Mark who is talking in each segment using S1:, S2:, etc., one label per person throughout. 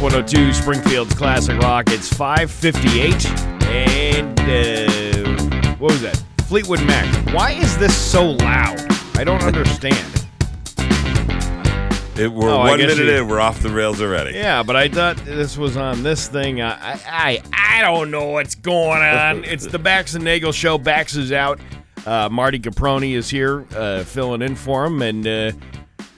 S1: 102 Springfield's Classic Rock. It's 558. And uh, what was that? Fleetwood Mac. Why is this so loud? I don't understand.
S2: It, we're
S1: Oh,
S2: one
S1: I guess
S2: minute
S1: you-
S2: in, we're off the rails already.
S1: yeah, but I thought this was on this thing. I I, I, I don't know what's going on. it's the Bax and Nagel show. Bax is out. Uh, Marty Caproni is here uh, filling in for him. And uh,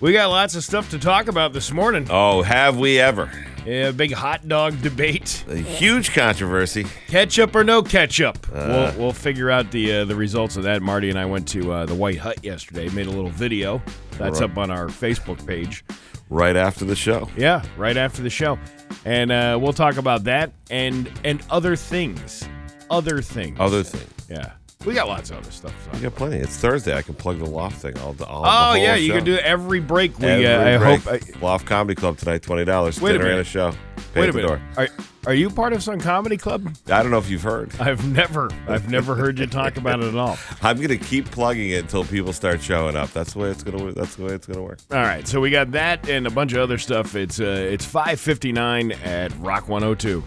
S1: we got lots of stuff to talk about this morning.
S2: Oh, have we ever?
S1: Yeah, big hot dog debate.
S2: A huge controversy.
S1: Ketchup or no ketchup?
S2: Uh.
S1: we'll, we'll figure out the uh, the results of that. Marty and I went to uh, the White Hut yesterday, made a little video. That's
S2: Right.
S1: up on our Facebook page.
S2: Right after the show.
S1: Yeah, right after the show, and uh, we'll talk about that and and other things, other things.
S2: Other thing.
S1: yeah, we got lots of other stuff. to talk
S2: We got plenty. It's Thursday. I can plug the loft thing all the all
S1: about.
S2: the
S1: oh yeah,
S2: whole
S1: you
S2: show.
S1: can do it every break. We
S2: Every
S1: uh, I
S2: break.
S1: hope. I,
S2: Loft Comedy Club tonight, twenty dollars.
S1: Wait a
S2: Dinner and a
S1: minute.
S2: show. Pay
S1: wait
S2: at
S1: a
S2: the
S1: minute.
S2: door.
S1: Are are you part of some comedy club?
S2: I don't know if you've heard.
S1: I've never I've never heard you talk about it at all.
S2: I'm gonna keep plugging it until people start showing up. That's the way it's gonna. That's the way it's gonna work.
S1: All right, so we got that and a bunch of other stuff. It's uh, it's five fifty nine at Rock one hundred two.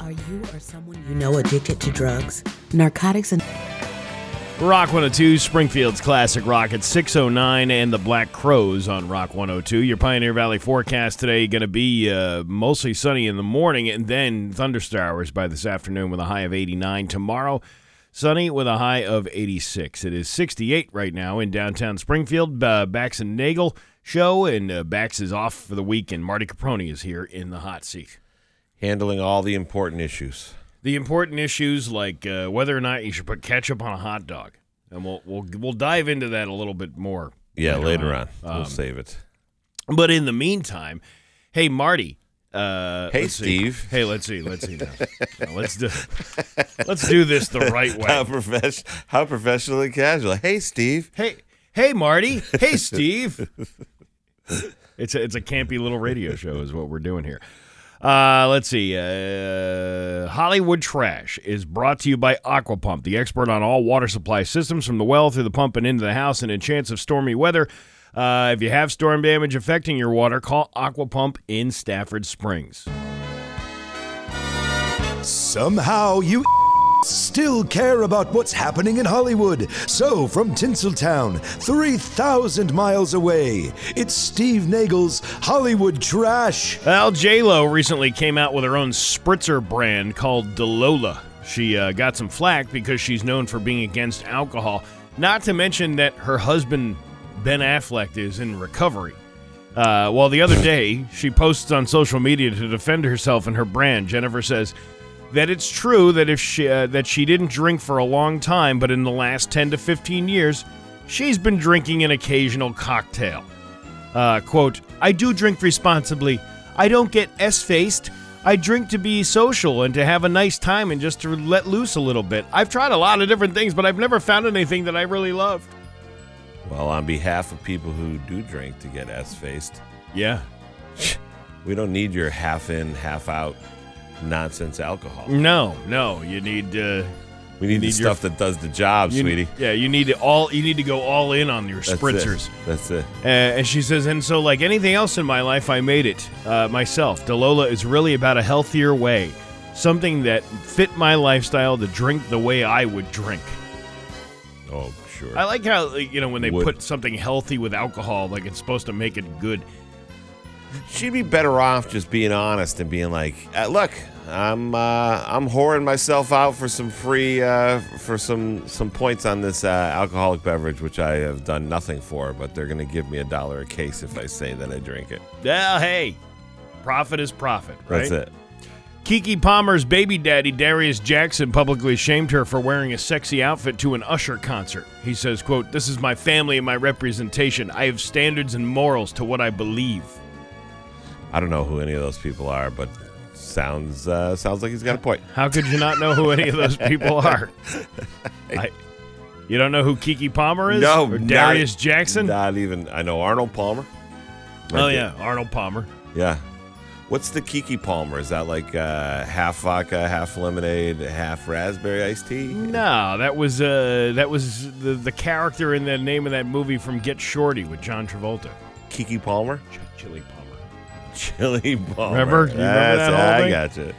S3: Are you or someone you know addicted to drugs, narcotics, and
S1: Rock 102, Springfield's Classic Rock at 609, and the Black Crows on Rock 102. Your Pioneer Valley forecast today going to be uh, mostly sunny in the morning and then thundershowers by this afternoon with a high of 89. Tomorrow, sunny with a high of 86. It is 68 right now in downtown Springfield. Uh, Bax and Nagel show, and uh, Bax is off for the week, and Marty Caproni is here in the hot seat.
S2: Handling all the important issues.
S1: The important issues like uh, whether or not you should put ketchup on a hot dog, and we'll we'll we'll dive into that a little bit more. Uh,
S2: Yeah, later on,
S1: Um,
S2: we'll save it.
S1: But in the meantime, hey Marty. Uh,
S2: Hey,
S1: let's see.
S2: Steve.
S1: Hey, let's see. Let's see now. Now, let's do. Let's do this the right
S2: How
S1: way.
S2: profession? How professional and casual. Hey, Steve.
S1: Hey, hey Marty. Hey Steve. It's a, it's a campy little radio show is what we're doing here. Uh, let's see. Uh, Hollywood Trash is brought to you by Aquapump, the expert on all water supply systems from the well through the pump and into the house. And in chance of stormy weather, uh, if you have storm damage affecting your water, call Aquapump in Stafford Springs.
S4: Somehow you still care about what's happening in Hollywood. So, from Tinseltown, 3,000 miles away, it's Steve Nagel's Hollywood Trash.
S1: Well, J-Lo recently came out with her own spritzer brand called Delola. She uh, got some flack because she's known for being against alcohol, not to mention that her husband, Ben Affleck, is in recovery. Uh, well, the other day, she posts on social media to defend herself and her brand. Jennifer says that it's true that if she, uh, that she didn't drink for a long time, but in the last 10 to 15 years, she's been drinking an occasional cocktail uh, quote, I do drink responsibly. I don't get S faced. I drink to be social and to have a nice time and just to let loose a little bit. I've tried a lot of different things, but I've never found anything that I really loved.
S2: Well, on behalf of people who do drink to get ass faced,
S1: Yeah.
S2: we don't need your half in, half out nonsense alcohol.
S1: No, no. You need, uh,
S2: We need, the
S1: Mm. Need your-
S2: stuff that does the job,
S1: you-
S2: sweetie.
S1: Yeah, you need to all. You need to go all in on your
S2: That's
S1: spritzers.
S2: It. That's it.
S1: Uh, and she says, and so, like anything else in my life, I made it uh, myself. Delola is really about a healthier way, something that fit my lifestyle to drink the way I would drink.
S2: Oh, sure.
S1: I like how like, you know when they
S2: Wood.
S1: put something healthy with alcohol, like it's supposed to make it good.
S2: She'd be better off just being honest and being like, uh, "Look, I'm uh, I'm whoring myself out for some free uh, for some some points on this uh, alcoholic beverage, which I have done nothing for, but they're gonna give me a dollar a case if I say that I drink it.
S1: Well, hey, profit is profit, right?
S2: That's it.
S1: Kiki Palmer's baby daddy Darius Jackson publicly shamed her for wearing a sexy outfit to an Usher concert. He says, "quote This is my family and my representation. I have standards and morals to what I believe."
S2: I don't know who any of those people are, but sounds uh, sounds like he's got a point.
S1: How could you not know who any of those people are? I, you don't know who Kiki Palmer is?
S2: no,
S1: or
S2: not- e-
S1: Darius Jackson?
S2: Not even. I know Arnold Palmer.
S1: oh
S2: Right
S1: yeah, Arnold Palmer.
S2: Yeah. What's the Kiki Palmer? Is that like uh, half vodka, half lemonade, half raspberry iced tea?
S1: No, that was uh, that was the the character in the name of that movie from Get Shorty with John Travolta.
S2: Kiki Palmer?
S1: Chili Palmer.
S2: Chili Palmer.
S1: Remember? You remember
S2: That's-
S1: that whole
S2: I
S1: thing?
S2: got you.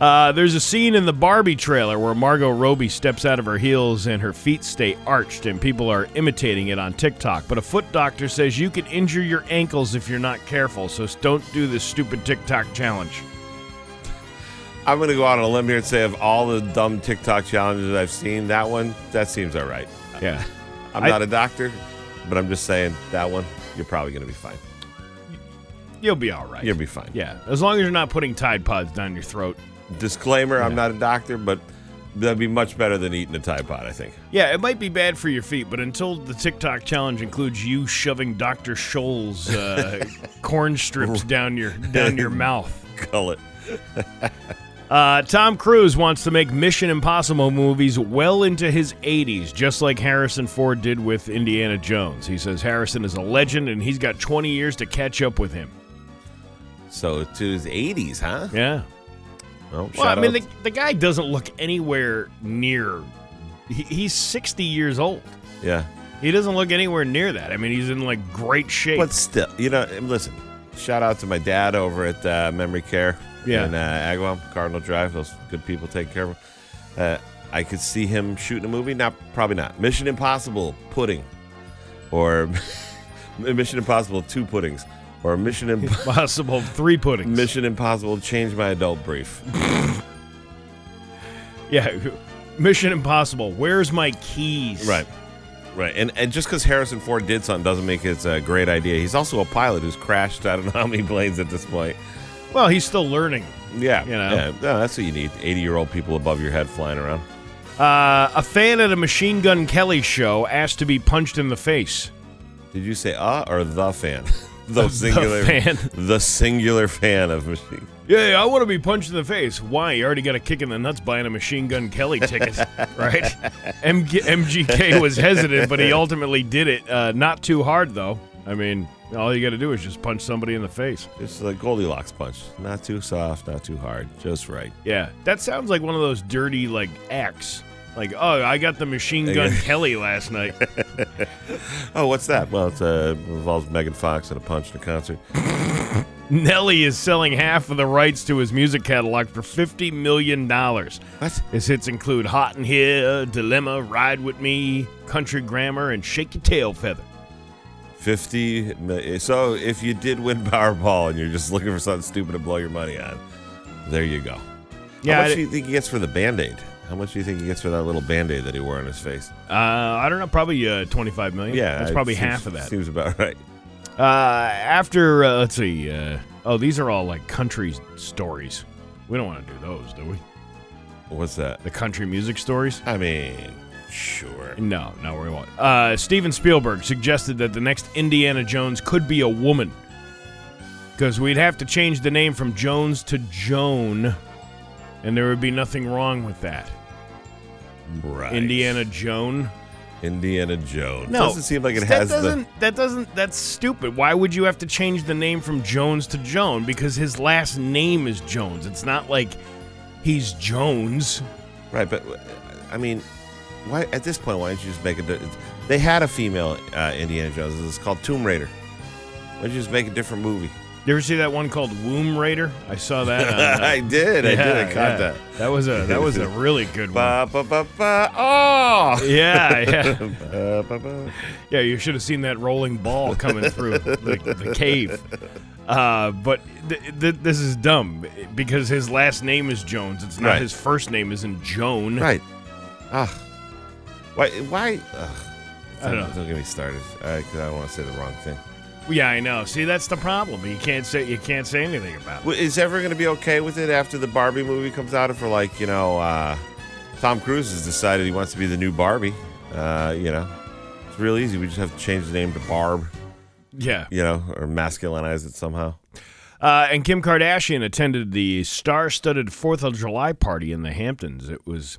S1: Uh, there's a scene in the Barbie trailer where Margot Robbie steps out of her heels and her feet stay arched, and people are imitating it on TikTok. But a foot doctor says you could injure your ankles if you're not careful, so don't do this stupid TikTok challenge.
S2: I'm going to go out on a limb here and say of all the dumb TikTok challenges I've seen, that one, that seems all right.
S1: Yeah.
S2: I'm
S1: I-
S2: not a doctor, but I'm just saying that one, you're probably going to be fine.
S1: You'll be all right.
S2: You'll be fine.
S1: yeah, as long as you're not putting Tide Pods down your throat.
S2: Disclaimer, I'm not a doctor, but that'd be much better than eating a Tide Pod, I think.
S1: Yeah, it might be bad for your feet, but until the TikTok challenge includes you shoving Dr. Scholl's uh, corn strips down your down your mouth.
S2: Cull it.
S1: Uh, Tom Cruise wants to make Mission Impossible movies well into his 80s, just like Harrison Ford did with Indiana Jones. He says Harrison is a legend and he's got 20 years to catch up with him.
S2: So to his 80s, huh?
S1: Yeah.
S2: Well,
S1: Well,
S2: shout
S1: I mean,
S2: out-
S1: the, the guy doesn't look anywhere near. He, he's 60 years old.
S2: yeah.
S1: He doesn't look anywhere near that. I mean, he's in like great shape.
S2: But still, you know, and listen, shout out to my dad over at uh, Memory Care
S1: Yeah.
S2: in uh, Agawam, Cardinal Drive. Those good people taking care of him. Uh, I could see him shooting a movie. Not probably not. Mission Impossible pudding, or Mission Impossible two puddings, or Mission Imp-
S1: Possible three puddings.
S2: Mission Impossible change my adult brief.
S1: Yeah. Mission Impossible. Where's my keys?
S2: Right. Right, and, and just because Harrison Ford did something doesn't make it a great idea. He's also a pilot who's crashed I don't know how many planes at this point.
S1: Well, he's still learning.
S2: Yeah,
S1: You know.
S2: yeah, no, that's what you need. Eighty-year-old people above your head flying around.
S1: Uh, a fan at a Machine Gun Kelly show asked to be punched in the face.
S2: Did you say uh or the fan? the singular
S1: fan.
S2: The singular fan of machine.
S1: Yeah, I want to be punched in the face. Why? You already got a kick in the nuts buying a Machine Gun Kelly ticket, right? MG- MGK was hesitant, but he ultimately did it. Uh, not too hard, though. I mean, all you got to do is just punch somebody in the face.
S2: It's like Goldilocks punch. Not too soft, not too hard, just right.
S1: Yeah, that sounds like one of those dirty, like, acts. Like, oh, I got the Machine Gun Kelly last night.
S2: Oh, what's that? Well, it's, uh, it involves Megan Fox and a punch in a concert.
S1: Nelly is selling half of the rights to his music catalog for $50 million.
S2: What?
S1: His hits include Hot in Here, Dilemma, Ride With Me, Country Grammar, and Shake Your Tail Feather.
S2: Fifty. mi- So if you did win Powerball and you're just looking for something stupid to blow your money on, there you go. How
S1: Yeah,
S2: much
S1: I,
S2: do you think he gets for the band aid? How much do you think he gets for that little band aid that he wore on his face?
S1: uh, I don't know, probably uh, 25 million.
S2: Yeah,
S1: That's
S2: it
S1: probably
S2: seems-
S1: half of that.
S2: Seems about right.
S1: Uh, after, uh, let's see, uh, oh, these are all like country stories. We don't want to do those, do we?
S2: What's that?
S1: The country music stories?
S2: I mean, sure.
S1: No, no, we won't. Uh, Steven Spielberg suggested that the next Indiana Jones could be a woman. Because we'd have to change the name from Jones to Joan, and there would be nothing wrong with that.
S2: Right.
S1: Indiana Joan?
S2: Indiana Jones.
S1: No.
S2: Doesn't seem like it
S1: that
S2: has
S1: doesn't,
S2: the.
S1: That doesn't. That's stupid. Why would you have to change the name from Jones to Joan? Because his last name is Jones. It's not like he's Jones.
S2: Right, but uh, I mean, why at this point, why don't you just make a. di- They had a female uh, Indiana Jones. It's called Tomb Raider. Why don't you just make a different movie?
S1: You ever see that one called Womb Raider? I saw that. On, uh,
S2: I did. I did. I
S1: Yeah,
S2: caught
S1: yeah.
S2: that.
S1: That was a that was a really good one.
S2: Ba, ba, ba, ba. Oh!
S1: Yeah, yeah,
S2: Ba, ba, ba.
S1: yeah. You should have seen that rolling ball coming through the, the cave. Uh, but th- th- this is dumb because his last name is Jones. It's not
S2: Right.
S1: his first name isn't Joan.
S2: Right. Ah. Why? Why? Ugh.
S1: I don't know.
S2: Don't get me started. Because I don't want to say the wrong thing.
S1: Yeah, I know. See, that's the problem. You can't say you can't say anything about it.
S2: W- Is everyone going to be okay with it after the Barbie movie comes out? If we're like, you know, uh, Tom Cruise has decided he wants to be the new Barbie. Uh, you know, it's real easy. We just have to change the name to Barb.
S1: Yeah.
S2: You know, or masculinize it somehow.
S1: Uh, and Kim Kardashian attended the star-studded Fourth of July party in the Hamptons. It was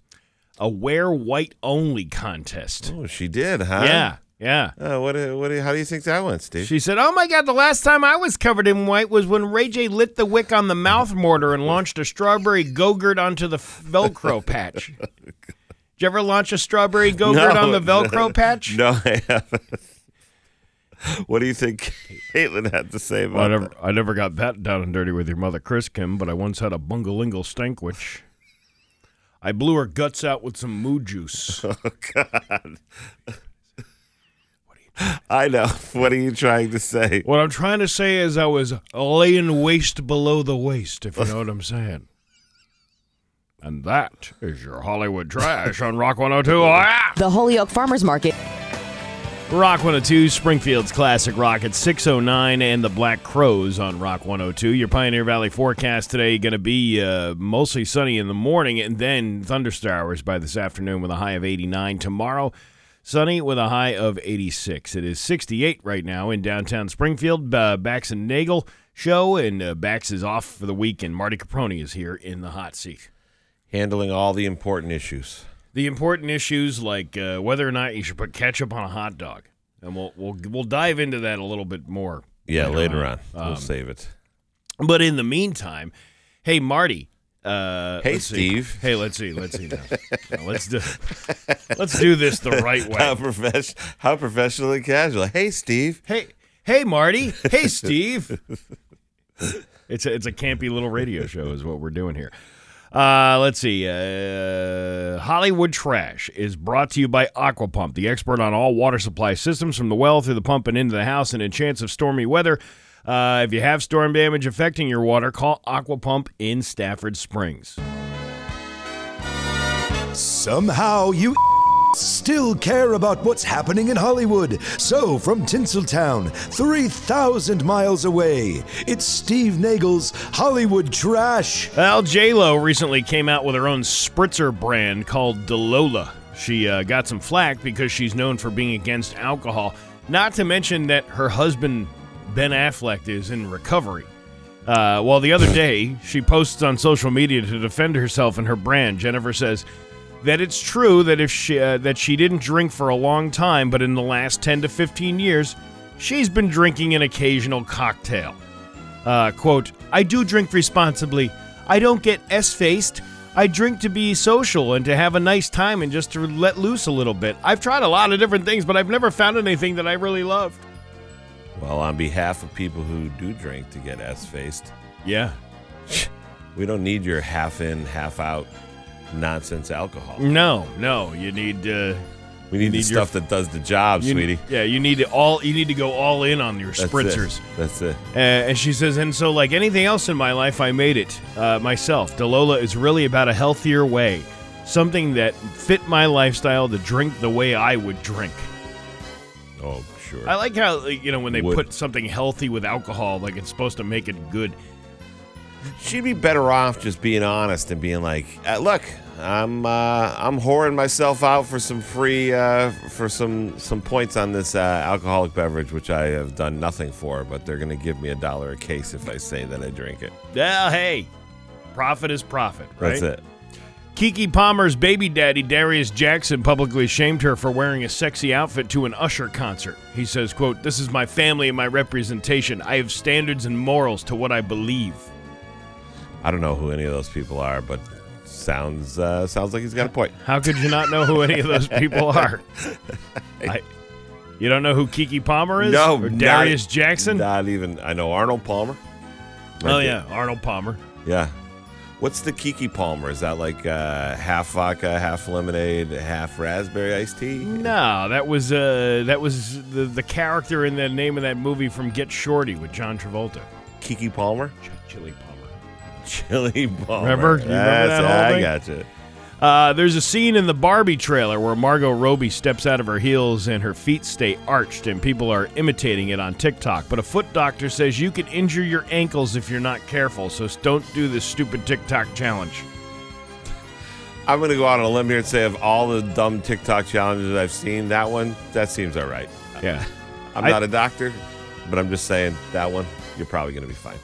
S1: a wear white only contest.
S2: Oh, she did, huh?
S1: Yeah, yeah.
S2: Uh, what? do- What? do- How do you think that went, Steve?
S1: She said, "Oh my God! The last time I was covered in white was when Ray J lit the wick on the mouth mortar and launched a strawberry go-gurt onto the f- Velcro patch. Did you ever launch a strawberry go-gurt
S2: No.
S1: on the Velcro patch?
S2: no, I haven't. What do you think Caitlin had to say about
S1: I
S2: Whatever.
S1: never, I never got that down and dirty with your mother, Chris Kim, but I once had a bungalingle stankwich. I blew her guts out with some moo juice.
S2: Oh God. I know. What are you trying to say?
S1: what I'm trying to say is I was laying waste below the waist, if you know what I'm saying. And that is your Hollywood trash on Rock 102. Ah!
S5: The Holyoke Farmers Market.
S1: Rock 102, Springfield's Classic Rock at 609, and the Black Crows on Rock 102. Your Pioneer Valley forecast today going to be uh, mostly sunny in the morning and then thundershowers by this afternoon with a high of 89. Tomorrow, sunny with a high of 86. It is 68 right now in downtown Springfield. Uh, Bax and Nagel show, and uh, Bax is off for the week, and Marty Caproni is here in the hot seat.
S2: Handling all the important issues.
S1: The important issues like uh, whether or not you should put ketchup on a hot dog, and we'll we'll we'll dive into that a little bit more. Uh,
S2: Yeah, later on.
S1: Um,
S2: We'll save it.
S1: But in the meantime, hey Marty. Uh,
S2: Hey,
S1: let's see.
S2: Steve.
S1: Hey, let's see. Let's see now. Now, let's do. Let's do this the right
S2: How,
S1: way.
S2: profes- how professional and casual. Hey, Steve.
S1: Hey, hey Marty. Hey Steve. It's a, it's a campy little radio show is what we're doing here. Uh, let's see. Uh, Hollywood Trash is brought to you by Aquapump, the expert on all water supply systems from the well through the pump and into the house. And in chance of stormy weather, uh, if you have storm damage affecting your water, call Aquapump in Stafford Springs.
S4: Somehow you still care about what's happening in Hollywood. So, from Tinseltown, 3,000 miles away, it's Steve Nagel's Hollywood Trash.
S1: Well, J-Lo recently came out with her own spritzer brand called Delola. She uh, got some flack because she's known for being against alcohol. Not to mention that her husband, Ben Affleck, is in recovery. Uh, well, the other day, she posts on social media to defend herself and her brand. Jennifer says that it's true that if she, uh, that she didn't drink for a long time, but in the last 10 to 15 years, she's been drinking an occasional cocktail uh, quote, I do drink responsibly. I don't get S faced. I drink to be social and to have a nice time and just to let loose a little bit. I've tried a lot of different things, but I've never found anything that I really loved.
S2: Well, on behalf of people who do drink to get ass faced,
S1: Yeah.
S2: we don't need your half in, half out nonsense alcohol.
S1: No, no. You need, uh,
S2: We need, the
S1: Mm. Need your-
S2: stuff that does the job,
S1: you-
S2: sweetie.
S1: Yeah, you need to all. You need to go all in on your
S2: That's
S1: spritzers.
S2: It. That's it.
S1: Uh, and she says, and so, like anything else in my life, I made it uh, myself. Delola is really about a healthier way, something that fit my lifestyle to drink the way I would drink.
S2: Oh, sure.
S1: I like how like, you know when they
S2: Wood.
S1: put something healthy with alcohol, like it's supposed to make it good.
S2: She'd be better off just being honest and being like, uh, "Look, I'm uh, I'm whoring myself out for some free uh, for some some points on this uh, alcoholic beverage, which I have done nothing for, but they're gonna give me a dollar a case if I say that I drink it.
S1: Well, hey, profit is profit, right?
S2: That's it.
S1: Kiki Palmer's baby daddy Darius Jackson publicly shamed her for wearing a sexy outfit to an Usher concert. He says, "quote This is my family and my representation. I have standards and morals to what I believe."
S2: I don't know who any of those people are, but sounds uh, sounds like he's got a point.
S1: How could you not know who any of those people are? I, you don't know who Kiki Palmer is?
S2: no,
S1: or
S2: not- e-
S1: Darius Jackson?
S2: Not even. I know Arnold Palmer.
S1: oh
S2: Right
S1: yeah, Arnold Palmer.
S2: Yeah. What's the Kiki Palmer? Is that like uh, half vodka, half lemonade, half raspberry iced tea?
S1: No, that was uh, that was the the character in the name of that movie from Get Shorty with John Travolta.
S2: Kiki Palmer?
S1: Ch- Chili Palmer.
S2: Chili Palmer.
S1: Remember? You remember
S2: That's
S1: that
S2: it.
S1: whole
S2: I
S1: thing?
S2: gotcha.
S1: Uh, there's a scene in the Barbie trailer where Margot Robbie steps out of her heels and her feet stay arched, and people are imitating it on TikTok. But a foot doctor says you can injure your ankles if you're not careful, so don't do this stupid TikTok challenge.
S2: I'm going to go out on a limb here and say of all the dumb TikTok challenges I've seen, that one, that seems all right.
S1: Yeah.
S2: I'm
S1: I-
S2: not a doctor, but I'm just saying that one, you're probably going to be fine.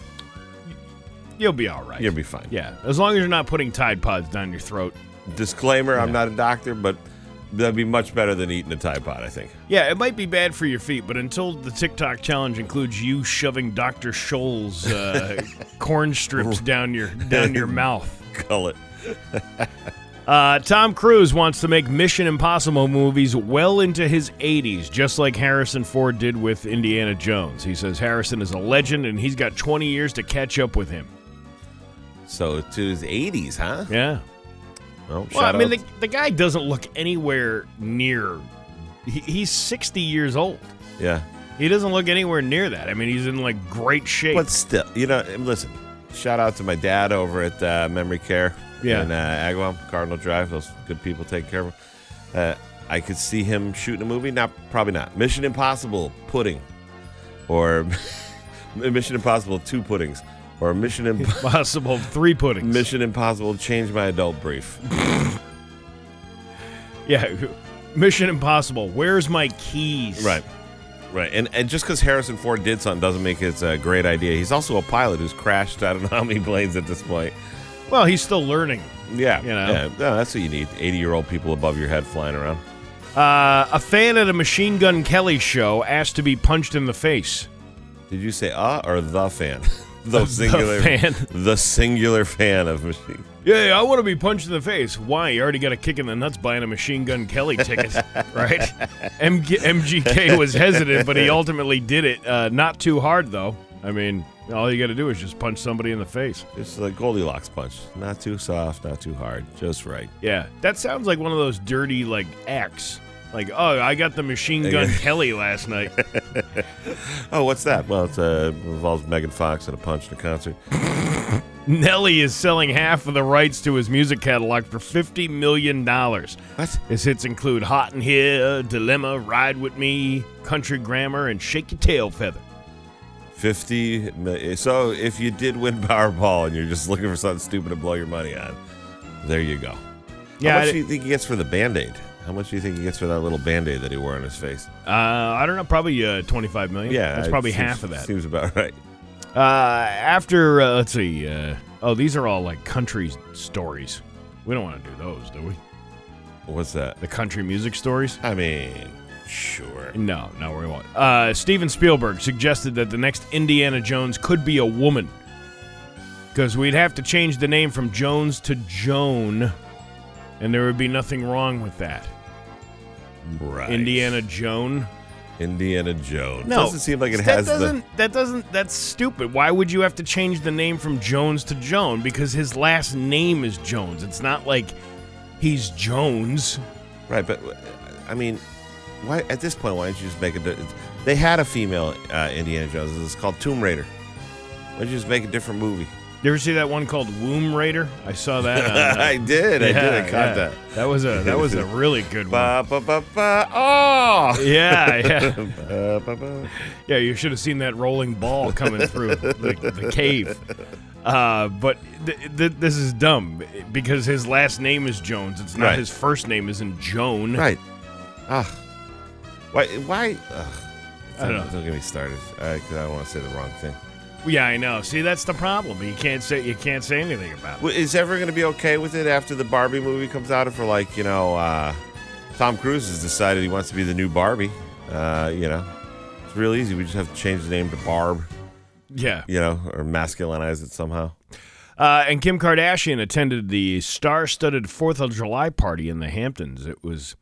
S1: You'll be all right.
S2: You'll be fine.
S1: yeah, as long as you're not putting Tide Pods down your throat.
S2: Disclaimer, I'm not a doctor, but that'd be much better than eating a Tide Pod, I think.
S1: Yeah, it might be bad for your feet, but until the TikTok challenge includes you shoving Dr. Scholl's uh, corn strips down your down your mouth.
S2: Call it.
S1: Uh, Tom Cruise wants to make Mission Impossible movies well into his 80s, just like Harrison Ford did with Indiana Jones. He says Harrison is a legend and he's got 20 years to catch up with him.
S2: So to his 80s, huh?
S1: Yeah.
S2: Well,
S1: Well,
S2: shout
S1: I mean,
S2: out-
S1: the, the guy doesn't look anywhere near. He, he's 60 years old.
S2: yeah.
S1: He doesn't look anywhere near that. I mean, he's in like great shape.
S2: But still, you know, and listen, shout out to my dad over at uh, Memory Care
S1: Yeah.
S2: in uh, Agawam, Cardinal Drive. Those good people taking care of him. Uh, I could see him shooting a movie. Not probably not. Mission Impossible pudding, or Mission Impossible two puddings, or Mission Imp-
S1: Possible three puddings.
S2: Mission Impossible change my adult brief.
S1: Yeah. Mission Impossible. Where's my keys?
S2: Right. Right. And, and just because Harrison Ford did something doesn't make it a great idea. He's also a pilot who's crashed I don't know how many planes at this point.
S1: Well, he's still learning.
S2: Yeah.
S1: You know.
S2: Yeah. No, that's what you need 80 year old people above your head flying around.
S1: Uh, a fan at a Machine Gun Kelly show asked to be punched in the face.
S2: Did you say uh or the fan? the,
S1: The
S2: singular
S1: fan.
S2: The singular fan of Machine.
S1: Yeah, I want to be punched in the face. Why? You already got a kick in the nuts buying a Machine Gun Kelly ticket, right? MG- MGK was hesitant, but he ultimately did it. Uh, not too hard, though. I mean, all you got to do is just punch somebody in the face.
S2: It's like Goldilocks punch. Not too soft, not too hard, just right.
S1: Yeah, that sounds like one of those dirty like acts. Like, oh, I got the Machine Gun Kelly last night.
S2: Oh, what's that? Well, it's, uh, it involves Megan Fox and a punch in a concert.
S1: Nelly is selling half of the rights to his music catalog for $50 million.
S2: What?
S1: His hits include Hot in Here, Dilemma, Ride With Me, Country Grammar, and Shake Your Tail Feather.
S2: 50 million. So if you did win Powerball and you're just looking for something stupid to blow your money on, there you go. How
S1: Yeah,
S2: much
S1: I,
S2: do you think he gets for the band aid? How much do you think he gets for that little band aid that he wore on his face?
S1: uh, I don't know, probably uh, 25 million.
S2: Yeah.
S1: That's
S2: it
S1: probably
S2: seems-
S1: half of that.
S2: Seems about right.
S1: Uh, after, uh, let's see, uh, oh, these are all like country stories. We don't want to do those, do we?
S2: What's that?
S1: The country music stories?
S2: I mean, sure.
S1: No, no, we won't. Uh, Steven Spielberg suggested that the next Indiana Jones could be a woman. Because we'd have to change the name from Jones to Joan, and there would be nothing wrong with that.
S2: Right.
S1: Indiana Joan?
S2: Indiana Jones.
S1: No.
S2: Doesn't seem like it
S1: that
S2: has
S1: doesn't,
S2: the.
S1: That doesn't. That's stupid. Why would you have to change the name from Jones to Joan? Because his last name is Jones. It's not like he's Jones.
S2: Right, but uh, I mean, why at this point, why don't you just make a. di- They had a female uh, Indiana Jones. It's called Tomb Raider. Why don't you just make a different movie?
S1: You ever see that one called Womb Raider? I saw that. On, uh,
S2: I did. I did. I
S1: Yeah,
S2: caught
S1: yeah.
S2: that.
S1: That was a that was a really good one.
S2: Ba, ba, ba, ba. Oh!
S1: Yeah, yeah,
S2: Ba, ba, ba.
S1: yeah. You should have seen that rolling ball coming through the, the cave. Uh, but th- th- this is dumb because his last name is Jones. It's not
S2: Right.
S1: his first name isn't Joan.
S2: Right. Ah. Why? Why? Ugh.
S1: I don't know.
S2: get me started. Because I don't want to say the wrong thing.
S1: Yeah, I know. See, that's the problem. You can't say you can't say anything about it.
S2: W- Is everyone going to be okay with it after the Barbie movie comes out? If we're like, you know, uh, Tom Cruise has decided he wants to be the new Barbie. Uh, you know, it's real easy. We just have to change the name to Barb.
S1: Yeah.
S2: You know, or masculinize it somehow.
S1: Uh, and Kim Kardashian attended the star-studded Fourth of July party in the Hamptons. It was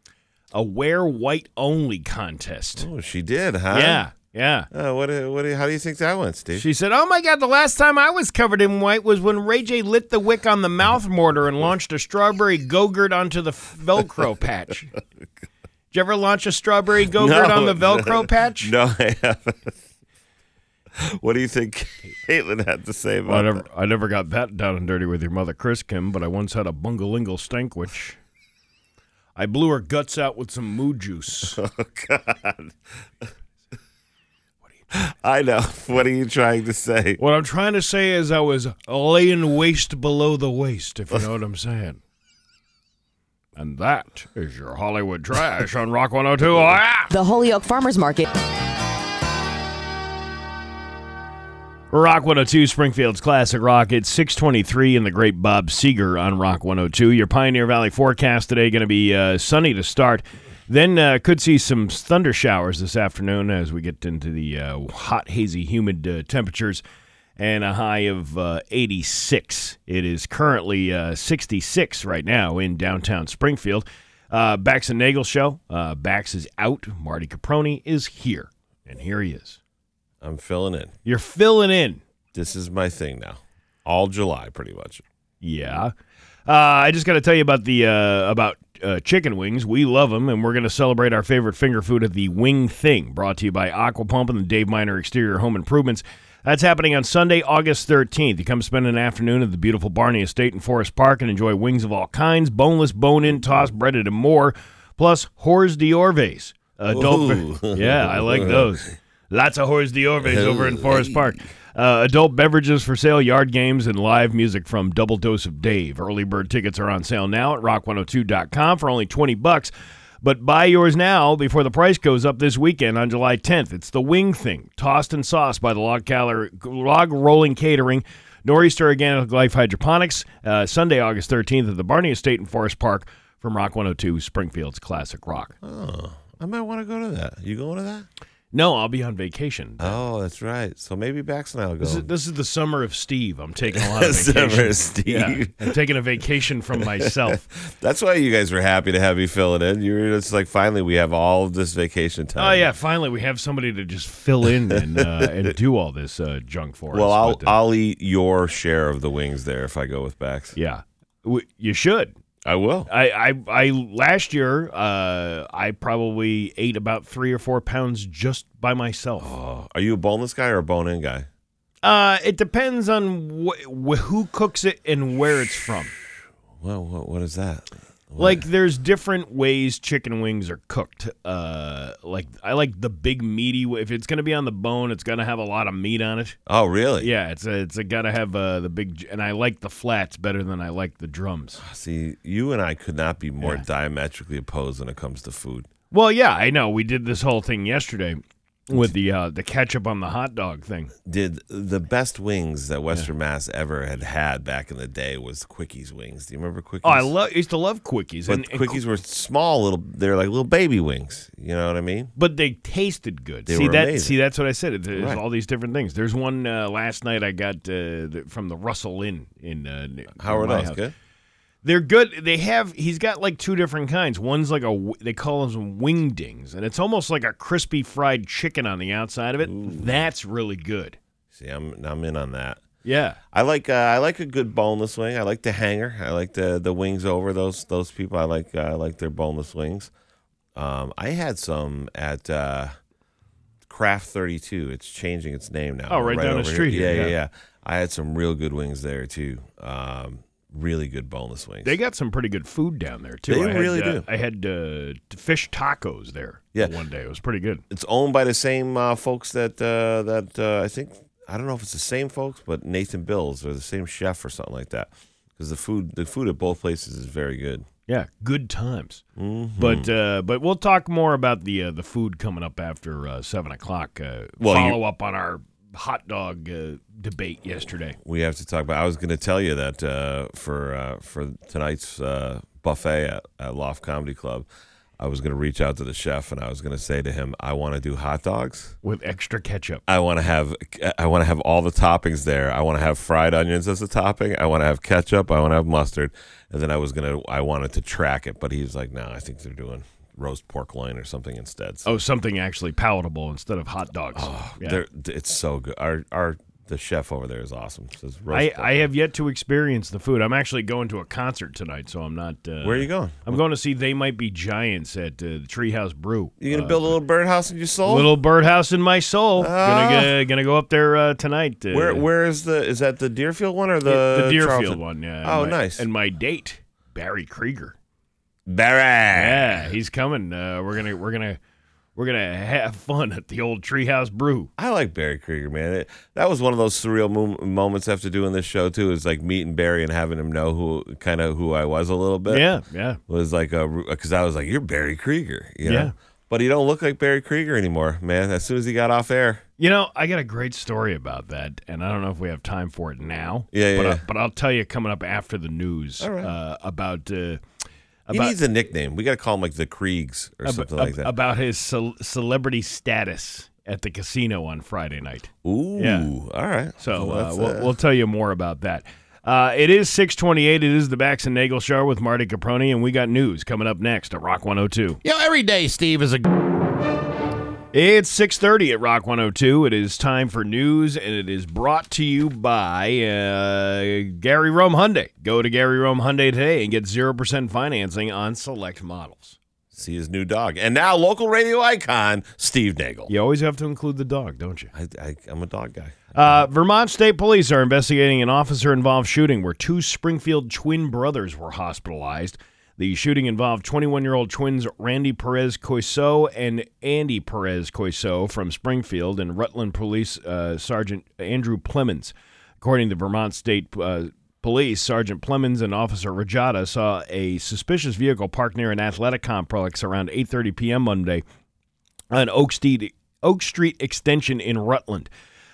S1: a wear white only contest.
S2: Oh, she did, huh?
S1: Yeah, yeah.
S2: Uh, what? do- What? do- How do you think that went, Steve?
S1: She said, "Oh my God! The last time I was covered in white was when Ray J lit the wick on the mouth mortar and launched a strawberry go-gurt onto the f- Velcro patch. Did you ever launch a strawberry go-gurt
S2: No.
S1: on the Velcro patch?
S2: no, I haven't. What do you think Caitlin had to say about that?
S1: I never got that down and dirty with your mother, Chris Kim, but I once had a bungalingle stankwich. I blew her guts out with some moo juice.
S2: Oh God! I know. What are you trying to say?
S1: what I'm trying to say is, I was laying waste below the waist, if you know what I'm saying." And that is your Hollywood trash on Rock 102. Ah!
S5: The Holyoke Farmers Market.
S1: Rock 102, Springfield's Classic Rock. It's 623 in the great Bob Seeger on Rock 102. Your Pioneer Valley forecast today going to be uh, sunny to start. Then uh, could see some thunder showers this afternoon as we get into the uh, hot, hazy, humid uh, temperatures. and a high of uh, 86. It is currently uh, 66 right now in downtown Springfield. Uh, Bax and Nagel show. Uh, Bax is out. Marty Caproni is here, and here he is.
S2: I'm filling in.
S1: You're filling in.
S2: This is my thing now. All July, pretty much.
S1: Yeah. Uh, I just got to tell you about the uh, about uh, chicken wings. We love them, and we're going to celebrate our favorite finger food at the Wing Thing, brought to you by Aquapump and the Dave Miner Exterior Home Improvements. That's happening on Sunday, August 13th. You come spend an afternoon at the beautiful Barney Estate in Forest Park and enjoy wings of all kinds, boneless, bone-in, tossed, breaded, and more, plus hors d'orbes. Adult,
S2: Ooh.
S1: yeah, I like those. Lots of hors d'orbes over in Forest Park. Uh, adult beverages for sale, yard games, and live music from Double Dose of Dave. Early bird tickets are on sale now at rock102.com for only 20 bucks. But buy yours now before the price goes up this weekend on July 10th. It's the Wing Thing, tossed and sauced by the Log, Caller, Log Rolling Catering, Nor'easter Organic Life Hydroponics, uh, Sunday, August 13th at the Barney Estate in Forest Park from Rock 102, Springfield's Classic Rock.
S2: I might want to go to that. You going to that?
S1: No, I'll be on vacation.
S2: Oh, that's right. So maybe Bax and I'll go.
S1: This is, this is the summer of Steve. I'm taking a lot of
S2: Summer
S1: vacation.
S2: of Steve.
S1: Yeah, I'm taking a vacation from myself.
S2: That's why you guys were happy to have me fill it in. You were just like, finally, we have all of this vacation time.
S1: oh yeah, finally we have somebody to just fill in and uh, and do all this uh, junk for
S2: Well, I'll
S1: us. but, uh,
S2: I'll eat your share of the wings there if I go with Bax.
S1: yeah, W- you should.
S2: I will.
S1: I, I, I last year uh, I probably ate about three or four pounds just by myself.
S2: Oh, are you a boneless guy or a bone-in guy?
S1: Uh, it depends on wh- wh- who cooks it and where it's from.
S2: Well, what, what is that?
S1: Like there's different ways chicken wings are cooked. Uh, like I like the big meaty. w- If it's gonna be on the bone, it's gonna have a lot of meat on it.
S2: Oh, really?
S1: Yeah, it's a, it's a, gotta have uh, the big. j- And I like the flats better than I like the drums.
S2: See, you and I could not be more
S1: Yeah.
S2: diametrically opposed when it comes to food.
S1: Well, yeah, I know. We did this whole thing yesterday with the uh, the ketchup on the hot dog thing.
S2: Did the best wings that Western Mass ever had had back in the day was Quickies wings? Do you remember Quickies?
S1: Oh, I love used to love quickies,
S2: But
S1: and, and
S2: Quickies were small little. They're like little baby wings. You know what I mean?
S1: but they tasted good.
S2: They
S1: see
S2: were
S1: that?
S2: amazing.
S1: See, that's what I said. It- There's
S2: Right.
S1: all these different things. There's one uh, last night I got uh, the, from the Russell Inn in uh, n-
S2: How are
S1: my
S2: those?
S1: house.
S2: Good.
S1: They're good. They have. He's got like two different kinds. One's like a. w- They call them wingdings, and it's almost like a crispy fried chicken on the outside of it. That's really good.
S2: See, I'm I'm in on that.
S1: Yeah.
S2: I like uh, I like a good boneless wing. I like the hanger. I like the the wings over those those people. I like uh, I like their boneless wings. Um, I had some at uh, Craft Thirty Two. It's changing its name now.
S1: Oh, right down the
S2: over here.
S1: street here,
S2: Yeah, yeah,
S1: yeah.
S2: yeah, I had some real good wings there too. Um, really good boneless wings.
S1: They got some pretty good food down there too.
S2: They
S1: I had,
S2: really
S1: uh,
S2: do.
S1: I had uh, t- fish tacos there.
S2: Yeah.
S1: One day it was pretty good.
S2: it's owned by the same uh, folks that uh, that uh, I think I don't know if it's the same folks, but Nathan Bills or the same chef or something like that. Because the food the food at both places is very good.
S1: Yeah. Good times.
S2: Mm-hmm.
S1: But uh, but we'll talk more about the uh, the food coming up after uh, seven o'clock. Uh,
S2: Well, you-
S1: follow up on our hot dog uh, debate yesterday.
S2: we have to talk about. I was going to tell you that uh, for uh, for tonight's uh, buffet at, at Loft Comedy Club, I was going to reach out to the chef and I was going to say to him, "I want to do hot dogs.
S1: With extra ketchup.
S2: I want to have I want to have all the toppings there. I want to have fried onions as a topping. I want to have ketchup. I want to have mustard." And then I was going to I wanted to track it, but he was like, "No, I think they're doing roast pork loin or something instead." So
S1: Oh, something actually palatable instead of hot dogs. Oh, Yeah.
S2: they're it's so good. Our our the chef over there is awesome. It says roast
S1: I,
S2: pork
S1: I
S2: loin.
S1: have yet to experience the food. I'm actually going to a concert tonight, so I'm not. Uh,
S2: Where are you going?
S1: I'm going to see They Might Be Giants at uh, the Treehouse Brew.
S2: You gonna build a little birdhouse in your soul?
S1: uh, Little birdhouse in my soul.
S2: Ah.
S1: gonna, go- gonna go up there uh, tonight. Uh,
S2: Where where is the is that the Deerfield one or the
S1: the, the Deerfield
S2: Charlton?
S1: one? Yeah. and
S2: Oh,
S1: my-
S2: nice.
S1: And my date, Barry Krieger.
S2: Barry.
S1: Yeah, he's coming. Uh, we're gonna we're gonna we're gonna have fun at the old Treehouse Brew.
S2: I like Barry Krieger, man. It, that was one of those surreal mom- moments after doing this show too. Is like meeting Barry and having him know who kind of who I was a little bit.
S1: yeah, yeah.
S2: was like a because I was like you're Barry Krieger, you know?
S1: Yeah.
S2: But he don't look like Barry Krieger anymore, man. As soon as he got off air,
S1: You know, I got a great story about that, and I don't know if we have time for it now.
S2: Yeah,
S1: but
S2: yeah,
S1: I,
S2: yeah.
S1: but I'll tell you coming up after the news
S2: All right.
S1: uh, about uh,
S2: he
S1: About-
S2: needs a nickname. We got to call him like the Kriegs or
S1: ab-
S2: something
S1: ab-
S2: like that.
S1: about his cel- celebrity status at the casino on Friday night.
S2: Ooh,
S1: Yeah.
S2: all right.
S1: So
S2: Well,
S1: uh,
S2: that's,
S1: we'll, we'll tell you more about that. Uh, it is 628. It is the Bax and Nagel Show with Marty Caproni, and we got news coming up next at Rock 102.
S5: Yo, every day, Steve, is a.
S1: It's 6:30 at Rock 102. It is time for news and it is brought to you by uh, Gary Rome Hyundai. Go to Gary Rome Hyundai today and get 0% financing on select models.
S2: see his new dog, and now local radio icon Steve Nagel.
S1: You always have to include the dog, don't you?
S2: I, I, I'm a dog guy.
S1: Uh, Vermont State Police are investigating an officer involved shooting where two Springfield twin brothers were hospitalized. The shooting involved 21 year old twins Randy Perez Coiseau and Andy Perez Coiseau from Springfield and Rutland Police uh, Sergeant Andrew Plemons. According to Vermont State uh, Police, Sergeant Plemons and Officer Rajada saw a suspicious vehicle parked near an athletic complex around 8.30 p.m. Monday on Oak Street, Oak Street Extension in Rutland.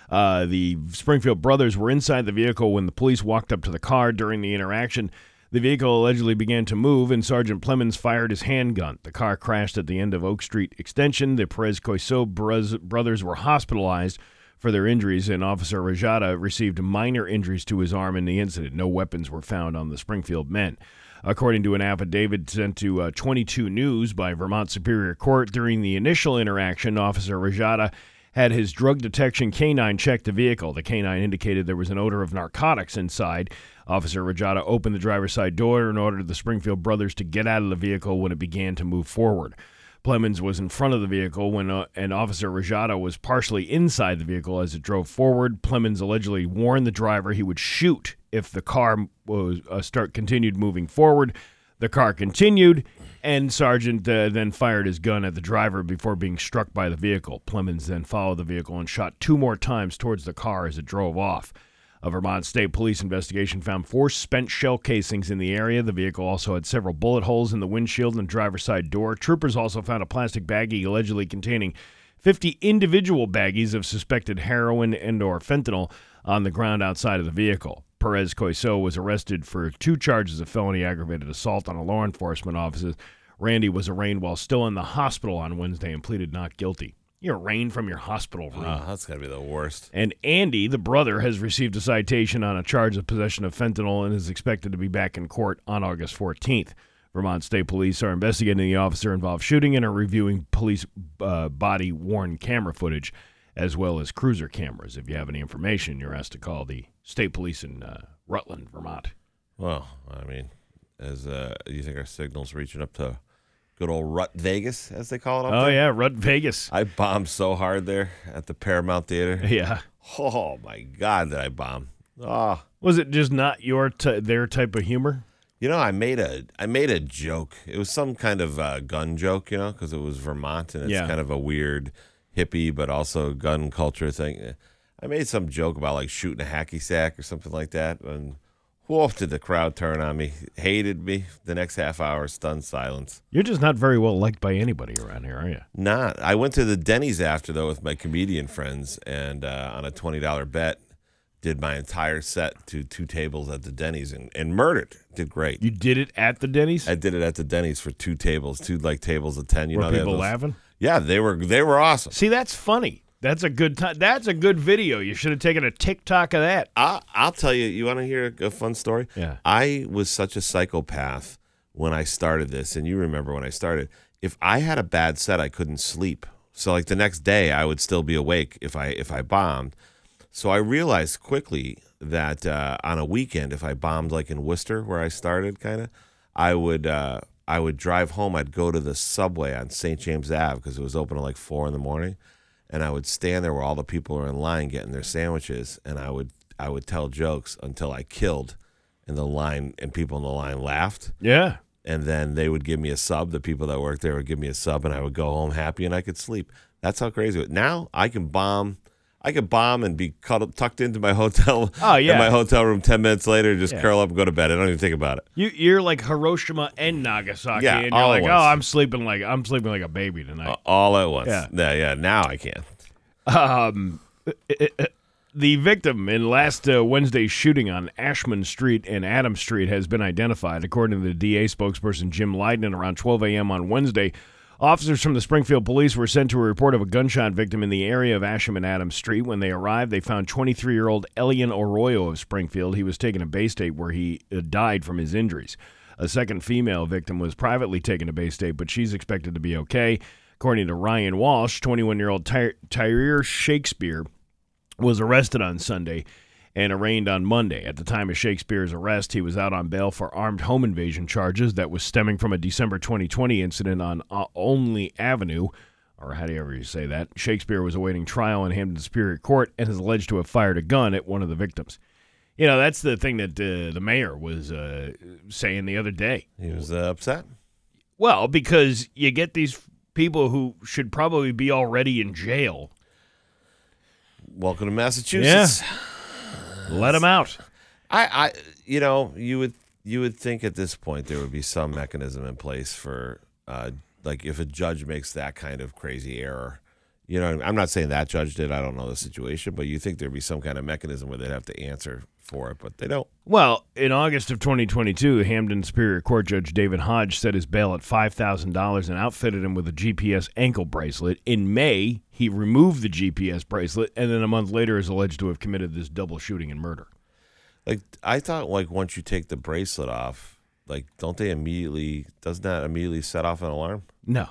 S1: Uh, the Springfield brothers were inside the vehicle when the police walked up to the car during the interaction. The vehicle allegedly began to move, and Sergeant Plemons fired his handgun. The car crashed at the end of Oak Street Extension. The Perez Coiseau bros- brothers were hospitalized for their injuries, and Officer Rajada received minor injuries to his arm in the incident. No weapons were found on the Springfield men. According to an affidavit sent to uh, 22 News by Vermont Superior Court, during the initial interaction, Officer Rajada had his drug detection canine check the vehicle. The canine indicated there was an odor of narcotics inside. Officer Rajada opened the driver's side door and ordered the Springfield brothers to get out of the vehicle when it began to move forward. Plemons was in front of the vehicle when uh, an officer Rajada was partially inside the vehicle as it drove forward. Plemons allegedly warned the driver he would shoot if the car was uh, start continued moving forward. The car continued, and Sergeant uh, then fired his gun at the driver before being struck by the vehicle. Plemons then followed the vehicle and shot two more times towards the car as it drove off. A Vermont State Police investigation found four spent shell casings in the area. The vehicle also had several bullet holes in the windshield and driver's side door. Troopers also found a plastic baggie allegedly containing 50 individual baggies of suspected heroin and or fentanyl on the ground outside of the vehicle. Perez Coiseau was arrested for two charges of felony aggravated assault on a law enforcement officer. Randy was arraigned while still in the hospital on Wednesday and pleaded not guilty. You're arraigned from your hospital room.
S2: Oh, that's gotta be the worst.
S1: And Andy, the brother, has received a citation on a charge of possession of fentanyl and is expected to be back in court on August 14th. Vermont State Police are investigating the officer involved shooting and are reviewing police uh, body worn camera footage as well as cruiser cameras. If you have any information, you're asked to call the state police in uh, Rutland, Vermont.
S2: Well, I mean, as uh, you think our signal's reaching up to good old Rut Vegas, as they call it up
S1: Oh,
S2: there?
S1: yeah, Rut Vegas.
S2: I bombed so hard there at the Paramount Theater.
S1: Yeah.
S2: Oh my God, did I bomb? Ah,
S1: Was it just not your t- their type of humor?
S2: you know, I made a I made a joke. It was some kind of uh, gun joke, you know, because it was Vermont and it's
S1: Yeah.
S2: kind of a weird hippie but also gun culture thing. I made some joke about like shooting a hacky sack or something like that, and woof, did the crowd turn on me? Hated me. The next half hour, stunned silence.
S1: You're just not very well liked by anybody around here, are you?
S2: Not. I went to the Denny's after though with my comedian friends, and uh, on a twenty dollar bet, did my entire set to two tables at the Denny's and, and murdered. Did great.
S1: You did it at the Denny's?
S2: I did it at the Denny's for two tables, two like tables of ten. You
S1: Were
S2: know, they have
S1: people
S2: those-
S1: laughing?
S2: Yeah, they were they were awesome.
S1: See, that's funny. That's a good time. That's a good video. You should have taken a TikTok of that.
S2: I, I'll tell you. You want to hear a fun story?
S1: Yeah.
S2: I was such a psychopath when I started this, and you remember when I started. If I had a bad set, I couldn't sleep. So like the next day, I would still be awake if I if I bombed. So I realized quickly that uh, on a weekend, if I bombed like in Worcester, where I started, kind of, I would uh, I would drive home. I'd go to the subway on St. James Ave because it was open at like four in the morning, and I would stand there where all the people are in line getting their sandwiches, and I would I would tell jokes until I killed, and the line and people in the line laughed,
S1: Yeah.
S2: and then they would give me a sub. The people that worked there would give me a sub, and I would go home happy and I could sleep. That's how crazy it was. Now I can bomb. I could bomb and be cuddled, tucked into my hotel.
S1: Oh, yeah.
S2: In my hotel room 10 minutes later, just
S1: Yeah.
S2: curl up and go to bed. I don't even think about it.
S1: You, you're like Hiroshima and Nagasaki,
S2: Yeah,
S1: and you're
S2: all
S1: like,
S2: at
S1: oh,
S2: once.
S1: I'm sleeping like I'm sleeping like a baby tonight.
S2: All at once.
S1: Yeah.
S2: Yeah, yeah. Now I can.
S1: the victim in last uh, Wednesday's shooting on Ashman Street and Adams Street has been identified, according to the DA spokesperson Jim Leiden. Around 12 a.m. on Wednesday, Officers from the Springfield Police were sent to a report of a gunshot victim in the area of Asham and Adams Street. When they arrived, they found 23 year old Elian Arroyo of Springfield. He was taken to Bay State where he uh, died from his injuries. A second female victim was privately taken to Bay State, but she's expected to be okay. According to Ryan Walsh, 21 year old Ty- Tyre Shakespeare was arrested on Sunday and arraigned on Monday. At the time of Shakespeare's arrest, he was out on bail for armed home invasion charges that was stemming from a December 2020 incident on uh, Only Avenue, or however you say that. Shakespeare was awaiting trial in Hampton Superior Court and is alleged to have fired a gun at one of the victims. You know, that's the thing that uh, the mayor was uh, saying the other day.
S2: He was uh, upset.
S1: Well, because you get these people who should probably be already in jail.
S2: Welcome to Massachusetts.
S1: Let them out.
S2: I, I, you know, you would you would think at this point there would be some mechanism in place for, uh, like, if a judge makes that kind of crazy error. You know, what I mean? I'm not saying that judge did. I don't know the situation, but you think there'd be some kind of mechanism where they'd have to answer for it, but they don't.
S1: Well, in August of 2022, Hamden Superior Court Judge David Hodge set his bail at $5,000 and outfitted him with a GPS ankle bracelet. In May, he removed the GPS bracelet and then a month later is alleged to have committed this double shooting and murder.
S2: Like, I thought, like, once you take the bracelet off, like, don't they immediately? Does not that immediately set off an alarm?
S1: No.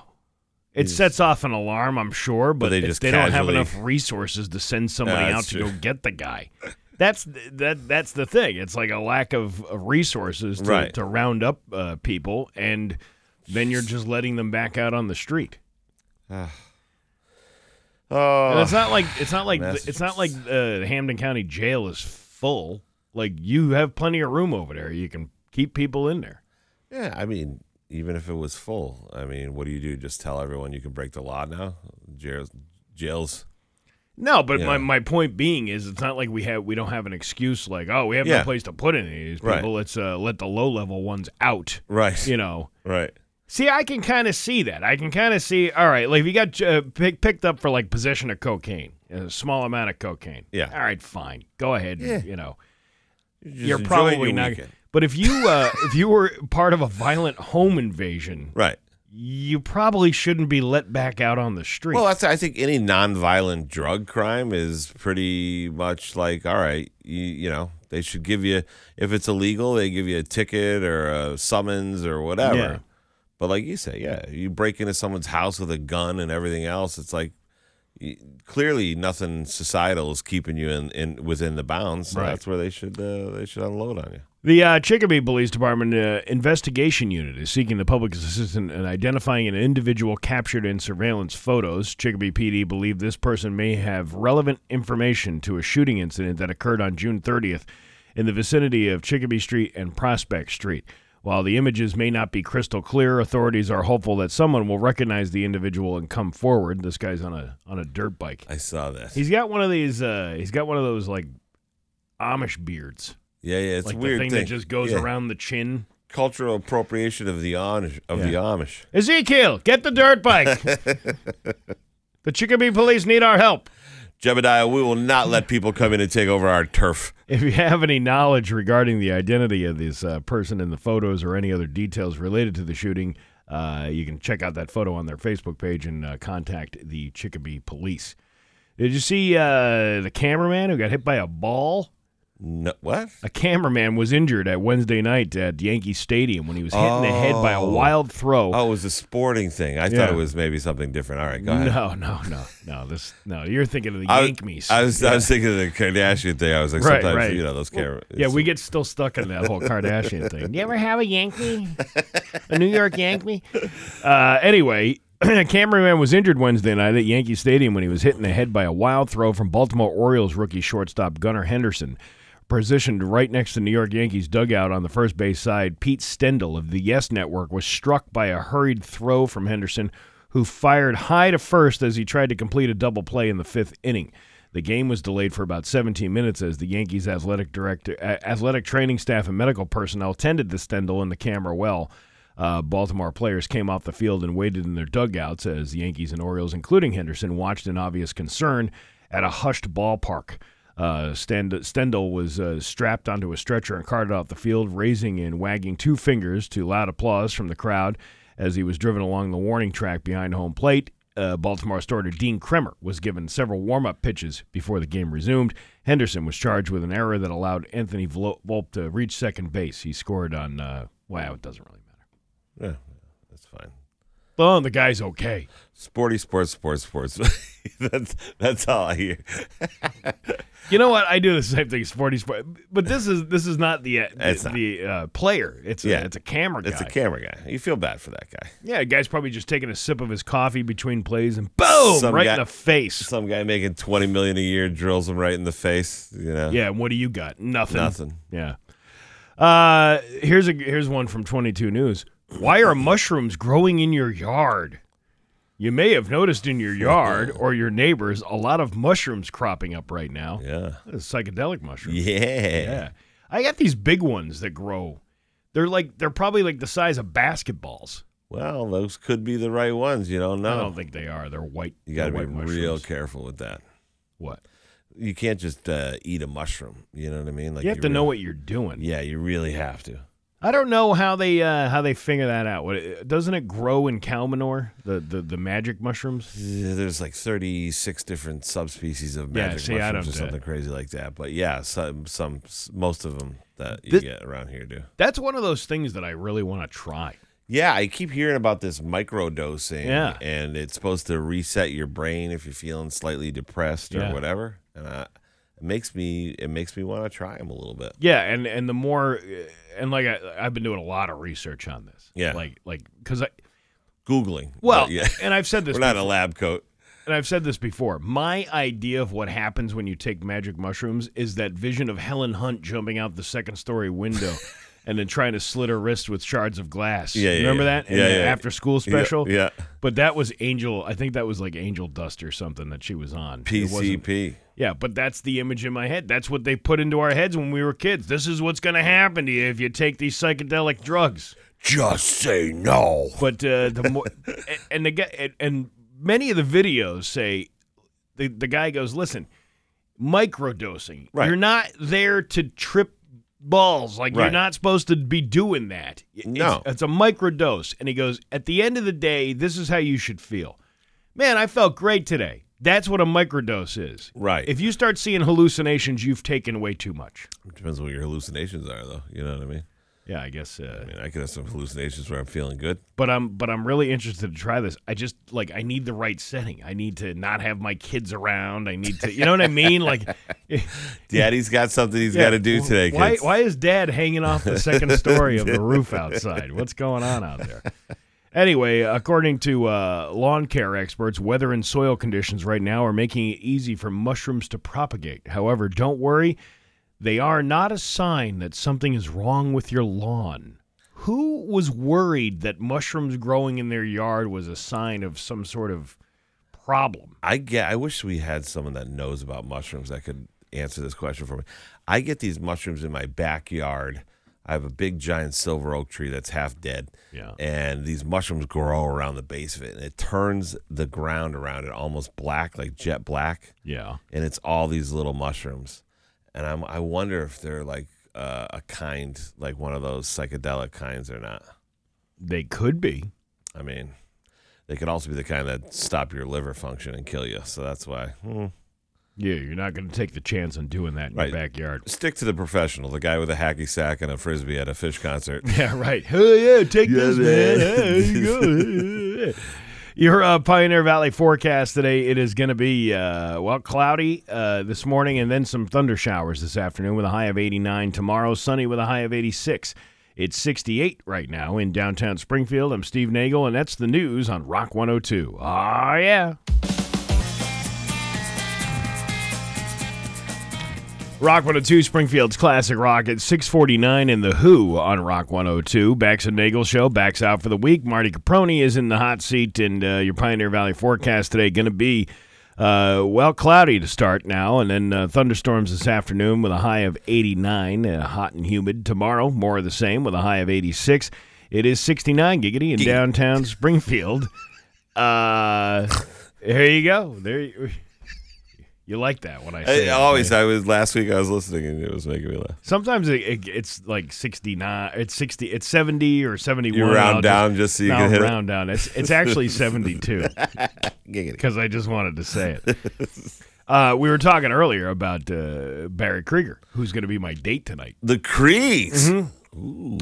S1: It sets off an alarm, I'm sure, but,
S2: they
S1: if
S2: just
S1: they don't have
S2: casually-
S1: enough resources to send somebody
S2: Yeah,
S1: out
S2: that's
S1: to
S2: true.
S1: go get the guy. That's th- that. That's the thing. It's like a lack of of resources to,
S2: Right.
S1: to round up uh, people, and then you're just letting them back out on the street. And
S2: Oh,
S1: it's not like it's not like it's not like uh, Hamden County Jail is full. Like you have plenty of room over there. You can keep people in there.
S2: yeah. I mean, even if it was full, I mean, what do you do? Just tell everyone you can break the law now? Jails, jails.
S1: No, but my,
S2: Yeah.
S1: my point being is it's not like we have we don't have an excuse like oh we have no
S2: Yeah.
S1: place to put any of these people
S2: Right.
S1: let's uh, let the low level ones out
S2: Right.
S1: you know
S2: Right.
S1: see I can kind of see that I can kind of see all right like if you got uh, pick, picked up for like possession of cocaine a small amount of cocaine
S2: Yeah.
S1: all right fine go ahead and, you know
S2: Just
S1: you're
S2: enjoy
S1: probably
S2: your
S1: not
S2: weekend.
S1: but if you uh, if you were part of a violent home invasion
S2: Right.
S1: you probably shouldn't be let back out on the street
S2: Well, that's I think any nonviolent drug crime is pretty much like all right, you, you know, they should give you if it's illegal, they give you a ticket or a summons or whatever.
S1: Yeah.
S2: But like you say, yeah, you break into someone's house with a gun and everything else, it's like y- clearly nothing societal is keeping you in, in within the bounds. So
S1: Right.
S2: that's where they should uh, they should unload on you.
S1: The uh, Chicopee Police Department uh, Investigation Unit is seeking the public's assistance in identifying an individual captured in surveillance photos. Chicopee PD believe this person may have relevant information to a shooting incident that occurred on June 30th in the vicinity of Chicopee Street and Prospect Street. While the images may not be crystal clear, authorities are hopeful that someone will recognize the individual and come forward. This guy's on a on a dirt bike.
S2: I saw that.
S1: He's got one of these. Uh, he's got one of those like Amish beards
S2: yeah, yeah, it's
S1: like
S2: a weird
S1: the thing, that just goes
S2: Yeah.
S1: around the chin.
S2: cultural appropriation of the Amish of the Amish.
S1: Ezekiel, get the dirt bike. the Chicopee police need our help.
S2: Jebediah, we will not let people come in and take over our turf.
S1: If you have any knowledge regarding the identity of this uh, person in the photos or any other details related to the shooting, uh, you can check out that photo on their Facebook page and uh, contact the Chicopee police. Did you see uh, the cameraman who got hit by a ball?
S2: No, what?
S1: A cameraman was injured at Wednesday night at Yankee Stadium when he was hit in the head by a
S2: Oh.
S1: wild throw.
S2: Oh, it was a sporting thing. I
S1: Yeah.
S2: thought it was maybe something different. All right, go ahead.
S1: No, no, no, no. This no. You're thinking of the
S2: I,
S1: Yank me's.
S2: I was I was thinking of the Kardashian thing. I was like,
S1: Right,
S2: sometimes
S1: right.
S2: you know those cameras.
S1: yeah, we get still stuck in that whole Kardashian thing. You ever have a Yank me? A New York Yank me? Uh, anyway, a cameraman was injured Wednesday night at Yankee Stadium when he was hit in the head by a wild throw from Baltimore Orioles rookie shortstop Gunnar Henderson. Positioned right next to New York Yankees dugout on the first base side, Pete Stendel of the Yes Network was struck by a hurried throw from Henderson, who fired high to first as he tried to complete a double play in the fifth inning. The game was delayed for about 17 minutes as the Yankees athletic director, a- athletic training staff, and medical personnel tended to Stendel and the camera well. Uh, Baltimore players came off the field and waited in their dugouts as the Yankees and Orioles, including Henderson, watched in obvious concern at a hushed ballpark. Uh, Stend- Stendel was uh, strapped onto a stretcher and carted off the field, raising and wagging two fingers to loud applause from the crowd. as he was driven along the warning track behind home plate. Uh, Baltimore starter Dean Kremer was given several warm up pitches before the game resumed. Henderson was charged with an error that allowed Anthony Vol- Volpe to reach second base. He scored on, uh, wow, it doesn't really matter.
S2: Yeah, that's fine.
S1: Oh, the guy's okay.
S2: Sporty sports, sports, sports. that's that's all I hear.
S1: You know what? I do the same thing. Sporty sport, but this is this is not the uh,
S2: It's
S1: the,
S2: not.
S1: the, uh, player. It's
S2: Yeah.
S1: a, it's a camera guy.
S2: It's a camera guy. You feel bad for that guy.
S1: yeah, the guy's probably just taking a sip of his coffee between plays and boom,
S2: Some
S1: right
S2: guy-
S1: in the face.
S2: Some guy making twenty million a year drills him right in the face. You know.
S1: Yeah, what do you got? Nothing.
S2: Nothing.
S1: Yeah. Uh, here's a here's one from 22 News. Why are mushrooms growing in your yard? You may have noticed in your yard or your neighbors a lot of mushrooms cropping up right now.
S2: Yeah.
S1: That is Psychedelic mushrooms.
S2: Yeah.
S1: Yeah. I got these big ones that grow. They're like they're probably like the size of basketballs.
S2: Well, those could be the right ones. You don't know.
S1: I don't think they are. They're white.
S2: Oh. you got to
S1: they're
S2: be
S1: white mushrooms.
S2: real careful with that.
S1: What?
S2: You can't just uh, eat a mushroom. You know what I mean? Like
S1: you have to
S2: really-
S1: know what you're doing.
S2: Yeah, you really have to.
S1: I don't know how they uh, how they figure that out. What it- doesn't it grow in cow manure? The the, the magic mushrooms.
S2: Yeah, There's like 36 different subspecies of
S1: Yeah,
S2: magic
S1: see, I
S2: mushrooms
S1: don't
S2: or
S1: do
S2: something
S1: it.
S2: crazy like that. But yeah, some, some, s- most of them that you
S1: This-
S2: get around here do.
S1: That's one of those things that I really want to try.
S2: Yeah, I keep hearing about this microdosing.
S1: Yeah.
S2: and it's supposed to reset your brain if you're feeling slightly depressed or
S1: Yeah.
S2: whatever. And I, it makes me it makes me want to try them a little bit.
S1: Yeah, and and the more uh, and like I, I've been doing a lot of research on this.
S2: Yeah.
S1: like like because I
S2: Googling.
S1: well
S2: but yeah,
S1: and I've said this
S2: we're not
S1: before.
S2: a lab coat.
S1: and I've said this before. My idea of what happens when you take magic mushrooms is that vision of Helen Hunt jumping out the second story window and then trying to slit her wrist with shards of glass.
S2: Yeah, yeah,
S1: remember
S2: yeah.
S1: that? In
S2: Yeah,
S1: the
S2: yeah.
S1: after school special.
S2: Yeah,
S1: But that was Angel. I think that was like Angel Dust or something that she was on. It wasn't-
S2: PCP.
S1: Yeah, but that's the image in my head. That's what they put into our heads when we were kids. This is what's going to happen to you if you take these psychedelic drugs.
S2: Just say no.
S1: But uh, the more, and, and the guy, and, and many of the videos say, the, the guy goes, listen, microdosing.
S2: Right.
S1: You're not there to trip balls. Like you're
S2: Right.
S1: not supposed to be doing that. It's,
S2: No.
S1: it's a microdose. And he goes, at the end of the day, this is how you should feel. Man, I felt great today. That's what a microdose is.
S2: Right.
S1: If you start seeing hallucinations, you've taken way too much.
S2: Depends what your hallucinations are, though. You know what I mean?
S1: Yeah, I guess. Uh,
S2: I mean, I could have some hallucinations where I'm feeling good.
S1: but I'm but I'm really interested to try this. I just like I need the right setting. I need to not have my kids around. I need to, you know what I mean? Like,
S2: Daddy's got something he's got to do today.
S1: Why
S2: kids.
S1: why is Dad hanging off the second story of the roof outside? What's going on out there? Anyway, according to uh, lawn care experts, weather and soil conditions right now are making it easy for mushrooms to propagate. However, don't worry, they are not a sign that something is wrong with your lawn. Who was worried that mushrooms growing in their yard was a sign of some sort of problem?
S2: I get. I wish we had someone that knows about mushrooms that could answer this question for me. I get these mushrooms in my backyard. I have a big giant silver oak tree that's half dead.
S1: Yeah.
S2: And these mushrooms grow around the base of it, and it turns the ground around it almost black, like jet black.
S1: Yeah.
S2: And it's all these little mushrooms, and I'm I wonder if they're like uh, a kind, like one of those psychedelic kinds or not.
S1: They could be.
S2: I mean, they could also be the kind that stop your liver function and kill you. So that's why. hmm.
S1: Yeah, you're not going to take the chance on doing that in
S2: Right.
S1: your backyard.
S2: Stick to the professional, the guy with a hacky sack and a frisbee at a fish concert.
S1: Yeah, right. Hey, yeah, take
S2: Yeah,
S1: this, man.
S2: man.
S1: Hey, here you go. Your uh, Pioneer Valley forecast today, it is going to be, uh, well, cloudy uh, this morning and then some thunder showers this afternoon with a high of 89. Tomorrow, sunny with a high of 86. It's 68 right now in downtown Springfield. I'm Steve Nagel, and that's the news on Rock 102. Ah, yeah. Rock 102, Springfield's classic rock at 649 in The Who on Rock 102. Bax and Nagel show, backs out for the week. Marty Caproni is in the hot seat, and uh, your Pioneer Valley forecast today going to be, uh, well, cloudy to start now, and then uh, thunderstorms this afternoon with a high of 89, uh, hot and humid. Tomorrow, more of the same with a high of 86. It is 69 giggity in downtown Springfield. Uh, oh, there you go. There you You like that when I say
S2: I,
S1: it,
S2: always,
S1: right?
S2: I was last week. I was listening, and it was making me laugh.
S1: Sometimes it, it, it's like sixty nine. It's sixty. It's seventy or seventy one.
S2: You round down just so you can hit it.
S1: round down. It's it's actually seventy two.
S2: Giggity.
S1: because I just wanted to say it. Uh, we were talking earlier about uh, Barry Krieger, who's going to be my date tonight.
S2: The Creeds.
S1: Mm-hmm.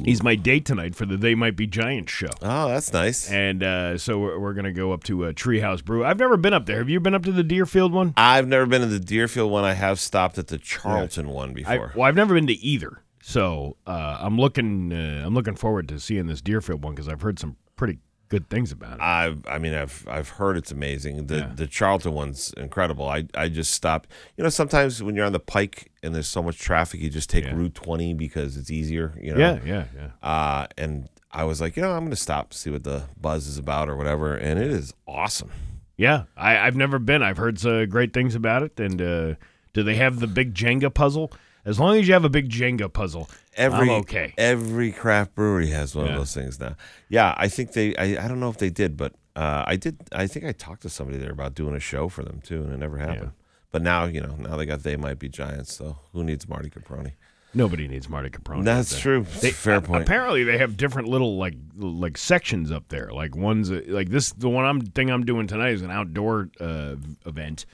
S1: He's my date tonight for the They Might Be Giants show.
S2: Oh, that's nice.
S1: And uh, so we're, we're going to go up to uh, Treehouse Brew. I've never been up there. Have you been up to the Deerfield one?
S2: I've never been to the Deerfield one. I have stopped at the Charlton one
S1: I,
S2: before.
S1: well, I've never been to either. So uh, I'm looking. Uh, I'm looking forward to seeing this Deerfield one because I've heard some pretty good things about it.
S2: I've, I mean, I've, I've heard it's amazing. The, the Charlton one's incredible. I, I just stopped. You know, sometimes when you're on the Pike and there's so much traffic, you just take
S1: Yeah.
S2: Route 20 because it's easier. You know.
S1: Yeah, yeah, yeah.
S2: Uh, and I was like, you know, I'm going to stop see what the buzz is about or whatever, and it is awesome.
S1: Yeah, I, I've never been. I've heard uh, great things about it. And uh, do they have the big Jenga puzzle? As long as you have a big Jenga puzzle,
S2: Every
S1: I'm okay.
S2: Every craft brewery has one
S1: Yeah.
S2: of those things now. Yeah, I think they. I, I don't know if they did, but uh, I did. I think I talked to somebody there about doing a show for them too, and it never happened. But now you know. Now they got they might be giants. So who needs Marty Caproni?
S1: Nobody needs Marty Caproni.
S2: That's
S1: up there.
S2: true.
S1: They-
S2: Fair
S1: a-
S2: point.
S1: Apparently, they have different little like like sections up there. Like ones that- like this. The one I'm thing I'm doing tonight is an outdoor uh, event,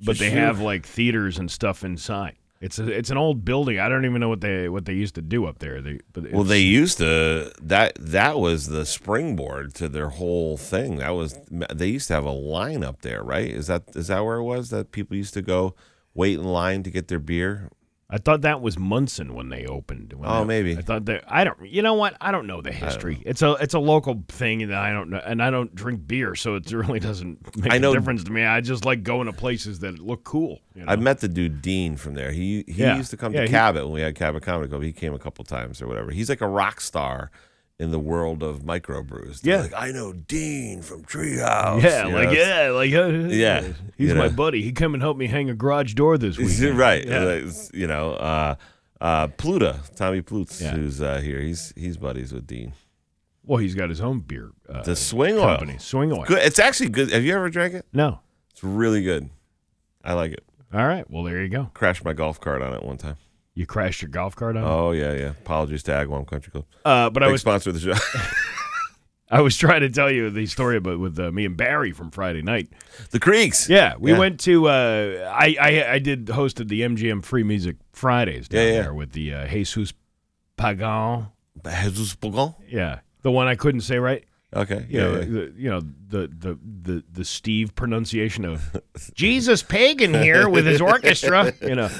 S1: but
S2: Just
S1: they
S2: you.
S1: have like theaters and stuff inside. It's a, it's an old building. I don't even know what they what they used to do up there. They but
S2: well,
S1: it's-
S2: they used to that. That was the springboard to their whole thing. That was they used to have a line up there, right? Is that is that where it was that people used to go wait in line to get their beer?
S1: I thought that was Munson when they opened. When
S2: Oh,
S1: they-
S2: maybe.
S1: I thought that I don't. You know what? I don't know the history. It's a it's a local thing, and I don't know. And I don't drink beer, so it really doesn't make
S2: I know-
S1: a difference to me. I just like going to places that look cool. You know?
S2: I met the dude Dean from there. He he
S1: Yeah.
S2: used to come
S1: Yeah,
S2: to
S1: he-
S2: Cabot when we had Cabot Comedy Club. He came a couple times or whatever. He's like a rock star in the world of microbrews. They're
S1: Yeah.
S2: like I know Dean from Treehouse.
S1: yeah,
S2: You know,
S1: like
S2: it's-
S1: yeah, like uh,
S2: Yeah,
S1: He's
S2: you
S1: my
S2: know.
S1: buddy. He come and helped me hang a garage door this week.
S2: right.
S1: Yeah.
S2: Like, it's, you know, uh, uh, Pluta, Tommy Plutz,
S1: Yeah.
S2: who's uh, here. He's he's buddies with Dean.
S1: Well, he's got his own beer uh,
S2: The swing oil.
S1: company, Swing Oil.
S2: Good. It's actually good. Have you ever drank it?
S1: No.
S2: It's really good. I like it.
S1: All right. Well, there you go.
S2: Crashed my golf cart on it one time.
S1: You crashed your golf cart on. it?
S2: Oh yeah, yeah. Apologies to Agawam Country Club.
S1: Uh, but I
S2: Big
S1: was
S2: sponsor of the show.
S1: I was trying to tell you the story about with uh, me and Barry from Friday night.
S2: the Creeks.
S1: Yeah, we
S2: Yeah.
S1: went to. Uh, I, I I did hosted the MGM Free Music Fridays down
S2: Yeah, yeah.
S1: there with the uh, Jesus Pagan.
S2: Jesus Pagan.
S1: Yeah, the one I couldn't say right.
S2: Okay.
S1: You
S2: Yeah.
S1: know,
S2: yeah.
S1: The, you know the, the the the Steve pronunciation of Jesus Pagan here with his orchestra. You know.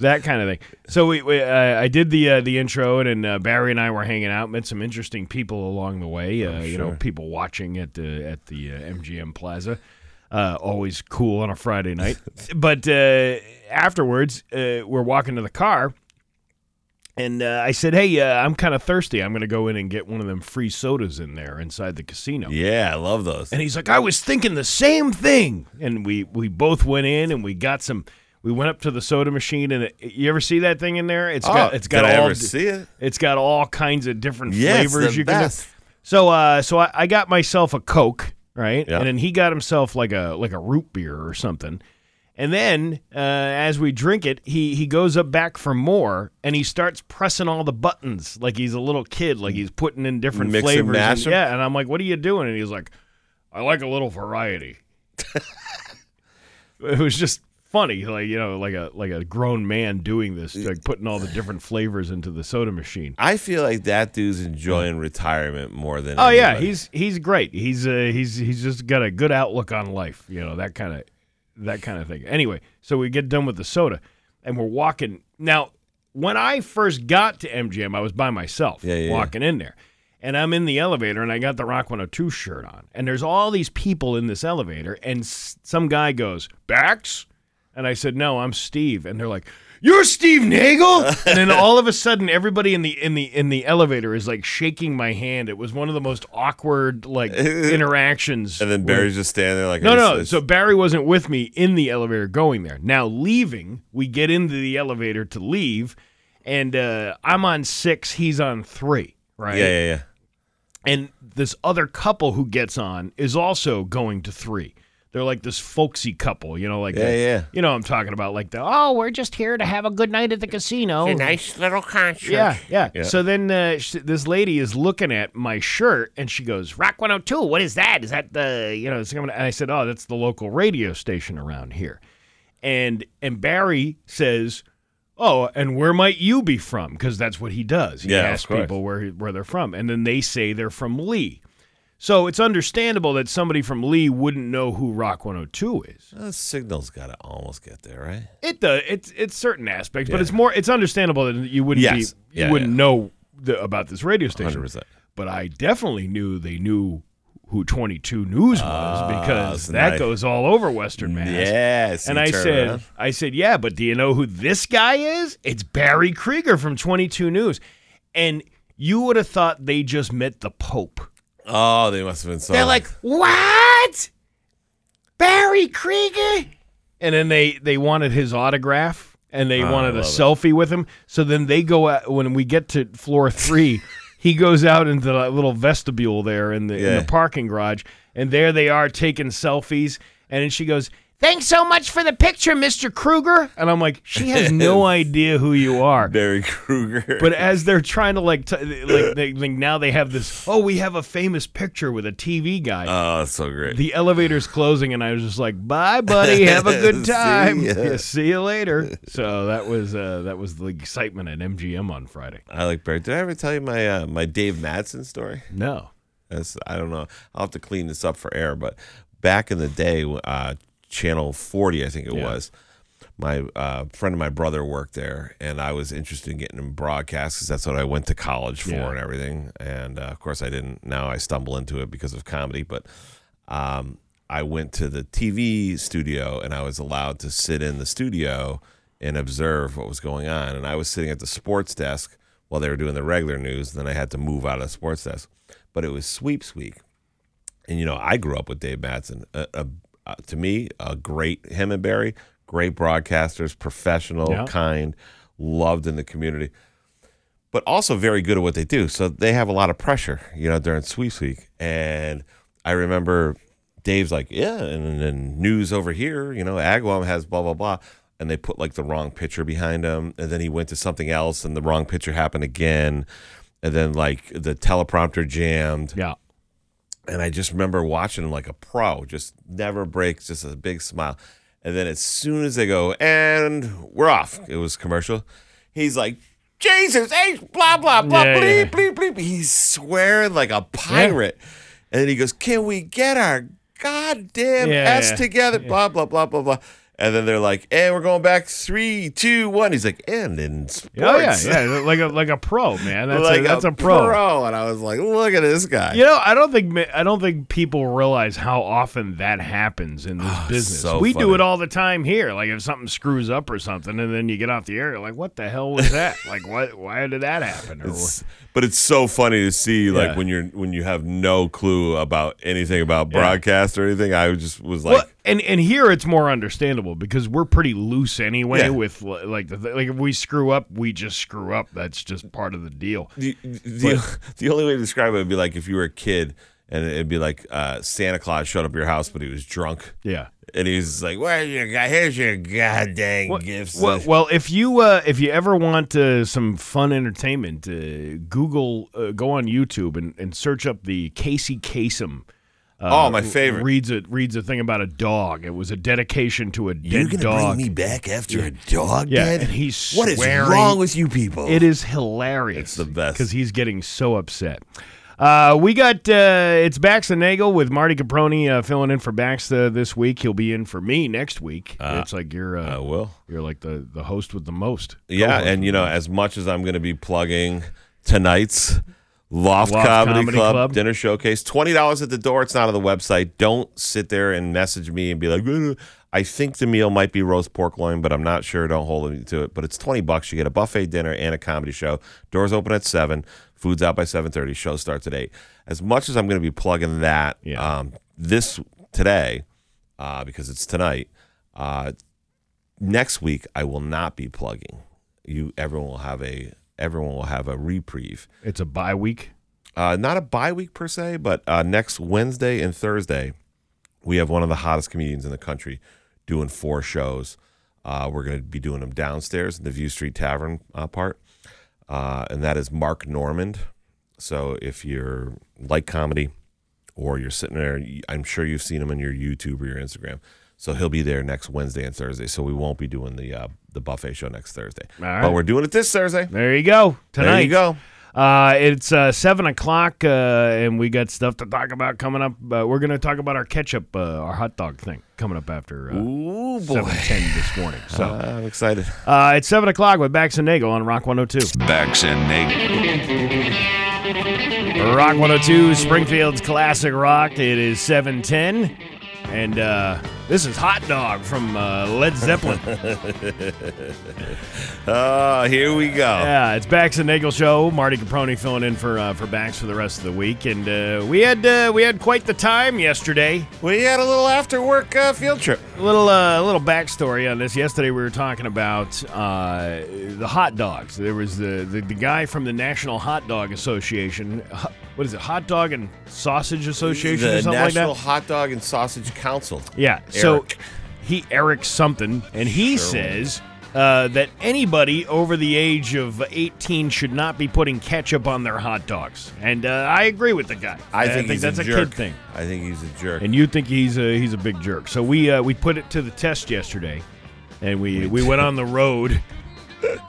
S1: That kind of thing. So we, we uh, I did the uh, the intro, and, uh, Barry and I were hanging out. Met some interesting people along the way. Uh, You know,
S2: sure.
S1: people watching at the at the uh, MGM Plaza. Uh, always cool on a Friday night. but uh, afterwards, uh, we're walking to the car, and uh, I said, "Hey, uh, I'm kind of thirsty. I'm going to go in and get one of them free sodas in there inside the casino."
S2: Yeah, I love those.
S1: And he's like, "I was thinking the same thing." And we we both went in and we got some. We went up to the soda machine, and it, you ever see that thing in there? It's got it's got
S2: Oh, did I
S1: all
S2: ever
S1: di-
S2: see it?
S1: it's got all kinds of different
S2: Yes,
S1: flavors.
S2: the
S1: you
S2: best.
S1: can. So uh, so I, I got myself a Coke, right?
S2: Yeah.
S1: And then he got himself like a like a root beer or something. And then uh, as we drink it, he he goes up back for more, and he starts pressing all the buttons like he's a little kid, like he's putting in different
S2: Mix and
S1: flavors.
S2: mash 'em?
S1: yeah, and I'm like, "What are you doing?" And he's like, "I like a little variety." it was just funny, like you know, like a like a grown man doing this, like putting all the different flavors into the soda machine.
S2: I feel like that dude's enjoying retirement more than.
S1: Oh yeah,
S2: anybody.
S1: he's he's great. He's uh, he's he's just got a good outlook on life. You know that kind of that kind of thing. Anyway, so we get done with the soda, and we're walking. Now, when I first got to MGM, I was by myself
S2: Yeah, yeah,
S1: walking in there, and I'm in the elevator, and I got the Rock 102 shirt on, and there's all these people in this elevator, and s- some guy goes Bax, and I said no, I'm Steve, and they're like. You're Steve Nagel, and then all of a sudden, everybody in the in the in the elevator is like shaking my hand. It was one of the most awkward like interactions.
S2: And then
S1: where-
S2: Barry's just standing there like.
S1: no,
S2: are you
S1: no.
S2: s-
S1: So Barry wasn't with me in the elevator going there. Now leaving, we get into the elevator to leave, and uh, I'm on six. He's on three. Right.
S2: Yeah, yeah, yeah.
S1: And this other couple who gets on is also going to three. They're like this folksy couple, you know, like
S2: Yeah,
S1: the-
S2: yeah.
S1: You know, what I'm talking about like the oh, we're just here to have a good night at the casino.
S2: nice little concert.
S1: Yeah, yeah,
S2: Yeah.
S1: So then uh, sh- this lady is looking at my shirt and she goes, "Rock 102. What is that? Is that the you know?" it's coming-" And I said, "Oh, that's the local radio station around here." And and Barry says, "Oh, and where might you be from?" Because that's what he does. He
S2: Yeah, of
S1: asks
S2: course.
S1: people where he- where they're from, and then they say they're from Lee. So it's understandable that somebody from Lee wouldn't know who Rock 102 is.
S2: The signal's got to almost get there, right?
S1: It does. It's it's certain aspects, but
S2: Yeah.
S1: it's more. It's understandable that you wouldn't
S2: Yes.
S1: be you
S2: Yeah,
S1: wouldn't
S2: yeah.
S1: know the, about this radio station.
S2: 100%.
S1: But I definitely knew they knew who 22 News was
S2: Ah,
S1: because
S2: so
S1: that
S2: now-
S1: goes all over Western Mass.
S2: Yes.
S1: And
S2: you
S1: I
S2: turn
S1: said,
S2: around.
S1: I said, yeah, but do you know who this guy is? It's Barry Krieger from 22 News, and you would have thought they just met the Pope.
S2: "Oh, they must have been so."
S1: They're like, "What? Barry Krieger?" And then they they wanted his autograph and they
S2: Oh,
S1: wanted
S2: I
S1: a
S2: love it.
S1: selfie with him. So then they go out when we get to floor 3, he goes out into that little vestibule there in the, in
S2: Yeah.
S1: the parking garage and there they are taking selfies and then she goes Thanks so much for the picture, Mr. Kruger. And I'm like, she has no idea who you are.
S2: Barry Kruger.
S1: But as they're trying to like, t- like, they, like now they have this. Oh, we have a famous picture with a TV guy.
S2: oh, that's so great.
S1: The elevator's closing, and I was just like, "Bye, buddy. Have a good
S2: See
S1: time.
S2: ya."
S1: Yeah, see you later." So that was uh, that was the excitement at MGM on Friday.
S2: I like Barry. Did I ever tell you my uh, my Dave Madsen story?
S1: No,
S2: That's, I don't know. I'll have to clean this up for air. But back in the day, uh, Channel 40, I think it
S1: Yeah.
S2: was, my uh, friend of my brother worked there, and I was interested in getting him broadcast because that's what I went to college for
S1: Yeah.
S2: and everything. And uh, of course, I didn't. Now I stumble into it because of comedy. But um, I went to the TV studio, and I was allowed to sit in the studio and observe what was going on. And I was sitting at the sports desk while they were doing the regular news. And then I had to move out of the sports desk. But it was sweeps week and you know I grew up with Dave Matson. Uh, uh, uh, to me, a great him and Barry, great broadcasters, professional,
S1: Yeah.
S2: kind, loved in the community, but also very good at what they do. So they have a lot of pressure, you know, during sweeps week. And I remember Dave's like, yeah, and then news over here, you know, Agawam has blah blah blah. And they put like the wrong picture behind him, and then he went to something else, and the wrong picture happened again, and then like the teleprompter jammed,
S1: yeah,
S2: and I just remember watching him like a pro, just never breaks, just a big smile. And then as soon as they go, and we're off, it was commercial. He's like, Jesus, H, blah, blah, blah,
S1: Yeah,
S2: bleep,
S1: yeah.
S2: bleep, bleep. He's swearing like a pirate. And then he goes, Can we get our goddamn
S1: Yeah,
S2: ass
S1: yeah.
S2: together? Blah, blah, blah, blah, blah. And then they're like, And we're going back three, two, one. He's like, And in sports.
S1: oh yeah, yeah, like a like a pro man. That's
S2: like
S1: a, that's a, pro.
S2: And I was like, Look at this guy.
S1: You know, I don't think ma- I don't think people realize how often that happens in this business.
S2: so
S1: we do
S2: funny.
S1: it all the time here. Like if something screws up or something, and then you get off the air, you're like, "What the hell was that? like, what? Why did that happen?" Or,
S2: It's- but it's so funny to see like
S1: Yeah.
S2: when you're when you have no clue about anything about broadcast or anything. I just was like,
S1: Well, and and here it's more understandable because we're pretty loose anyway
S2: Yeah.
S1: with li- like the th- like if we screw up, we just screw up. That's just part of the deal.
S2: the, the, the only way to describe it would be like if you were a kid and it'd be like uh, Santa Claus showed up at your house, but he was drunk.
S1: Yeah.
S2: And he was just like, "Where's your guy? Here's your goddamn
S1: Well,
S2: gifts."
S1: well, well, if you uh, if you ever want uh, some fun entertainment, uh, Google, uh, go on YouTube and, and search up the Casey Kasem. Uh,
S2: Oh, my favorite.
S1: Reads a reads a thing about a dog. It was a dedication to a dead dog.
S2: back after a dog
S1: Yeah, and he's swearing.
S2: with you people?
S1: It is hilarious.
S2: It's the best.
S1: because he's getting so upset. Uh, we got uh, it's Bax and Nagel with Marty Caproni uh, filling in for Bax uh, this week. He'll be in for me next week. it's like you're uh,
S2: I will.
S1: you're like the the host with the most.
S2: Yeah,
S1: Co-host.
S2: and you know, as much as I'm going to be plugging tonight's Loft,
S1: Loft
S2: Comedy,
S1: Comedy
S2: Club,
S1: Club.
S2: dinner showcase, twenty dollars at the door. It's not on the website. Don't sit there and message me and be like, "Ugh." I think the meal might be roast pork loin, but I'm not sure. Don't hold me to it. But it's twenty bucks. You get a buffet dinner and a comedy show. Doors open at seven. Food's out by seven thirty. Show starts at eight. As much as I'm going to be plugging that
S1: Yeah.
S2: um, this today, uh, because it's tonight. Uh, next week I will not be plugging. You everyone will have a everyone will have a reprieve.
S1: it's a bye week.
S2: Uh, not a bye week per se, but uh, next Wednesday and Thursday we have one of the hottest comedians in the country doing four shows. Uh, we're going to be doing them downstairs in the View Street Tavern uh, part, uh, and that is Mark Normand. So if you're like comedy, or you're sitting there, you- I'm sure you've seen him on your YouTube or your Instagram. So he'll be there next Wednesday and Thursday. So we won't be doing the uh, the buffet show next Thursday,
S1: right.
S2: but we're doing it this Thursday.
S1: There you go. Tonight.
S2: There you go.
S1: Uh, it's uh, seven o'clock, uh, and we got stuff to talk about coming up. Uh, we're going to talk about our ketchup, uh, our hot dog thing coming up after uh,
S2: Ooh
S1: seven ten this morning. So
S2: I'm excited.
S1: uh, it's seven o'clock with Bax and Nagel on Rock one hundred two.
S5: Bax and Nagel.
S1: Rock 102, Springfield's classic rock. It is 710. And uh, this is Hot Dog from uh, Led Zeppelin.
S2: Oh, here we go.
S1: yeah, it's Bax and Nagel show. Marty Caproni filling in for uh, for Bax for the rest of the week, and uh, we had uh, we had quite the time yesterday.
S2: We had a little after work uh, field trip.
S1: A little uh, a little backstory on this. Yesterday we were talking about uh, the hot dogs. There was the, the the guy from the National Hot Dog Association. Ho- What is it? Hot Dog and Sausage Association or
S2: the
S1: something like that.
S2: National Hot Dog and Sausage Council.
S1: Yeah. So
S2: Eric.
S1: he Eric something, and he says uh, that anybody over the age of 18 should not be putting ketchup on their hot dogs, and uh, I agree with the guy.
S2: I think, he's
S1: that's
S2: a,
S1: a,
S2: jerk.
S1: kid thing.
S2: I think he's a jerk.
S1: And you think he's a he's a big jerk. So we uh, we put it to the test yesterday, and we we went on the road.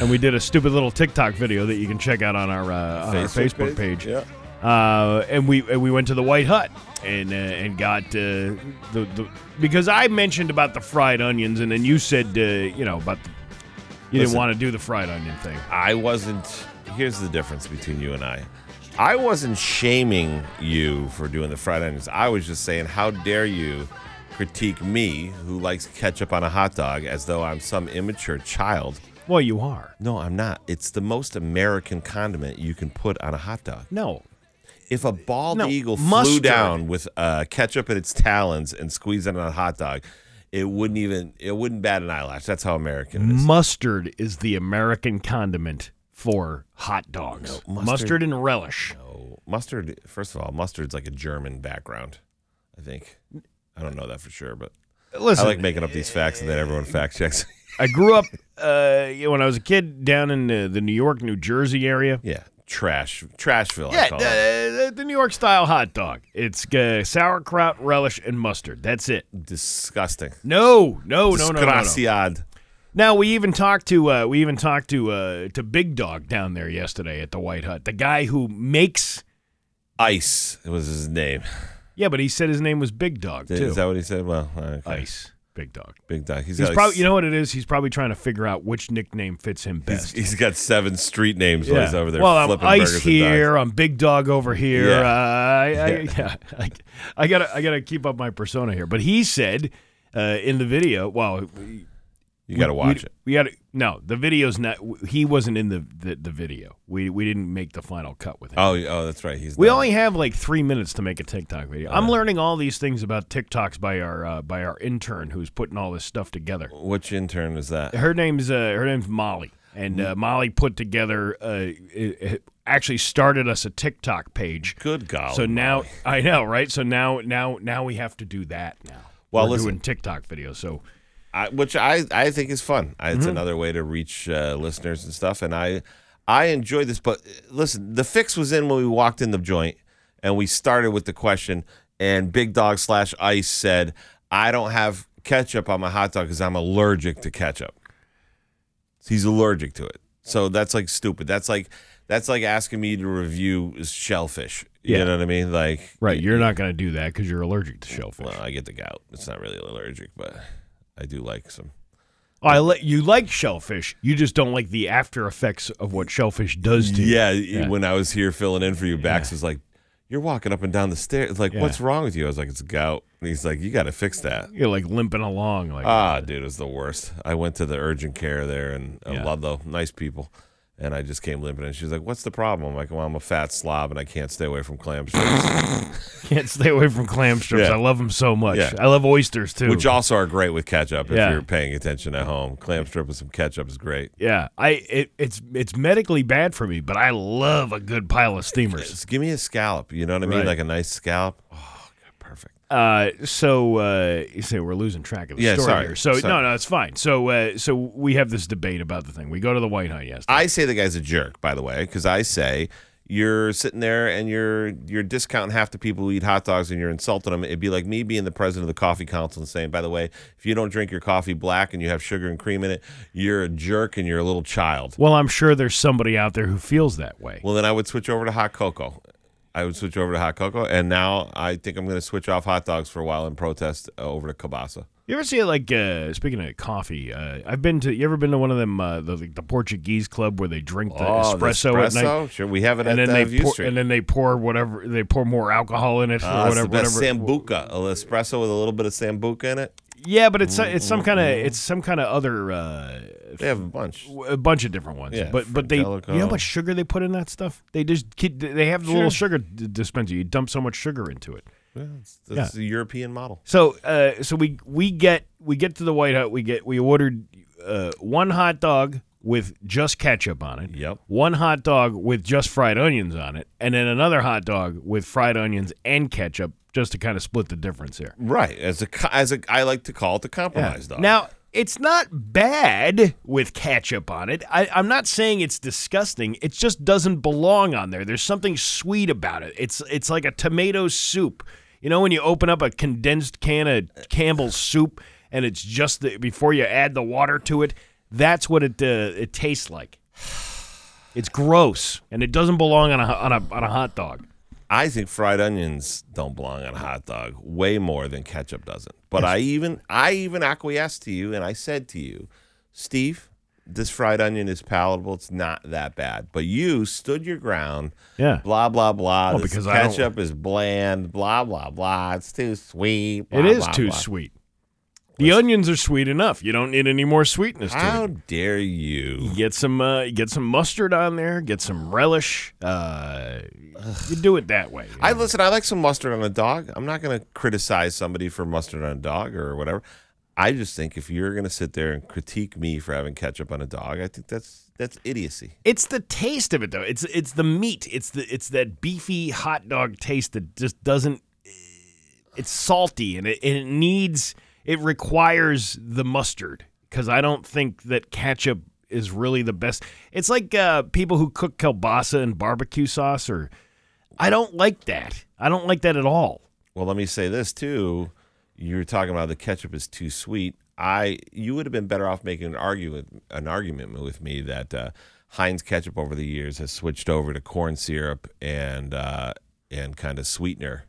S1: And we did a stupid little TikTok video that you can check out on our, uh, on our Facebook page
S2: Yeah.
S1: uh, and we and we went to the White Hut and uh, and got uh, the, the because I mentioned about the fried onions and then you said uh, you know about the, you didn't
S2: Listen.
S1: want to do the fried onion thing.
S2: I wasn't. Here's the difference between you and I. I wasn't shaming you for doing the fried onions. I was just saying, how dare you critique me, who likes ketchup on a hot dog, as though I'm some immature child.
S1: Well, you are
S2: No, I'm not. It's the most American condiment you can put on a hot dog.
S1: no
S2: If a bald
S1: No,
S2: eagle flew
S1: mustard.
S2: down with uh, ketchup in its talons and squeezed it on a hot dog, it wouldn't even it wouldn't bat an eyelash. That's how American
S1: Mm-hmm.
S2: it is.
S1: mustard is the American condiment for hot dogs.
S2: No,
S1: mustard.
S2: mustard-
S1: and relish.
S2: Oh, mustard. First of all, mustard's like a German background. I think I don't know that for sure, but I
S1: Listen,
S2: like making up these facts and then everyone fact checks.
S1: I grew up uh, you know, when I was a kid down in the, the New York, New Jersey area.
S2: yeah, trash, trashville. I
S1: Yeah,
S2: call it.
S1: the, the New York style hot dog. It's uh, sauerkraut, relish, and mustard. That's it.
S2: disgusting.
S1: No, no, Oh, no, no, no, no.
S2: Disgraciad.
S1: Now we even talked to uh, we even talked to uh, to Big Dog down there yesterday at the White Hut, the guy who makes.
S2: Ice was his name.
S1: Yeah, but he said his name was Big Dog
S2: Is
S1: too.
S2: that what he said? Well, okay.
S1: Ice Big Dog.
S2: Big dog. He's,
S1: He's
S2: got
S1: probably you know what it is. He's probably trying to figure out which nickname fits him
S2: He's,
S1: best.
S2: he's got seven street names while he's over there
S1: well, I'm
S2: flipping
S1: Ice
S2: burgers and dogs.
S1: here. I'm Big Dog over here.
S2: Yeah.
S1: Uh, I, I, yeah. I, I gotta I gotta keep up my persona here. But he said uh, in the video, well,
S2: You got to watch
S1: we,
S2: it.
S1: We had no. The video's not. He wasn't in the, the the video. We we didn't make the final cut with him.
S2: Oh, y- oh, that's right. He's
S1: we
S2: not-
S1: only have like three minutes to make a TikTok video. I'm learning all these things about TikToks by our uh, by our intern who's putting all this stuff together.
S2: Which intern is that?
S1: Her name's uh, her name's Molly, and uh, Molly put together uh, it, it actually started us a TikTok page.
S2: Good golly.
S1: So now I know, right? So now now now we have to do that now.
S2: Well,
S1: We're
S2: listen.
S1: doing TikTok videos. So
S2: I, which I I think is fun. I,
S1: Mm-hmm.
S2: It's another way to reach uh, listeners and stuff, and I I enjoy this. But uh, listen, the fix was in when we walked in the joint, and we started with the question, and Big Dog slash Ice said, "I don't have ketchup on my hot dog because I'm allergic to ketchup." He's allergic to it, so that's like stupid. That's like that's like asking me to review shellfish.
S1: Yeah.
S2: You know what I mean? Like,
S1: right, you're not going to do that because you're allergic to shellfish.
S2: well, I get the gout. It's not really allergic, but I do like some.
S1: Oh, I let you like shellfish. You just don't like the after effects of what shellfish does to you.
S2: Yeah, when I was here filling in for you, Bax was like, "You're walking up and down the stairs. Like, what's wrong with you?" I was like, "It's gout." And he's like, "You got to fix that."
S1: You're like limping along, like
S2: Ah, dude, it was the worst. I went to the urgent care there and I
S1: Yeah.
S2: love the nice people. And I just came limping in. She's like, What's the problem? I'm like, Well, I'm a fat slob and I can't stay away from clam strips,
S1: can't stay away from clam strips.
S2: Yeah.
S1: I love them so much.
S2: Yeah.
S1: I love oysters too.
S2: which also are great with ketchup if
S1: Yeah.
S2: you're paying attention at home. Clam strip with some ketchup is great.
S1: yeah, I it, it's it's medically bad for me, but I love a good pile of steamers.
S2: Just give me a scallop. You know what I mean?
S1: Right.
S2: Like a nice scallop. Oh, God, perfect.
S1: Uh, so uh, you say we're losing track of the
S2: Yeah,
S1: story
S2: sorry,
S1: here. So no,
S2: sorry.
S1: no, it's fine. So uh, so we have this debate about the thing. We go to the White House yesterday.
S2: I say the guy's a jerk, by the way, because I say you're sitting there and you're you're discounting half the people who eat hot dogs and you're insulting them. It'd be like me being the president of the coffee council and saying, by the way, if you don't drink your coffee black and you have sugar and cream in it, you're a jerk and you're a little child.
S1: well, I'm sure there's somebody out there who feels that way.
S2: Well, then I would switch over to hot cocoa. I would switch over to hot cocoa, and now I think I'm going to switch off hot dogs for a while and protest uh, over to kielbasa.
S1: You ever see it like uh, speaking of coffee? Uh, I've been to. You ever been to one of them uh, the the Portuguese club where they drink the,
S2: Oh, the
S1: espresso, at night?
S2: espresso? Sure, we have it
S1: and
S2: at
S1: then
S2: uh,
S1: they
S2: View
S1: pour,
S2: Street.
S1: and then they pour whatever they pour more alcohol in it
S2: Uh,
S1: or
S2: it's
S1: whatever.
S2: the best
S1: whatever.
S2: sambuca, a little espresso with a little bit of sambuca in it.
S1: Yeah, but it's it's some kind of
S2: Mm-hmm.
S1: it's some kind of other uh,
S2: They have a bunch.
S1: a bunch of different ones.
S2: Yeah,
S1: but but they you know how
S2: Frangelico.
S1: much sugar they put in that stuff? They just kid- they have the little sugar d- dispenser. You dump so much sugar into it.
S2: That's the European model.
S1: So uh, so we we get we get to the White House. We get we ordered uh, one hot dog with just ketchup on it.
S2: Yep.
S1: One hot dog with just fried onions on it, and then another hot dog with fried onions and ketchup, just to kind of split the difference here.
S2: Right. As a co- as a I like to call it the compromise dog.
S1: Now, it's not bad with ketchup on it. I, I'm not saying it's disgusting. It just doesn't belong on there. There's something sweet about it. It's it's like a tomato soup. You know when you open up a condensed can of Campbell's soup and it's just the, before you add the water to it, that's what it uh, it tastes like. It's gross and it doesn't belong on a on a on a hot dog.
S2: I think fried onions don't belong on a hot dog way more than ketchup doesn't. But I even I even acquiesced to you and I said to you, Steve, this fried onion is palatable. It's not that bad. But you stood your ground.
S1: Yeah.
S2: Blah blah blah.
S1: Well,
S2: this
S1: because I don't-
S2: ketchup is bland. Blah blah blah. It's too sweet. blah,
S1: It is
S2: blah,
S1: too
S2: blah.
S1: sweet. The onions are sweet enough. You don't need any more sweetness to it.
S2: How dare you?
S1: Get some uh, get some mustard on there. Get some relish. Uh, you do it that way.
S2: I listen. I like some mustard on a dog. I'm not going to criticize somebody for mustard on a dog or whatever. I just think if you're going to sit there and critique me for having ketchup on a dog, I think that's that's idiocy.
S1: it's the taste of it though. It's it's the meat. It's the it's that beefy hot dog taste that just doesn't. It's salty and it, and it needs it requires the mustard because I don't think that ketchup is really the best. It's like uh, people who cook kielbasa and barbecue sauce or I don't like that. I don't like that at all.
S2: Well, let me say this too. You're talking about the ketchup is too sweet. I you would have been better off making an argument an argument with me that uh, Heinz ketchup over the years has switched over to corn syrup and uh, and kind of sweetener.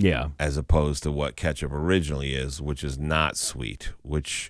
S1: Yeah.
S2: as opposed to what ketchup originally is, which is not sweet. Which,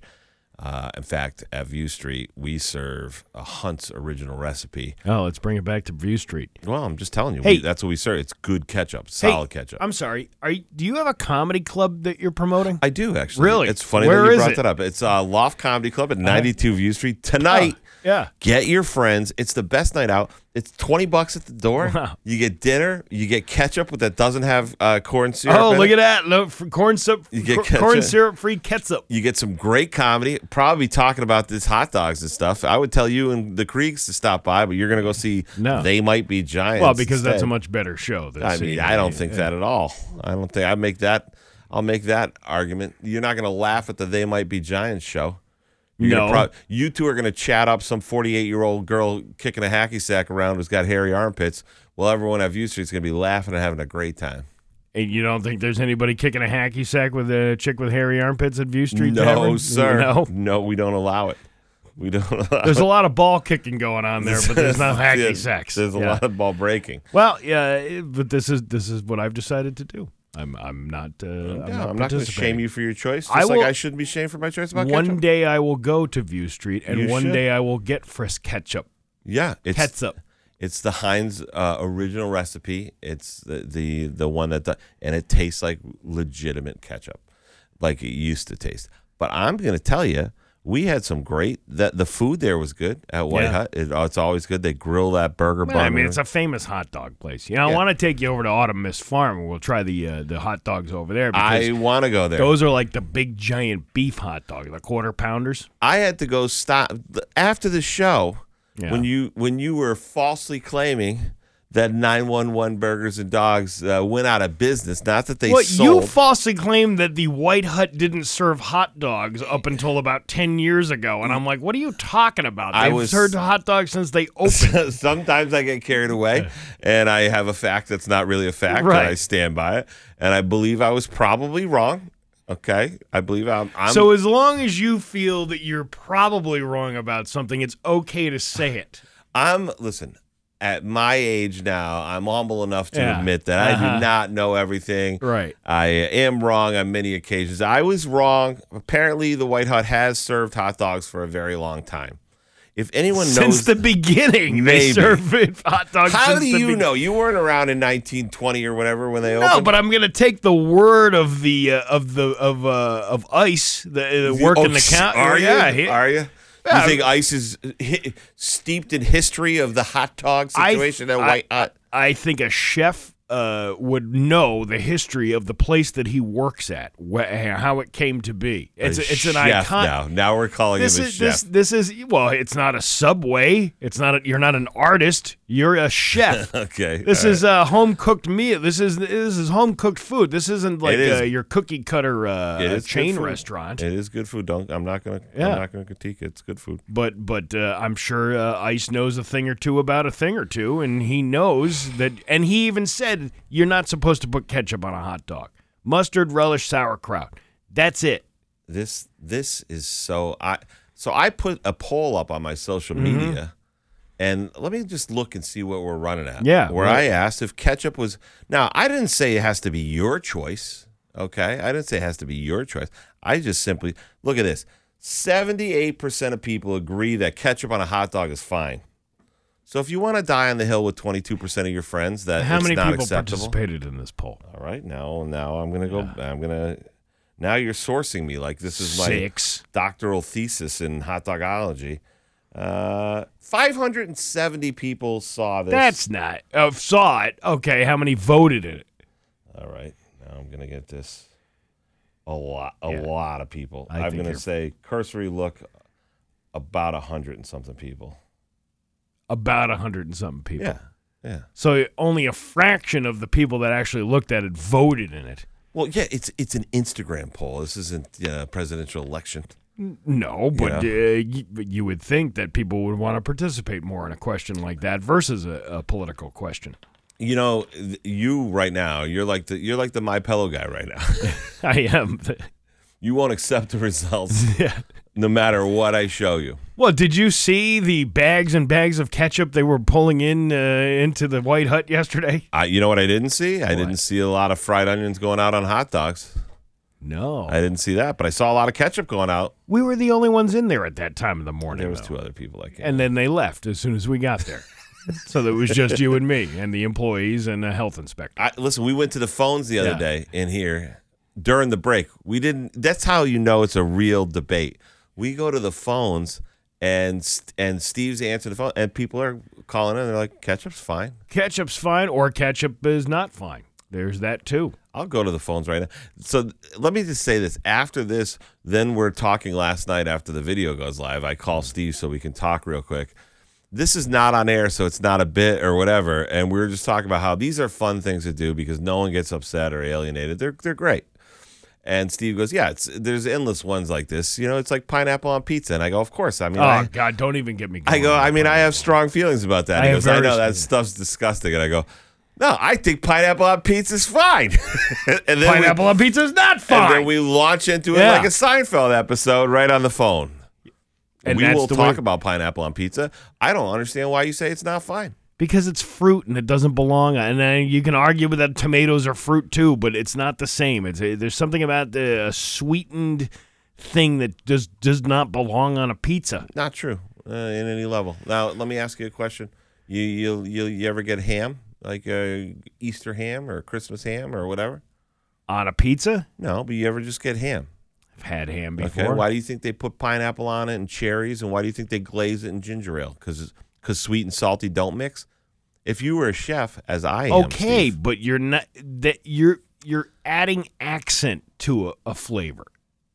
S2: uh, in fact, at View Street, we serve a Hunt's original recipe.
S1: Oh, let's bring it back to View Street.
S2: Well, I'm just telling you,
S1: Hey.
S2: we, that's what we serve. It's good ketchup,
S1: Hey,
S2: solid ketchup. i
S1: I'm sorry. Are you, do you have a comedy club that you're promoting?
S2: do actually.
S1: Really?
S2: It's funny
S1: Where
S2: that you
S1: is
S2: brought
S1: it? Uh-huh.
S2: that up. It's uh, Loft Comedy Club at 92 View Street tonight.
S1: Oh, yeah.
S2: Get your friends. It's the best night out. It's 20 bucks at the door. You get dinner. You get ketchup that doesn't have uh, corn syrup.
S1: Oh,
S2: in
S1: look
S2: it.
S1: at that! No, f- corn syrup,
S2: You get
S1: cor-
S2: ketchup.
S1: corn syrup free ketchup.
S2: You get some great comedy. Probably talking about this hot dogs and stuff. I would tell you and the Kriegs to stop by, but you're gonna go see.
S1: No.
S2: they might be giants.
S1: Well, because that's a
S2: instead.
S1: much better show. Than
S2: I
S1: seeing
S2: mean, I don't
S1: the-
S2: think that at all. I don't think I make that. I'll make that argument. You're not gonna laugh at the They Might Be Giants show. You're gonna
S1: No.
S2: you two are gonna chat up some 48 year old girl kicking a hacky sack around who's got hairy armpits. Well, everyone at View Street's gonna be laughing and having a great time.
S1: And you don't think there's anybody kicking a hacky sack with a chick with hairy armpits at View Street?
S2: no,
S1: Tavern?
S2: sir.
S1: No.
S2: no, we don't allow it. We don't. Allow
S1: There's
S2: it.
S1: a lot of ball kicking going on there, but there's not hacky
S2: Yeah,
S1: sacks.
S2: There's a
S1: Yeah.
S2: lot of ball breaking.
S1: Well, yeah, it- but this is this is what I've decided to do. I'm I'm not. Uh, I'm
S2: Yeah,
S1: not,
S2: I'm not going to
S1: participating.
S2: shame you for your choice. Just
S1: I
S2: like
S1: will-
S2: I shouldn't be shamed for my choice about
S1: One
S2: ketchup.
S1: day I will go to View Street, and
S2: You
S1: one
S2: should.
S1: day I will get frisk ketchup.
S2: Yeah, it's
S1: Ketchup.
S2: it's the Heinz uh, original recipe. It's the, the the one that the, and it tastes like legitimate ketchup, like it used to taste. But I'm going to tell you, we had some great. That the food there was good at White
S1: Yeah.
S2: Hut. It, oh, it's always good. They grill that burger
S1: Well,
S2: bun.
S1: I mean, it's a famous hot dog place. You know, I
S2: Yeah.
S1: want to take you over to Autumn Mist Farm, and we'll try the uh, the hot dogs over there. Because
S2: I want to go there.
S1: those are like the big giant beef hot dog, the quarter pounders.
S2: I had to go stop after the show
S1: Yeah.
S2: when you when you were falsely claiming that 911 Burgers and Dogs uh, went out of business. Not that they
S1: Well, you
S2: sold.
S1: falsely claimed that the White Hut didn't serve hot dogs up until about 10 years ago. And I'm like, what are you talking about? They've
S2: I was-
S1: served hot dogs since they opened.
S2: Sometimes I get carried away and I have a fact that's not really a fact,
S1: Right.
S2: and I stand by it. And I believe I was probably wrong. Okay. I believe I'm. I'm
S1: so as long as you feel that you're probably wrong about something, it's okay to say it.
S2: I'm listen. At my age now, I'm humble enough to
S1: Yeah.
S2: admit that I
S1: Uh-huh.
S2: do not know everything.
S1: Right.
S2: I am wrong on many occasions. I was wrong. Apparently, the White Hut has served hot dogs for a very long time. If anyone
S1: Since
S2: knows,
S1: the beginning, they
S2: Maybe.
S1: serve it- hot dogs.
S2: how
S1: since
S2: do
S1: the
S2: you
S1: be-
S2: know? You weren't around in 1920 or whatever when they
S1: No,
S2: opened.
S1: but I'm gonna take the word of the uh, of the of uh, of ice the uh,
S2: You-
S1: work
S2: oh,
S1: in the
S2: s-
S1: count.
S2: Are you?
S1: Yeah, he-
S2: Are you?
S1: Yeah.
S2: You think ICE is hi- steeped in history of the hot dog
S1: I-
S2: situation at
S1: I-
S2: White Hut?
S1: I think a chef uh, would know the history of the place that he works at, wh- how it came to be. It's
S2: A
S1: it's an
S2: chef
S1: icon.
S2: Now, now we're calling
S1: This
S2: him a
S1: is
S2: chef.
S1: this this is well. It's not a subway. It's not. A, you're not an artist. You're a chef.
S2: okay.
S1: This
S2: all
S1: is uh, home cooked meal. This is this is home cooked food. This isn't like
S2: is.
S1: Uh, your cookie cutter uh,
S2: It is good
S1: chain
S2: food.
S1: restaurant.
S2: It is good food. Don't. I'm not gonna.
S1: Yeah.
S2: I'm not gonna critique it. It's good food.
S1: but but uh, I'm sure uh, Ice knows a thing or two about a thing or two, and he knows that. And he even said you're not supposed to put ketchup on a hot dog, mustard, relish, sauerkraut. That's it.
S2: This. This is so. I. So I put a poll up on my social
S1: Mm-hmm.
S2: media, and let me just look and see what we're running at.
S1: Yeah,
S2: Where
S1: right.
S2: I asked if ketchup was. Now I didn't say it has to be your choice. Okay. I didn't say it has to be your choice. I just simply look at this. Seventy-eight percent of people agree that ketchup on a hot dog is fine. So if you want to die on the hill with twenty-two percent of your friends, that
S1: How
S2: it's
S1: many
S2: not
S1: people
S2: acceptable.
S1: participated in this poll?
S2: All right, now now I'm gonna go. I'm gonna. Now you're sourcing me like this is my
S1: Six.
S2: doctoral thesis in hot dogology. Uh, 570 people saw this.
S1: That's not. Uh, saw it. Okay. How many voted in it?
S2: all right. Now I'm gonna get this. A lot, a
S1: Yeah.
S2: lot of people.
S1: I
S2: I'm
S1: think
S2: gonna
S1: you're-
S2: say cursory look, about a hundred and something people.
S1: About a hundred and something people.
S2: Yeah, yeah.
S1: So only a fraction of the people that actually looked at it voted in it.
S2: Well, yeah. It's it's an Instagram poll. This isn't uh, presidential election.
S1: No, but
S2: Yeah.
S1: uh, you, you would think that people would want to participate more in a question like that versus a, a political question.
S2: You know, th- you right now. You're like the you're like the my pillow guy right now.
S1: I am.
S2: you won't accept the results
S1: yeah.
S2: no matter what I show you.
S1: Well, did you see the bags and bags of ketchup they were pulling in uh, into the White Hut yesterday?
S2: I, you know what I didn't see? I didn't see a lot of fried onions going out on hot dogs.
S1: No.
S2: I didn't see that, but I saw a lot of ketchup going out.
S1: we were the only ones in there at that time of the morning.
S2: There was
S1: though.
S2: two other people I came.
S1: And then they left as soon as we got there. so that was just you and me and the employees and a health inspector.
S2: I, listen, we went to the phones the other
S1: Yeah.
S2: day in here during the break. We didn't. That's how you know it's a real debate. We go to the phones and st- and Steve's answering the phone, and people are calling in. They're like, "Ketchup's fine."
S1: Ketchup's fine or ketchup is not fine. There's that too.
S2: I'll go to the phones right now. So th- let me just say this. After this, then we're talking last night after the video goes live. I call Steve so we can talk real quick. This is not on air, so it's not a bit or whatever. And we were just talking about how these are fun things to do because no one gets upset or alienated. They're they're great. And Steve goes, Yeah, it's there's endless ones like this. You know, it's like pineapple on pizza. And I go, Of course. I mean I-
S1: Oh, God, don't even get me going.
S2: I go, I mean, I have strong feelings about that.
S1: I
S2: He
S1: have
S2: goes, I
S1: very
S2: know that
S1: strong-
S2: stuff's disgusting. And I go, no, I think pineapple on pizza is fine. and then we-
S1: Pineapple on pizza is not fine.
S2: and then we launch into it
S1: Yeah.
S2: like a Seinfeld episode right on the phone.
S1: And
S2: we
S1: that's
S2: will
S1: the
S2: talk
S1: way-
S2: about pineapple on pizza. I don't understand why you say it's not fine.
S1: because it's fruit and it doesn't belong. And then you can argue that tomatoes are fruit too, but it's not the same. It's eh, there's something about the a sweetened thing that does does not belong on a pizza.
S2: Not true uh, in any level. Now, let me ask you a question. You you you, you ever get ham like uh, Easter ham or Christmas ham or whatever?
S1: On a pizza,
S2: No, but you ever just get ham?
S1: I've had ham
S2: Okay.
S1: before.
S2: Why do you think they put pineapple on it and cherries, and why do you think they glaze it in ginger ale? Because sweet and salty don't mix. If you were a chef, as I am,
S1: okay,
S2: Steve,
S1: but you're not that you're you're adding accent to a, a flavor.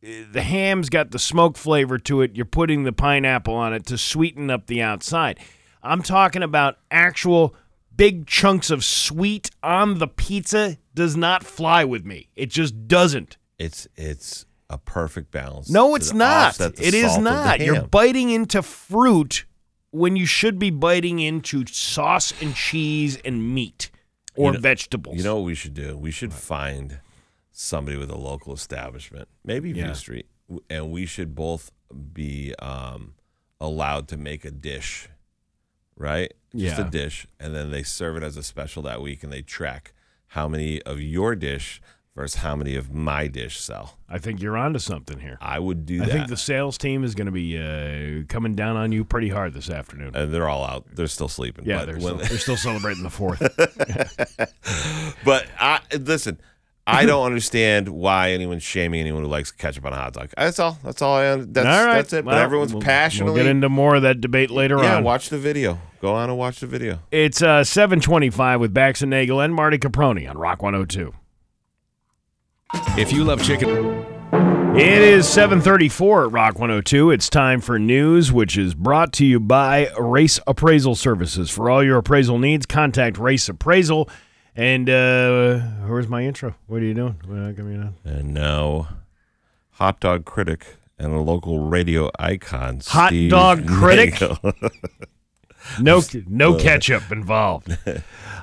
S1: Uh, The ham's got the smoke flavor to it. You're putting the pineapple on it to sweeten up the outside. I'm talking about actual big chunks of sweet on the pizza does not fly with me. It just doesn't.
S2: It's it's a perfect balance.
S1: No,
S2: to
S1: it's not.
S2: offset the
S1: It
S2: salt
S1: is
S2: of the
S1: not. You're
S2: ham.
S1: biting into fruit when you should be biting into sauce and cheese and meat or
S2: know-
S1: vegetables.
S2: You know what we should do? We should find somebody with a local establishment, maybe
S1: Yeah.
S2: View Street, w- and we should both be um, allowed to make a dish, right? Just
S1: Yeah.
S2: a dish, and then they serve it as a special that week, and they track how many of your dish versus how many of my dish sell.
S1: I think you're onto something here.
S2: I would do
S1: I
S2: that.
S1: think the sales team is going to be uh, coming down on you pretty hard this afternoon.
S2: and they're all out. They're still sleeping.
S1: yeah,
S2: but
S1: they're,
S2: when-
S1: still, they're still celebrating the fourth.
S2: But I listen. I don't understand why anyone's shaming anyone who likes ketchup on a hot dog. That's all. That's all. I, that's
S1: All right,
S2: that's it. But
S1: well,
S2: everyone's
S1: we'll-
S2: passionately.
S1: We'll get into more of that debate later
S2: yeah,
S1: on.
S2: watch the video. Go on and watch the video.
S1: It's uh, 725 with Bax and Nagel and Marty Caproni on Rock 102.
S5: If you love chicken,
S1: It is 734 at Rock 102. It's time for news, which is brought to you by Race Appraisal Services. For all your appraisal needs, contact Race Appraisal. And uh, where's my intro? What are you doing? What are you doing?
S2: And now, hot dog critic and a local radio icon,
S1: Hot
S2: Steve
S1: dog critic?
S2: Nagel.
S1: No, no ketchup involved.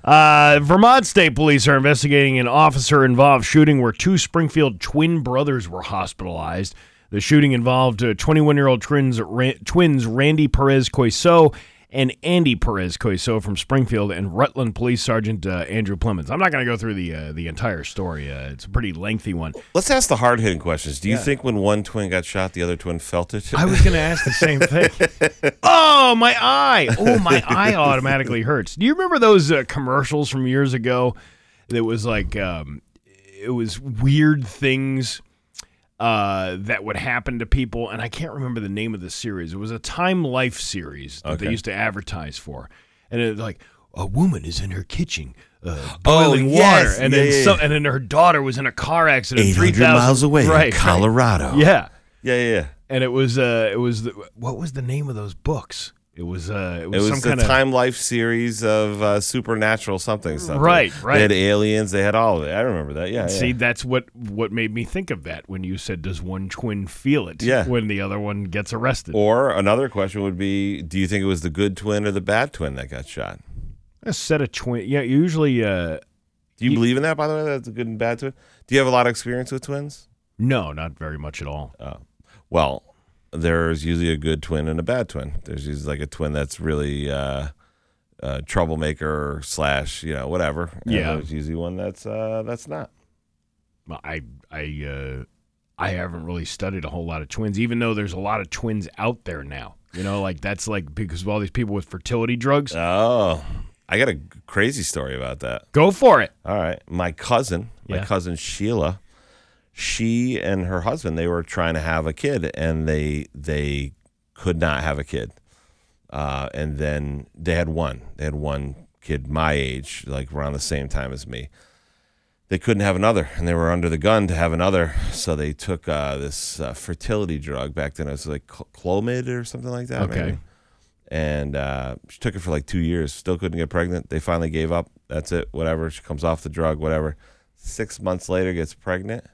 S1: Uh, Vermont State Police are investigating an officer-involved shooting where two Springfield twin brothers were hospitalized. The shooting involved uh, 21-year-old twins, Ra- twins Randy Perez Coiso and Andy Perez Coiso from Springfield, and Rutland Police Sergeant uh, Andrew Plemons. I'm not going to go through the uh, the entire story. Uh, it's a pretty lengthy one.
S2: Let's ask the hard hitting questions. Do you think when one twin got shot, the other twin felt it?
S1: I was going to ask the same thing. oh, my eye. Oh, my eye automatically hurts. Do you remember those uh, commercials from years ago that was like, um, it was weird things uh, that would happen to people? And I can't remember the name of the series. It was a Time Life series that they
S2: Okay.
S1: used to advertise for. And it was like, a woman is in her kitchen. Uh, boiling water,
S2: Oh, yes.
S1: and
S2: Yeah,
S1: then
S2: yeah,
S1: some-
S2: yeah.
S1: and then her daughter was in a car accident, three thousand right, right.
S2: Colorado.
S1: Yeah,
S2: Yeah, yeah, yeah.
S1: and it was uh it was the, what was the name of those books it was uh it
S2: It
S1: was,
S2: was
S1: some
S2: the
S1: kind of
S2: Time Life series of uh, supernatural something, something.
S1: Right, right.
S2: They had aliens. They had all of it. I remember that. Yeah,
S1: see
S2: yeah.
S1: that's what what made me think of that when you said does one twin feel it
S2: Yeah.
S1: when the other one gets arrested
S2: Or another question would be: Do you think it was the good twin or the bad twin that got shot?
S1: a set of twin yeah usually uh
S2: Do you believe in that? By the way, that's a good and bad twin. Do you have a lot of experience with twins?
S1: no not very much at all
S2: Well, there's usually a good twin and a bad twin. There's usually like a twin that's really uh, uh, troublemaker slash you know whatever. And
S1: Yeah.
S2: There's usually one that's uh, that's not.
S1: Well, i i uh i haven't really studied a whole lot of twins even though there's a lot of twins out there now you know like that's like because of all these people with fertility drugs
S2: Oh, I got a g- crazy story about that.
S1: go for it
S2: All right. My cousin, my
S1: Yeah.
S2: cousin Sheila, she and her husband, they were trying to have a kid and they they could not have a kid. Uh, and then they had one. They had one kid my age, like around the same time as me. They couldn't have another, and they were under the gun to have another. So they took uh, this uh, fertility drug back then. It was like Cl- Clomid or something like that.
S1: Okay.
S2: maybe and uh, she took it for like two years. Still couldn't get pregnant. They finally gave up. That's it. Whatever. She comes off the drug. Whatever. Six months later, gets pregnant.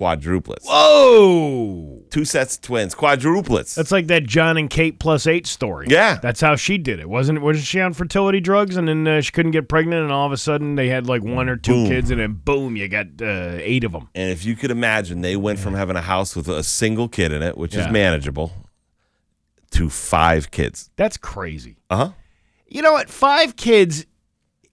S2: Quadruplets.
S1: oh
S2: Two sets of twins. Quadruplets.
S1: That's like that John and Kate plus eight story.
S2: Yeah.
S1: that's how she did it. wasn't Wasn't she on fertility drugs and then uh, she couldn't get pregnant and all of a sudden they had like one or two
S2: Boom.
S1: kids and then boom, you got uh, eight of them.
S2: and if you could imagine, they went from having a house with a single kid in it, which
S1: Yeah.
S2: is manageable, to five kids.
S1: That's crazy.
S2: Uh huh.
S1: You know what? Five kids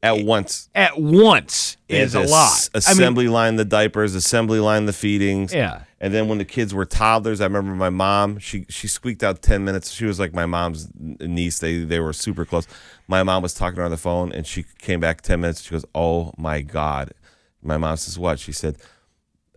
S2: At once.
S1: at once is
S2: And
S1: a
S2: the
S1: lot.
S2: s-
S1: I mean,
S2: Assembly line the diapers, assembly line the feedings.
S1: yeah.
S2: And then when the kids were toddlers, I remember my mom. She she squeaked out ten minutes. She was like my mom's n- niece. They they were super close. My mom was talking to her on the phone, and she came back ten minutes. She goes, "Oh my god!" My mom says, "What?" She said,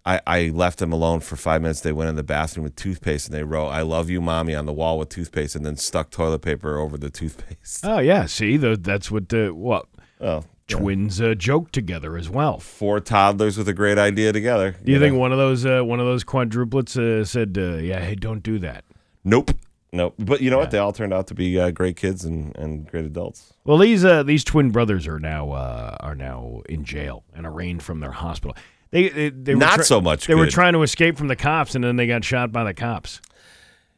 S2: "I I left them alone for five minutes. They went in the bathroom with toothpaste, and they wrote "I love you, mommy" on the wall with toothpaste, and then stuck toilet paper over the toothpaste."
S1: Oh yeah. See, tho- that's what the what
S2: Oh,
S1: twins uh, joke together as well.
S2: four toddlers with a great idea together.
S1: Do you
S2: know?
S1: think one of those uh, one of those quadruplets uh, said, uh, "Yeah, hey, don't do that"?
S2: Nope. Nope. But you know what? They all turned out to be uh, great kids and, and great adults.
S1: Well, these uh, these twin brothers are now uh, are now in jail and arraigned from their hospital. They they, they were
S2: Not
S1: try-
S2: so much
S1: They were
S2: good.
S1: trying to escape from the cops, and then they got shot by the cops.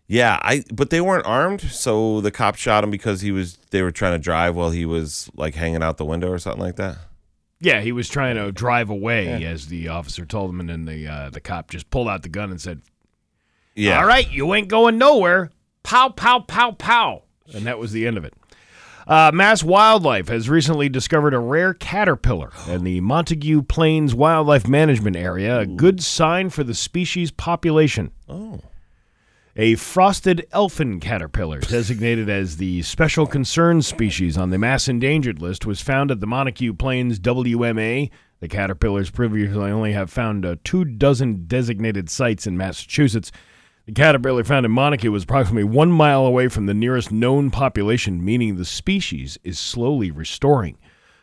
S2: Yeah, I but they weren't armed, so the cop shot him because he was they were trying to drive while he was like hanging out the window or something like that.
S1: Yeah, he was trying to drive away as the officer told him, and then the uh, the cop just pulled out the gun and said,
S2: Yeah.
S1: All right, you ain't going nowhere. Pow, pow, pow, pow. And that was the end of it. Uh, Mass Wildlife has recently discovered a rare caterpillar in the Montague Plains Wildlife Management Area, a good sign for the species population.
S2: Oh.
S1: A frosted elfin caterpillar, designated as the special concern species on the mass endangered list, was found at the Montague Plains WMA. The caterpillars previously only have found uh, two dozen designated sites in Massachusetts. The caterpillar found in Montague was approximately one mile away from the nearest known population, meaning the species is slowly restoring.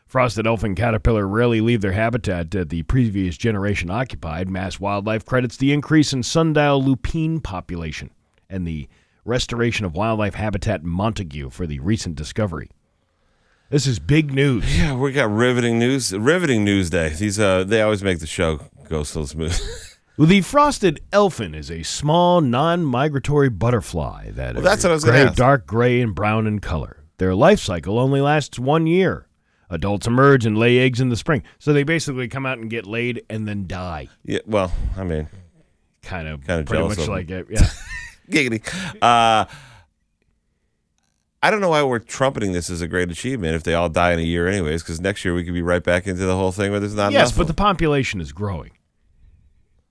S1: Frosted elfin caterpillar rarely leave their habitat that the previous generation occupied. Mass Wildlife credits the increase in sundial lupine population and the restoration of wildlife habitat in Montague for the recent discovery. This is big news.
S2: Yeah, we got riveting news. Riveting news day. These uh they always make the show go so smooth.
S1: The frosted elfin is a small, non-migratory butterfly that
S2: Well,
S1: is
S2: that's what I was gonna
S1: gray,
S2: ask.
S1: dark gray and brown in color. Their life cycle only lasts one year. Adults emerge and lay eggs in the spring, so they basically come out and get laid and then die.
S2: yeah, well, I mean,
S1: kind of
S2: Kinda
S1: pretty
S2: jealous
S1: much
S2: of
S1: like it. Yeah.
S2: giggity. Uh I don't know why we're trumpeting this as a great achievement if they all die in a year anyways, because next year we could be right back into the whole thing where there's not
S1: yes,
S2: enough
S1: but
S2: of
S1: the population is growing.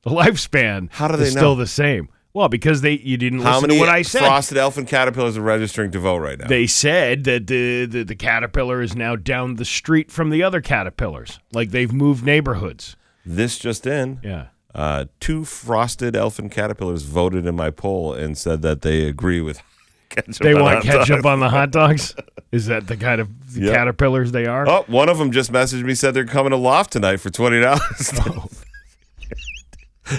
S1: The lifespan
S2: How do
S1: is
S2: they know?
S1: still the same. Well, because they you didn't
S2: them. How
S1: listen
S2: many
S1: to what I said.
S2: frosted elfin caterpillars are registering to vote right now?
S1: they said that the, the the caterpillar is now down the street from the other caterpillars. Like they've moved neighborhoods.
S2: this just in.
S1: Yeah.
S2: Uh, two frosted elfin caterpillars voted in my poll and said that they agree with ketchup.
S1: They
S2: on
S1: want
S2: hot dogs.
S1: ketchup on the hot dogs? Is that the kind of
S2: Yep.
S1: caterpillars they are?
S2: Oh, one of them just messaged me said they're coming to Loft tonight for twenty dollars.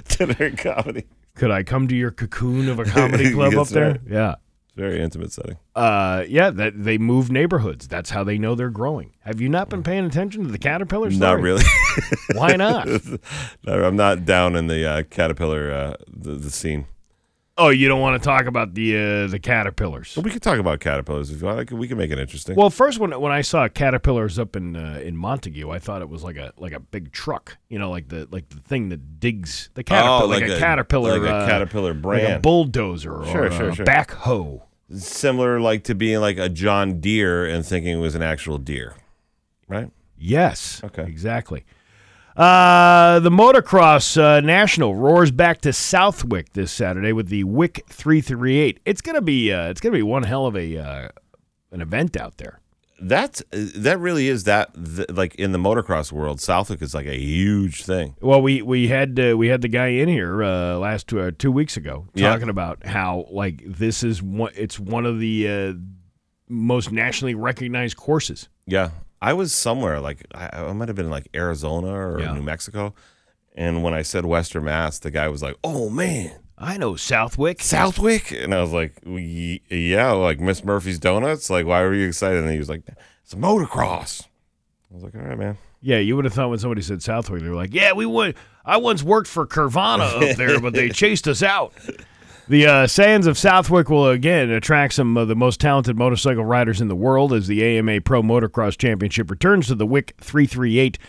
S2: Dinner and comedy.
S1: Could I come to your cocoon of a comedy club up
S2: Yes,
S1: there?
S2: right.
S1: Yeah.
S2: Very intimate setting.
S1: uh, yeah, that they move neighborhoods. That's how they know they're growing. Have you not been paying attention to the caterpillars?
S2: Mm. Not really.
S1: Why not?
S2: No, I'm not down in the uh, caterpillar uh, the, the scene.
S1: oh, you don't want to talk about the uh, the caterpillars.
S2: But we could talk about caterpillars if you want. I could- We can make it interesting.
S1: Well, first when when I saw caterpillars up in uh, in Montague, I thought it was like a like a big truck, you know, like the like the thing that digs the caterpillar,
S2: Oh,
S1: like,
S2: like
S1: a,
S2: a-
S1: caterpillar,
S2: like a
S1: uh,
S2: caterpillar
S1: like a
S2: brand.
S1: bulldozer or
S2: Sure, sure,
S1: a
S2: sure.
S1: backhoe.
S2: Similar, like to being like a John Deere and thinking it was an actual deer, right?
S1: Yes.
S2: Okay.
S1: Exactly. Uh, the Motocross uh, National roars back to Southwick this Saturday with the Wick 338. It's gonna be uh, it's gonna be one hell of a uh, an event out there.
S2: That's that really is that th- like in the motocross world, Southwick is like a huge thing.
S1: Well, we we had uh, we had the guy in here uh, last two, uh, two weeks ago
S2: Yeah.
S1: talking about how like this is one it's one of the uh, most nationally recognized courses.
S2: Yeah, I was somewhere like I, I might have been in like Arizona or
S1: Yeah.
S2: New Mexico, and when I said Western Mass, the guy was like, "Oh man,
S1: I know Southwick.
S2: Southwick," and I was like, "Y- "Yeah, like Miss Murphy's Donuts. Like, why were you excited?" And he was like, "It's a motocross." I was like, "All right, man."
S1: Yeah, you would have thought when somebody said Southwick, they were like, "Yeah, we would." I once worked for Carvana up there, but they chased us out. The uh, Sands of Southwick will again attract some of the most talented motorcycle riders in the world as the AMA Pro Motocross Championship returns to the WIC 338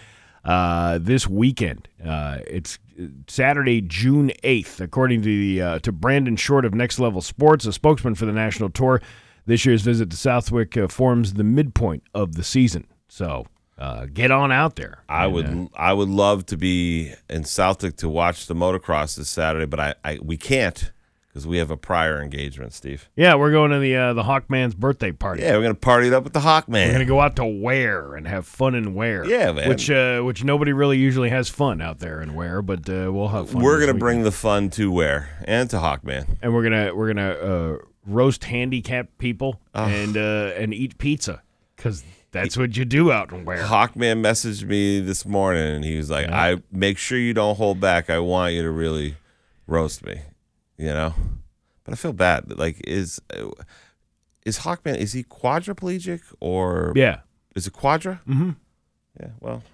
S1: uh, this weekend. Uh, it's Saturday, June 8th, according to the uh, to Brandon Short of Next Level Sports, a spokesman for the national tour. This year's visit to Southwick uh, forms the midpoint of the season, so uh, get on out there.
S2: I would I would love to be in Southwick to watch the motocross this Saturday, but I, I we can't because we have a prior engagement, Steve.
S1: Yeah, we're going to the uh, the Hawkman's birthday party.
S2: Yeah, we're gonna party it up with the Hawkman.
S1: We're gonna go out to Ware and have fun in Ware.
S2: Yeah, man.
S1: Which uh, which nobody really usually has fun out there in Ware, but uh, we'll have fun.
S2: We're
S1: this
S2: gonna
S1: weekend.
S2: bring the fun to where and to Hawkman.
S1: and we're gonna we're gonna uh, roast handicapped people
S2: Ah.
S1: and uh, and eat pizza because that's what you do out in Ware.
S2: Hawkman messaged me this morning and he was like, "I make sure you don't hold back. I want you to really roast me, you know." But but I feel bad. Like, is uh, is Hawkman is he quadriplegic or
S1: Yeah.
S2: is it quadra? Mm-hmm. Yeah. Well,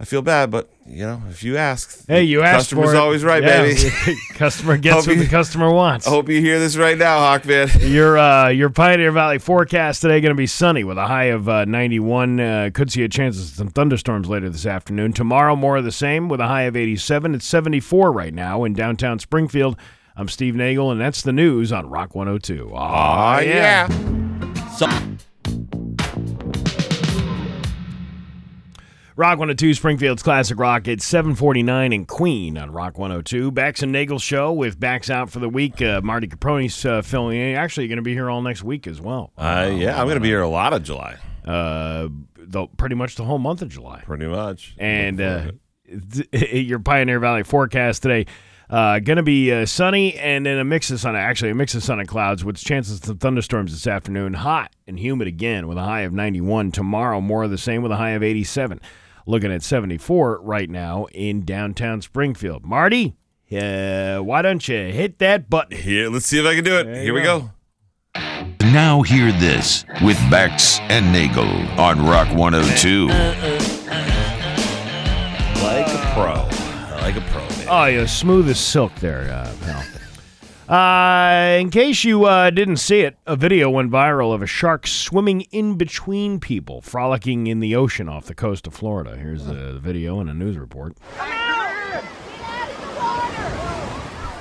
S2: I feel bad, but you know, if you ask,
S1: Hey, you
S2: the
S1: asked
S2: customer's
S1: for it.
S2: always right,
S1: Yeah.
S2: baby.
S1: customer gets
S2: Hope
S1: what
S2: you-
S1: the customer wants.
S2: I hope you hear this right now, Hawkman.
S1: Your uh, your Pioneer Valley forecast today going to be sunny with a high of uh, 91. Uh, could see a chance of some thunderstorms later this afternoon. Tomorrow, more of the same with a high of 87. It's 74 right now in downtown Springfield. I'm Steve Nagel, and that's the news on Rock 102. Aw,
S2: Aw, Uh, yeah.
S1: Rock 102, Springfield's Classic Rock. It's 749 in Queen on Rock 102. Bax and Nagel show with Bax out for the week. Uh, Marty Caproni's uh, filling in. Actually, going to be here all next week as well.
S2: Uh, yeah, I'm gonna be here a lot of July,
S1: Uh, the, pretty much the whole month of July.
S2: pretty much.
S1: and uh, th- your Pioneer Valley forecast today. Uh, gonna be uh, sunny and then a mix of sun, actually a mix of sun and clouds with chances of thunderstorms this afternoon. Hot and humid again with a high of 91 tomorrow. More of the same with a high of 87. Looking at 74 right now in downtown Springfield. Marty, uh, why don't you hit that button?
S2: Here, let's see if I can do it. Here we go.
S6: Now hear this with Bax and Nagel on Rock 102.
S2: Like a pro, like a pro. Man.
S1: Oh, you're smooth as silk there, uh, pal. Uh, in case you uh, didn't see it, a video went viral of a shark swimming in between people, frolicking in the ocean off the coast of Florida. Here's the video and a news report.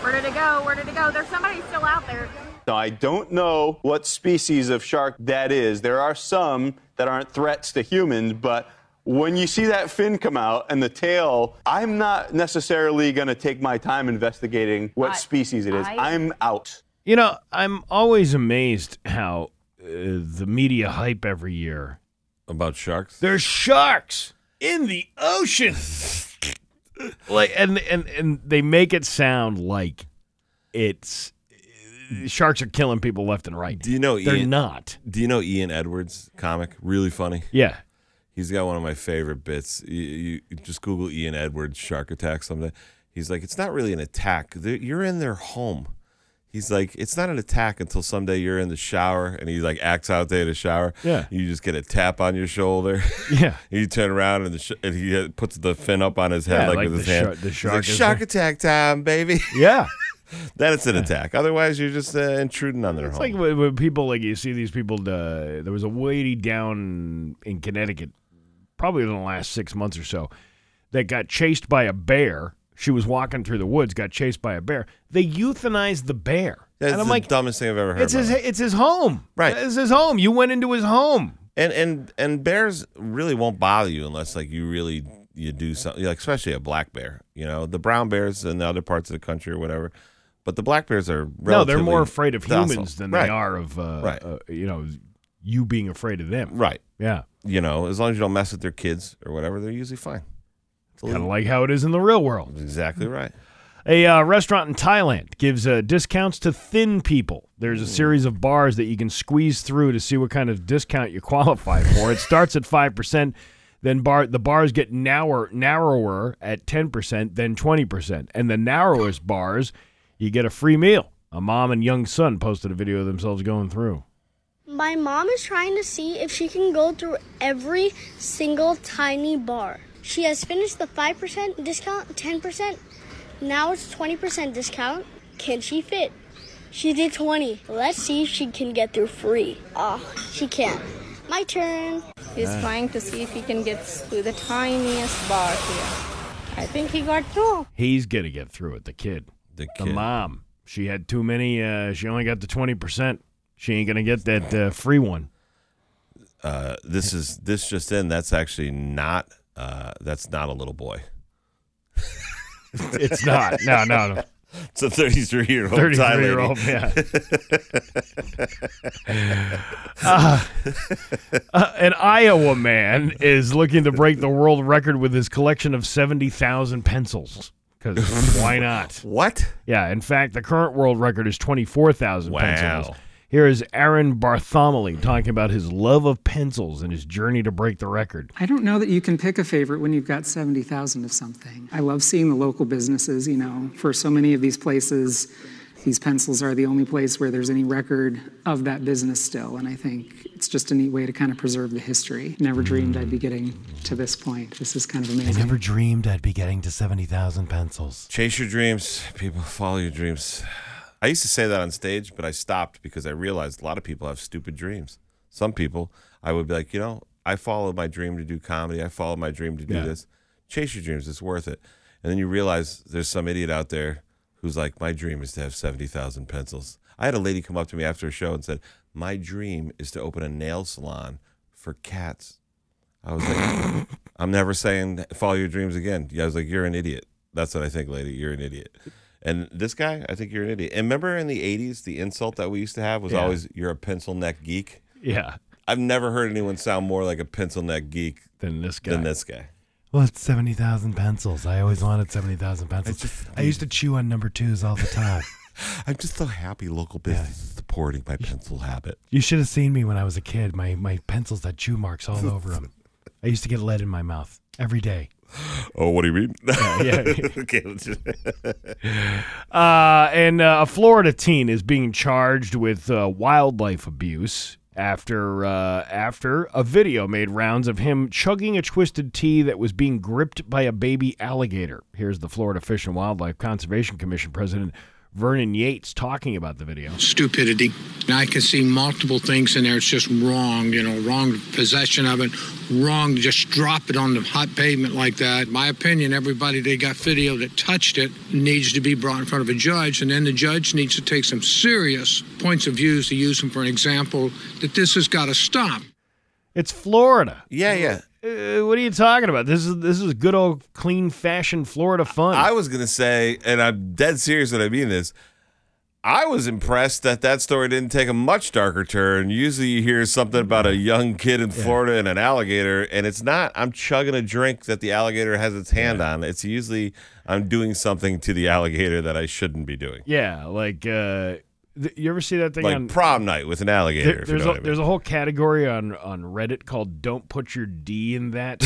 S7: Where did it go? Where did it go? There's somebody still out there.
S8: Now, I don't know what species of shark that is. There are some that aren't threats to humans, but when you see that fin come out and the tail, I'm not necessarily going to take my time investigating what
S7: I-
S8: species it is.
S7: I-
S8: I'm out.
S1: You know, I'm always amazed how uh, the media hype every year.
S2: About sharks.
S1: There's sharks in the ocean. like and and and they make it sound like it's sharks are killing people left and right.
S2: Do you know
S1: They're
S2: Ian?
S1: not.
S2: do you know Ian Edwards, comic? Really funny.
S1: Yeah.
S2: He's got one of my favorite bits. You, you you just Google Ian Edwards shark attack someday. He's like, it's not really an attack. They're- You're in their home. He's like, it's not an attack until someday you're in the shower and he like acts out there in the shower.
S1: Yeah.
S2: You just get a tap on your shoulder.
S1: Yeah.
S2: you turn around and, the sh- and he uh, puts the fin up on his head
S1: Yeah,
S2: like,
S1: like
S2: with his
S1: the
S2: hand.
S1: shar- the
S2: He's
S1: shark
S2: like,
S1: is-
S2: shark attack time, baby.
S1: Yeah.
S2: then it's an attack. Otherwise, you're just uh, intruding on their
S1: It's
S2: home.
S1: like when, when people, like, you see these people, uh, there was a lady down in Connecticut, probably in the last six months or so, that got chased by a bear. She was walking through the woods, got chased by a bear. They euthanized the bear.
S2: That's
S1: and I'm
S2: the
S1: like,
S2: dumbest thing I've ever heard.
S1: it's
S2: in my
S1: his,
S2: life.
S1: it's his home.
S2: Right.
S1: It's his home. You went into his home.
S2: And and and bears really won't bother you unless like you really you do something like especially a black bear. You know the brown bears in the other parts of the country or whatever, but the black bears are
S1: No, they're
S2: relatively
S1: more afraid of
S2: docile.
S1: humans than
S2: Right,
S1: they are of, uh,
S2: Right.
S1: uh, you know, you being afraid of them.
S2: Right,
S1: Yeah.
S2: you know as long as you don't mess with their kids or whatever, they're usually fine. It's a
S1: Kind of
S2: little-
S1: like how it is in the real world.
S2: exactly right.
S1: A uh, restaurant in Thailand gives uh, discounts to thin people. There's a series of bars that you can squeeze through to see what kind of discount you qualify for. it starts at five percent, then bar the bars get narrower, narrower at ten percent, then twenty percent, and the narrowest bars, you get a free meal. A mom and young son posted a video of themselves going through.
S9: My mom is trying to see if she can go through every single tiny bar. She has finished the 5% discount, 10%. Now it's 20% discount. Can she fit? She did 20. Let's see if she can get through free. Ah, she can't. My turn.
S7: He's trying to see if he can get to the tiniest bar here. I think he got two.
S1: He's gonna get through it. The kid,
S2: The
S1: the
S2: kid.
S1: mom, she had too many. Uh, she only got the twenty percent. She ain't gonna get that uh, free one.
S2: Uh, this is this just in. That's actually not. Uh, that's not a little boy.
S1: It's not. No, no, no.
S2: It's a 33 year old
S1: 33
S2: Thai
S1: year
S2: lady.
S1: old, yeah. Uh, uh, an Iowa man is looking to break the world record with his collection of 70,000 pencils. Because why not?
S2: What?
S1: Yeah, in fact, the current world record is 24,000
S2: Wow.
S1: pencils. Here is Aaron Bartholomew talking about his love of pencils and his journey to break the record.
S10: I don't know that you can pick a favorite when you've got 70,000 of something. I love seeing the local businesses, you know, for so many of these places, these pencils are the only place where there's any record of that business still. And I think it's just a neat way to kind of preserve the history. Never dreamed I'd be getting to this point. This is kind of
S11: I
S10: amazing.
S11: never dreamed I'd be getting to 70,000 pencils.
S2: Chase your dreams, people. Follow your dreams. I used to say that on stage, but I stopped because I realized a lot of people have stupid dreams. Some people, I would be like, you know, I followed my dream to do comedy. I followed my dream to do
S12: Yeah.
S2: this. Chase your dreams. It's worth it. And then you realize there's some idiot out there who's like, my dream is to have 70,000 pencils. I had a lady come up to me after a show and said, my dream is to open a nail salon for cats. I was like, I'm never saying follow your dreams again. I was like, you're an idiot. That's what I think, lady. You're an idiot. And this guy, I think you're an idiot. And remember in the 80s, the insult that we used to have was
S1: Yeah.
S2: always, you're a pencil neck geek.
S1: Yeah.
S2: I've never heard anyone sound more like a pencil neck geek
S1: than this
S2: guy. Than this guy.
S11: Well, it's 70,000 pencils. I always wanted 70,000 pencils. I, used to chew on number twos all the time.
S2: I'm just so happy local business is supporting my pencil habit.
S11: you should have seen me when I was a kid. My, my pencils had chew marks all over them. I used to get lead in my mouth every day.
S2: Oh, what do you mean?
S1: yeah.
S2: okay, let's just-
S1: Uh, and uh, a Florida teen is being charged with uh, wildlife abuse after uh, after a video made rounds of him chugging a twisted tea that was being gripped by a baby alligator. Here's the Florida Fish and Wildlife Conservation Commission president Vernon Yates talking about the video.
S13: stupidity. And I can see multiple things in there. It's just wrong, you know, wrong possession of it, wrong to just drop it on the hot pavement like that. My opinion, everybody that got video that touched it needs to be brought in front of a judge, and then the judge needs to take some serious points of views to use them for an example that this has got to stop.
S1: It's Florida.
S2: Yeah, yeah.
S1: Uh, what are you talking about? This is this is good old clean fashioned Florida fun.
S2: I was gonna say, and I'm dead serious when I mean this. I was impressed that that story didn't take a much darker turn. Usually, you hear something about a young kid in Florida and an alligator, and it's not. I'm chugging a drink that the alligator has its hand on. It's usually I'm doing something to the alligator that I shouldn't be doing,
S1: yeah, like uh, th- you ever see that thing
S2: like
S1: on
S2: prom night with an
S1: There-
S2: alligator. if you
S1: there's,
S2: know
S1: a,
S2: what I mean.
S1: there's a whole category on, on Reddit called "Don't Put Your D in That,"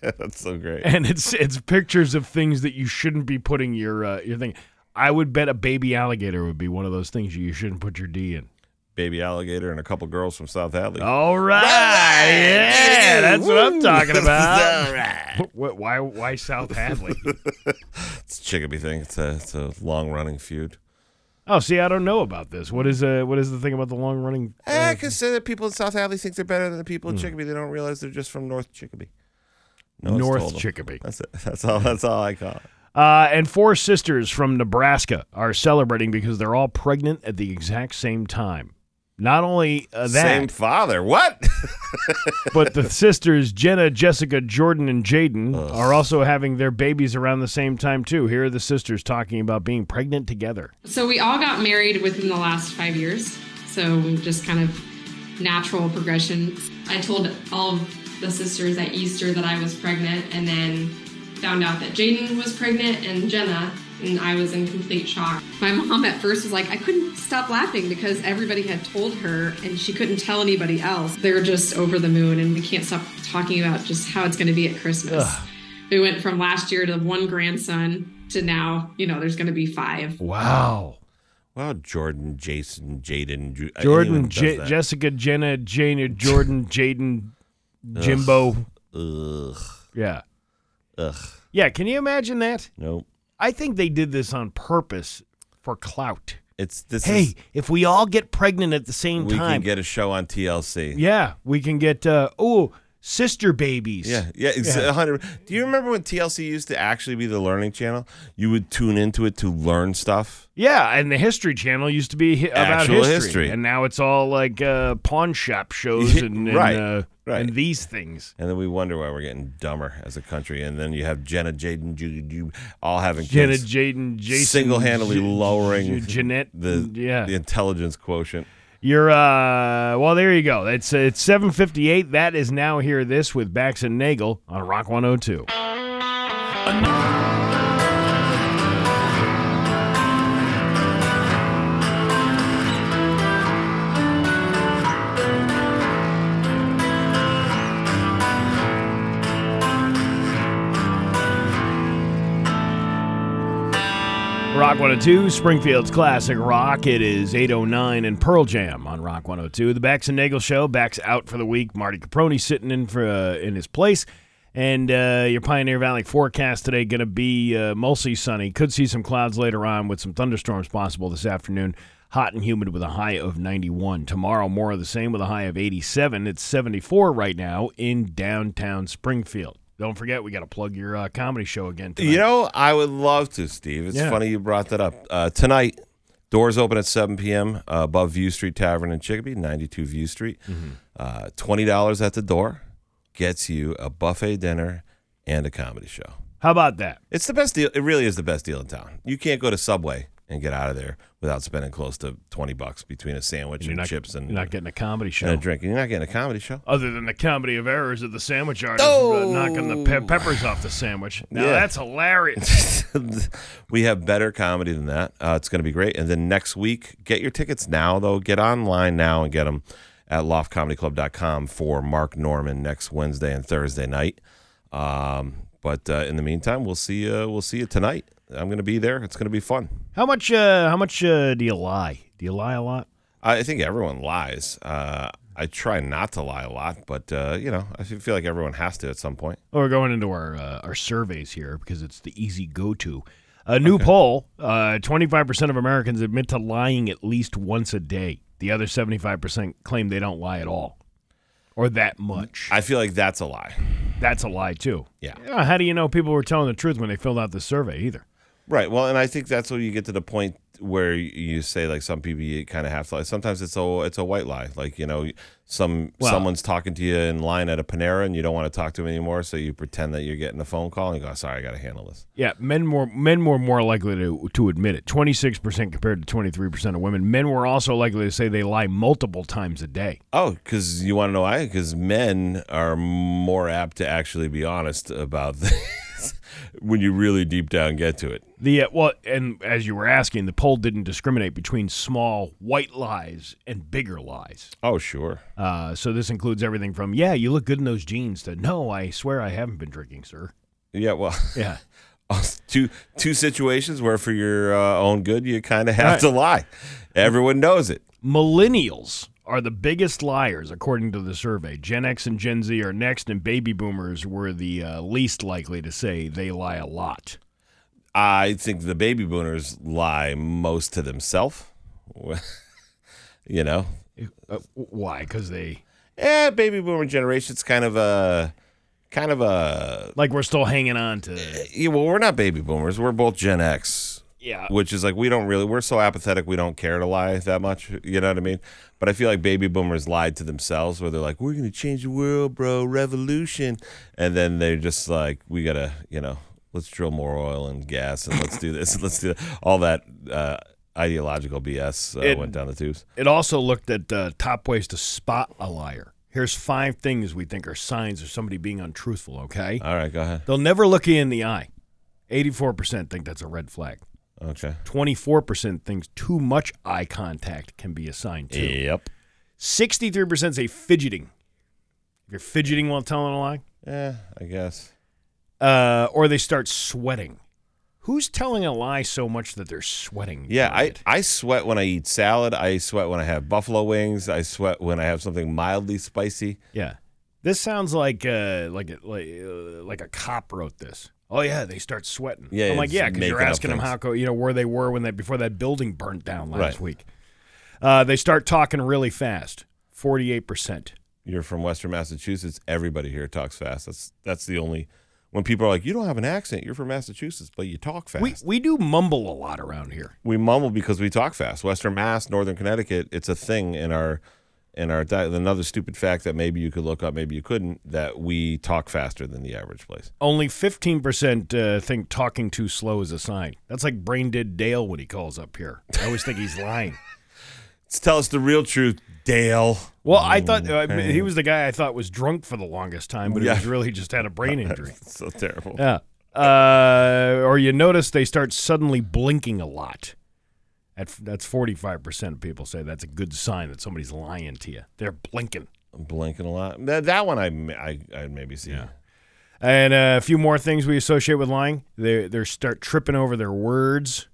S2: That's so great.
S1: and it's it's pictures of things that you shouldn't be putting your uh, your thing. I would bet a baby alligator would be one of those things you shouldn't put your D in.
S2: baby alligator and a couple girls from South Hadley.
S1: All right, yeah, that's what I'm talking about.
S2: All
S1: Wh- wh- Why why South Hadley?
S2: It's a Chicopee thing. It's a it's a long running feud.
S1: oh, see, I don't know about this. What is uh what is the thing about the long running?
S2: I can say that people in South Hadley think they're better than the people in Chicopee. They don't realize they're just from North Chicopee. Hmm. one's
S1: North
S2: told 'em.
S1: Chicopee.
S2: That's it. That's all. That's all I call. It.
S1: Uh, and four sisters from Nebraska are celebrating because they're all pregnant at the exact same time. Not only uh, that,
S2: Same father. What?
S1: but the sisters Jenna, Jessica, Jordan, and Jaden are also having their babies around the same time too. Here are the sisters talking about being pregnant together.
S14: So we all got married within the last five years. So just kind of natural progression. I told all of the sisters at Easter that I was pregnant and then found out that Jaden was pregnant and Jenna and I was in complete shock. My mom at first was like, I couldn't stop laughing because everybody had told her and she couldn't tell anybody else. They're just over the moon and we can't stop talking about just how it's going to be at Christmas.
S1: Ugh.
S14: We went from last year to one grandson to now, you know, there's going to be five.
S1: Wow.
S2: Wow, Jordan, Jason, Jaden, Ju- uh, anyone
S1: Jordan,
S2: does
S1: J-
S2: that.
S1: Jessica, Jenna, Jana, Jordan, Jaden, Jimbo.
S2: Ugh.
S1: Yeah.
S2: Ugh.
S1: Yeah, can you imagine that?
S2: Nope.
S1: I think they did this on purpose for clout.
S2: It's this.
S1: hey,
S2: is-
S1: if we all get pregnant at the same
S2: we
S1: time,
S2: can get a show on TLC.
S1: yeah, we can get uh, oh sister babies.
S2: Yeah, yeah, it's a hundred. Do you remember when TLC used to actually be the learning channel? You would tune into it to learn stuff.
S1: Yeah, and the History Channel used to be hi- about
S2: Actual
S1: history,
S2: history.
S1: and now it's all like uh, pawn shop shows and, and,
S2: Right,
S1: uh,
S2: right.
S1: and these things.
S2: And then we wonder why we're getting dumber as a country. And then you have Jenna, Jaden, Ju Ju- all having
S1: Jenna,
S2: kids,
S1: Jaden, Jason,
S2: single-handedly
S1: J-
S2: lowering
S1: J- Jeanette,
S2: the
S1: yeah.
S2: the intelligence quotient.
S1: You're uh well there you go. It's it's 758. That is now here this with Bax and Nagel on Rock 102. Rock Rock 102, Springfield's classic rock. It is 809 and Pearl Jam on Rock 102. The Bax and Nagel show. Bax out for the week. Marty Caproni sitting in for uh, in his place. And uh, your Pioneer Valley forecast today going to be uh, mostly sunny. Could see some clouds later on with some thunderstorms possible this afternoon. Hot and humid with a high of 91. Tomorrow, more of the same with a high of 87. It's 74 right now in downtown Springfield. Don't forget, we got to plug your uh, comedy show again. Tonight.
S2: You know, I would love to, Steve. It's
S1: Yeah.
S2: funny you brought that up. Uh, tonight, doors open at 7 p.m. Uh, above View Street Tavern in Chicopee, 92 View Street.
S1: Mm-hmm.
S2: Uh, $20 at the door gets you a buffet dinner and a comedy show.
S1: How about that?
S2: It's the best deal. It really is the best deal in town. You can't go to Subway and get out of there without spending close to 20 bucks between a sandwich and,
S1: You're not-
S2: chips and,
S1: You're not getting a comedy show.
S2: and a drink. And you're not getting a comedy show.
S1: Other than the comedy of errors of the sandwich artist uh, knocking the pe- peppers off the sandwich. Now
S2: Oh. Yeah.
S1: that's hilarious.
S2: we have better comedy than that. Uh, it's going to be great. And then next week, get your tickets now, though. Get online now and get them at loftcomedyclub.com for Mark Norman next Wednesday and Thursday night. Um, but uh, in the meantime, we'll see you. We'll see you tonight. I'm going to be there. It's going to be fun.
S1: how much? Uh, how much uh, do you lie? Do you lie a lot?
S2: I think everyone lies. Uh, I try not to lie a lot, but uh, you know, I feel like everyone has to at some point.
S1: Well, we're going into our uh, our surveys here because it's the easy go to. A new poll: twenty five percent of Americans admit to lying at least once a day. The other seventy five percent claim they don't lie at all, or that much.
S2: I feel like that's a lie.
S1: That's a lie too.
S2: Yeah.
S1: Yeah, How do you know people were telling the truth when they filled out the survey? Either.
S2: Right. Well, and I think that's where you get to the point where you say like some people you kind of have to lie. Sometimes it's a it's a white lie. Like you know, some
S1: Well-
S2: someone's talking to you in line at a Panera and you don't want to talk to them anymore, so you pretend that you're getting a phone call and you go, "Sorry, I got to handle this."
S1: Yeah, men were men were more likely to to admit it. Twenty six percent compared to twenty three percent of women. Men were also likely to say they lie multiple times a day.
S2: Oh, because you want to know why? Because men are more apt to actually be honest about things when you really deep down get to it.
S1: The uh, well, and as you were asking, the poll didn't discriminate between small white lies and bigger lies.
S2: Oh, sure.
S1: Uh, so this includes everything from "Yeah, you look good in those jeans" to "No, I swear I haven't been drinking, sir."
S2: Yeah. Well.
S1: Yeah.
S2: two two situations where for your uh, own good you kind of have
S1: Right.
S2: to lie. Everyone knows it.
S1: Millennials are the biggest liars, according to the survey. Gen X and Gen Z are next, and baby boomers were the uh, least likely to say they lie a lot.
S2: I think the baby boomers lie most to themselves. you know,
S1: Uh, why? Because they
S2: yeah, baby boomer generation's kind of a kind of a
S1: like we're still hanging on to.
S2: yeah, well, we're not baby boomers. We're both Gen X.
S1: Yeah.
S2: Uh, Which is like we don't really we're so apathetic we don't care to lie that much. You know what I mean? But I feel like baby boomers lied to themselves where they're like, We're gonna change the world, bro, revolution and then they're just like, We gotta, you know, let's drill more oil and gas and let's do this, let's do that. all that uh ideological BS uh,
S1: It-
S2: went down the tubes.
S1: It also looked at uh, top ways to spot a liar. Here's five things we think are signs of somebody being untruthful. Okay.
S2: All right, go ahead.
S1: They'll never look you in the eye. 84% think that's a red flag.
S2: Okay.
S1: 24% thinks too much eye contact can be a sign too.
S2: Yep.
S1: 63% say fidgeting. If you're fidgeting while telling a lie,
S2: Yeah, I guess.
S1: uh, or they start sweating. Who's telling a lie so much that they're sweating?
S2: Yeah, I, I sweat when I eat salad. I sweat when I have buffalo wings. I sweat when I have something mildly spicy.
S1: Yeah. This sounds like uh, like a- like uh, like a cop wrote this. Oh yeah, they start sweating.
S2: Yeah,
S1: I'm like
S2: it's
S1: yeah, because you're
S2: making up
S1: asking them
S2: things.
S1: how co- you know where they were when they before that building burnt down last
S2: Right.
S1: week. Uh, they start talking really fast. Forty-eight percent.
S2: You're from Western Massachusetts. Everybody here talks fast. That's that's the only when people are like, you don't have an accent. You're from Massachusetts, but you talk fast.
S1: We we do mumble a lot around here.
S2: we mumble because we talk fast. Western Mass, Northern Connecticut, it's a thing in our in our di- another stupid fact that maybe you could look up, maybe you couldn't, that we talk faster than the average place.
S1: Only fifteen percent uh, think talking too slow is a sign. That's like brain dead Dale when he calls up here. I always think he's lying.
S2: Tell us the real truth, Dale.
S1: Well, I thought uh, he was the guy I thought was drunk for the longest time, but he
S2: Oh, Yeah.
S1: was really just had a brain injury.
S2: so terrible.
S1: Yeah. Uh, or you notice they start suddenly blinking a lot. At, that's 45% of people say that's a good sign that somebody's lying to you. They're blinking.
S2: I'm blinking a lot. That, that one I, I I'd maybe see.
S1: And uh, a few more things we associate with lying. They, they start tripping over their words.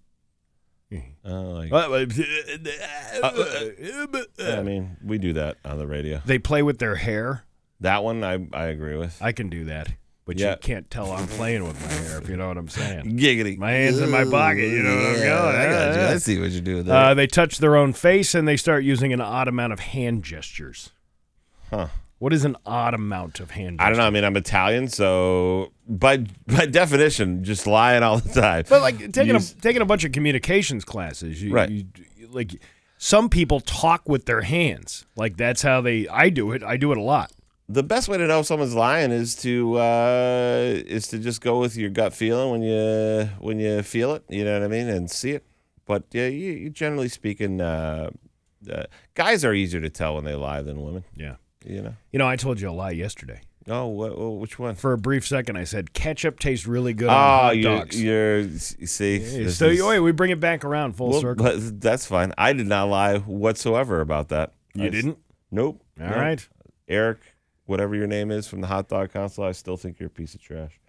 S2: Oh, like- I
S1: I
S2: mean, we do that on the radio.
S1: They play with their hair.
S2: That one I, I agree with.
S1: I can do that, but
S2: Yeah.
S1: you can't tell I'm playing with my hair if you know what I'm saying.
S2: Giggity.
S1: My hands in my pocket, you know where I'm going.
S2: I got you.
S1: Yeah.
S2: I see what you're doing there.
S1: Uh, they touch their own face and they start using an odd amount of hand gestures.
S2: Huh.
S1: What is an odd amount of hand?
S2: I don't know. I mean, I'm Italian, so by by definition, just lying all the time.
S1: But like taking
S2: Use-
S1: a taking a bunch of communications classes, you,
S2: Right.
S1: you, like some people talk with their hands. Like that's how they. I do it. I do it a lot.
S2: the best way to know if someone's lying is to uh, is to just go with your gut feeling when you when you feel it. You know what I mean, and see it. But yeah, you, you generally speaking, uh, uh, guys are easier to tell when they lie than women.
S1: Yeah.
S2: You know.
S1: You know, I told you a lie yesterday.
S2: Oh, what, which one?
S1: For a brief second, I said ketchup tastes really good on
S2: Oh,
S1: uh, hot
S2: you're,
S1: dogs.
S2: you're you see.
S1: Hey,
S2: this
S1: so
S2: is-
S1: you- oh, wait, we bring it back around full
S2: Well,
S1: circle.
S2: but that's fine. I did not lie whatsoever about that.
S1: You
S2: I s-
S1: didn't?
S2: Nope.
S1: All
S2: All
S1: right.
S2: right, Eric, whatever your name is from the hot dog council, I still think you're a piece of trash.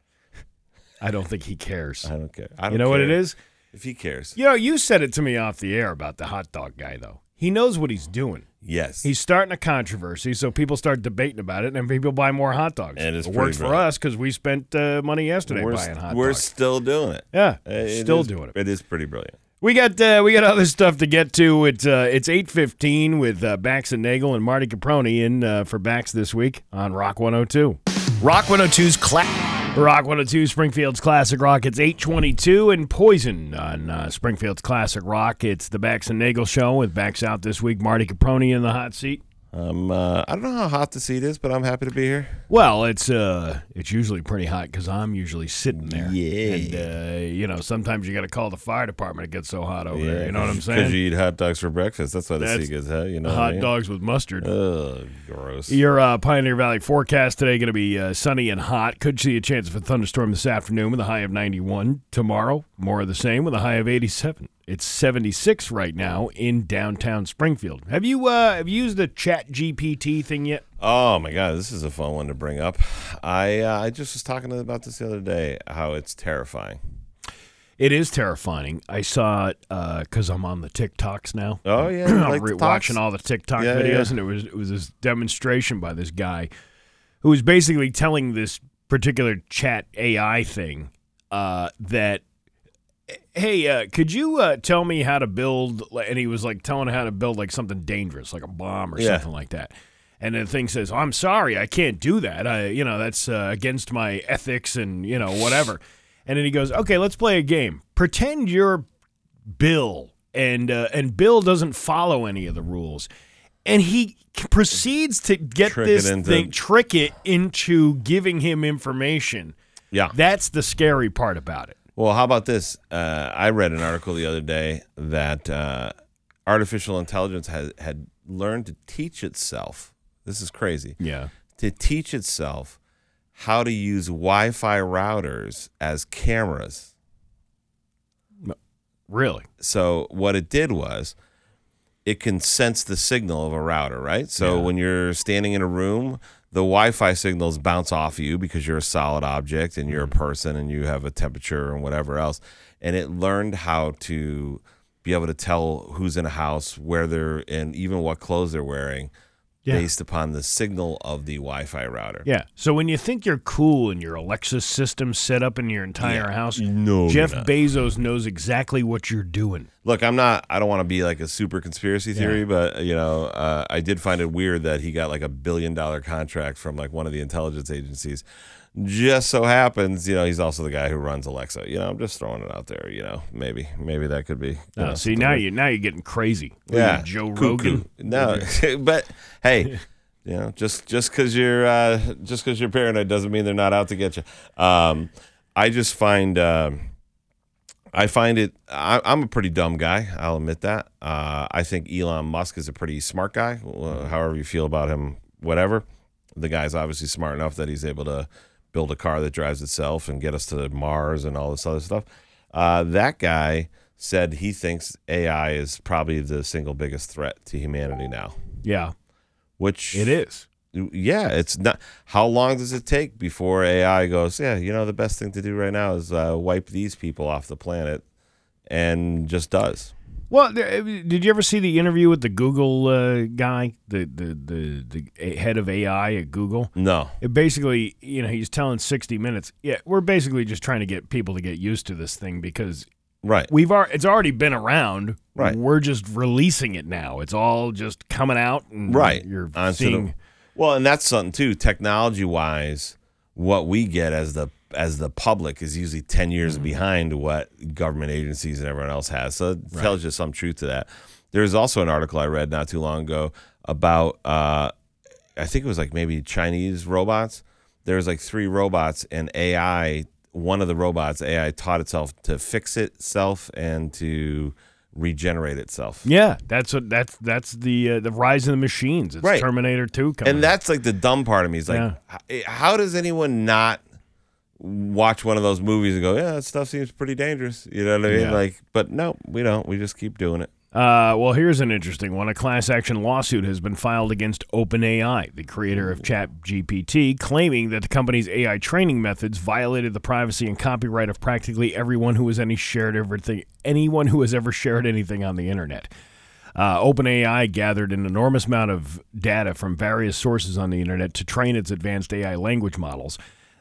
S1: I don't think he cares.
S2: I don't care. I don't
S1: you know what it
S2: care
S1: is?
S2: If he cares.
S1: You know, you said it to me off the air about the hot dog guy, though. He knows what he's doing.
S2: Yes.
S1: He's starting a controversy, so people start debating about it, and then people buy more hot dogs.
S2: And it's
S1: it works
S2: pretty
S1: for
S2: bad.
S1: us because we spent uh, money yesterday
S2: we're
S1: buying hot
S2: we're
S1: dogs.
S2: still doing it.
S1: Yeah, still
S2: is-
S1: doing it.
S2: It is pretty brilliant.
S1: We got uh, we got other stuff to get to. It's uh, it's eight fifteen with uh, Bax and Nagel and Marty Caproni in uh, for Bax this week on Rock one hundred two. Rock one hundred two's class. Rock one hundred two Springfield's classic rock. It's eight twenty two and Poison on uh, Springfield's classic rock. It's the Bax and Nagel show with Bax out this week. Marty Caproni in the hot seat.
S2: Um, uh, I don't know how hot the seat is, but I'm happy to be here.
S1: Well, it's uh, it's usually pretty hot because I'm usually sitting there.
S2: Yeah.
S1: and uh, you know sometimes you got to call the fire department. It gets so hot over there. You know what I'm
S2: Because
S1: saying?
S2: you eat hot dogs for breakfast. That's why the
S1: That's
S2: seat is hot. You know,
S1: hot dogs with mustard.
S2: Ugh, gross.
S1: Your uh, Pioneer Valley forecast today going to be uh, sunny and hot. Could see a chance of a thunderstorm this afternoon with a high of 91. Tomorrow, more of the same with a high of 87. It's 76 right now in downtown Springfield. Have you uh, have you used the Chat GPT thing yet?
S2: Oh my god, this is a fun one to bring up. I uh, I just was talking about this the other day. How it's terrifying.
S1: It is terrifying. I saw it because I'm on the TikToks now.
S2: Oh, yeah, you
S1: I'm
S2: like
S1: re-
S2: the talks?
S1: watching all the TikTok
S2: Yeah,
S1: videos,
S2: yeah.
S1: and it was it was this demonstration by this guy who was basically telling this particular chat AI thing uh, that. Hey, uh, could you uh, tell me how to build? And he was like telling how to build like something dangerous, like a bomb or
S2: Yeah.
S1: something like that. And the thing says, "I'm sorry, I can't do that. I, you know, that's uh, against my ethics and you know whatever." And then he goes, "Okay, let's play a game. Pretend you're Bill, and uh, and Bill doesn't follow any of the rules, and he c- proceeds to get
S2: Trick it
S1: this
S2: into-
S1: thing, trick it into giving him information.
S2: Yeah.
S1: That's the scary part about it.
S2: Well, how about this? Uh, I read an article the other day that uh, artificial intelligence has had learned to teach itself. This is crazy.
S1: Yeah.
S2: To teach itself how to use Wi-Fi routers as cameras.
S1: Really?
S2: So what it did was it can sense the signal of a router, right? So when you're standing in a room, the Wi-Fi signals bounce off you because you're a solid object and you're a person and you have a temperature and whatever else. And it learned how to be able to tell who's in a house, where they're and even what clothes they're wearing
S1: Yeah.
S2: based upon the signal of the Wi-Fi router.
S1: Yeah. So when you think you're cool and your Alexa system set up in your entire
S2: Yeah.
S1: house,
S2: No, you're
S1: Jeff
S2: not.
S1: Bezos knows exactly what you're doing.
S2: Look, I'm not. I don't want to be like a super conspiracy theory,
S1: Yeah.
S2: but you know, uh, I did find it weird that he got like a billion dollar contract from like one of the intelligence agencies. Just so happens, you know, he's also the guy who runs Alexa. You know, I'm just throwing it out there. You know, maybe, maybe that could be. you
S1: Oh,
S2: know,
S1: see
S2: something
S1: now
S2: weird.
S1: you now you're getting crazy. Look
S2: yeah,
S1: at Joe
S2: cuckoo.
S1: Rogan.
S2: No, but hey, you know, just just because you're uh, just because you're paranoid doesn't mean they're not out to get you. Um, I just find um I find it. I, I'm a pretty dumb guy. I'll admit that. Uh, I think Elon Musk is a pretty smart guy. uh, However you feel about him, whatever. The guy's obviously smart enough that he's able to build a car that drives itself and get us to Mars and all this other stuff. Uh, that guy said he thinks AI is probably the single biggest threat to humanity now.
S1: Yeah.
S2: Which
S1: It is.
S2: yeah, it's not. How long does it take before AI goes? Yeah, you know the best thing to do right now is uh, wipe these people off the planet, and just does.
S1: Well, th- did you ever see the interview with the Google uh, guy, the, the the the head of AI at Google?
S2: No.
S1: It basically, you know, he's telling 60 Minutes, yeah, we're basically just trying to get people to get used to this thing because
S2: right,
S1: we've ar- it's already been around.
S2: Right.
S1: We're just releasing it now. It's all just coming out. And
S2: right
S1: You're
S2: Onto the-
S1: seeing.
S2: well and that's something too technology wise what we get as the as the public is usually 10 years
S1: Mm-hmm.
S2: behind what government agencies and everyone else has so it tells you some truth to that there's also an article i read not too long ago about uh i think it was like maybe chinese robots there's like three robots and ai one of the robots ai taught itself to fix itself and to regenerate itself
S1: Yeah, that's what that's that's the uh, the rise of the machines. It's
S2: Right.
S1: Terminator 2 coming.
S2: and that's like the dumb part of me is like, h- eh, how does anyone not watch one of those movies and go, yeah, that stuff seems pretty dangerous? You know what I mean?
S1: Yeah.
S2: Like, but no, we don't. We just keep doing it.
S1: Uh, well, here's an interesting one. A class action lawsuit has been filed against OpenAI, the creator of ChatGPT, claiming that the company's AI training methods violated the privacy and copyright of practically everyone who has any shared everything, anyone who has ever shared anything on the internet. Uh, OpenAI gathered an enormous amount of data from various sources on the internet to train its advanced AI language models.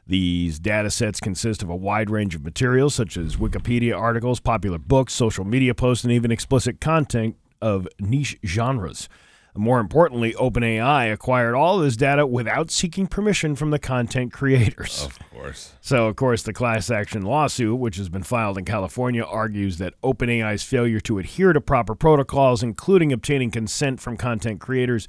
S1: These data sets consist of a wide range of materials such as Wikipedia articles, popular books, social media posts, and even explicit content of niche genres. More importantly, OpenAI acquired all this data without seeking permission from the content creators.
S2: Of course.
S1: So, of course, the class action lawsuit, which has been filed in California, argues that OpenAI's failure to adhere to proper protocols, including obtaining consent from content creators,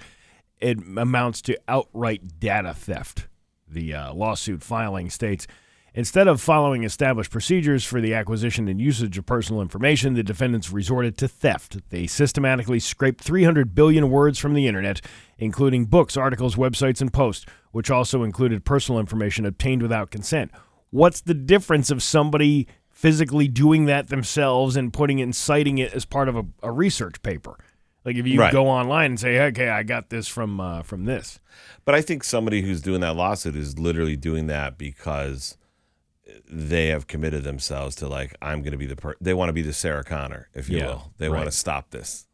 S1: it amounts to outright data theft. The uh, lawsuit filing states instead of following established procedures for the acquisition and usage of personal information, the defendants resorted to theft. They systematically scraped 300 billion words from the internet, including books, articles, websites, and posts, which also included personal information obtained without consent. What's the difference of somebody physically doing that themselves and putting it and citing it as part of a, a research paper? Like if you
S2: Right.
S1: go online and say, "Okay, I got this from uh, from this."
S2: But I think somebody who's doing that lawsuit is literally doing that because they have committed themselves to like, I'm going to be the per- they want to be the Sarah Connor, if you
S1: Yeah,
S2: will. They
S1: right.
S2: want to stop this.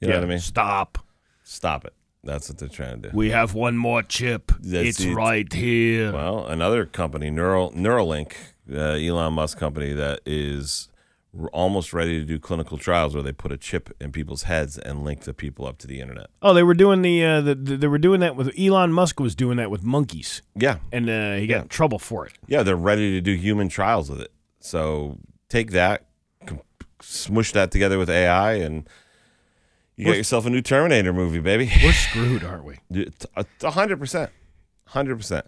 S2: You know
S1: Yeah,
S2: what I mean?
S1: Stop.
S2: Stop it. That's what they're trying to do.
S1: We have one more chip.
S2: That's
S1: it's
S2: it.
S1: right here.
S2: Well, another company, Neural Neuralink, uh, Elon Musk company that is r- almost ready to do clinical trials where they put a chip in people's heads and link the people up to the internet.
S1: Oh, they were doing the, uh, the, the they were doing that with Elon Musk was doing that with monkeys,
S2: Yeah,
S1: and uh, he got in trouble for it.
S2: yeah, they're ready to do human trials with it. So take that, com- smush that together with AI, and you got
S1: We're-
S2: yourself a new Terminator movie, baby.
S1: We're screwed, aren't we?
S2: hundred percent, hundred percent.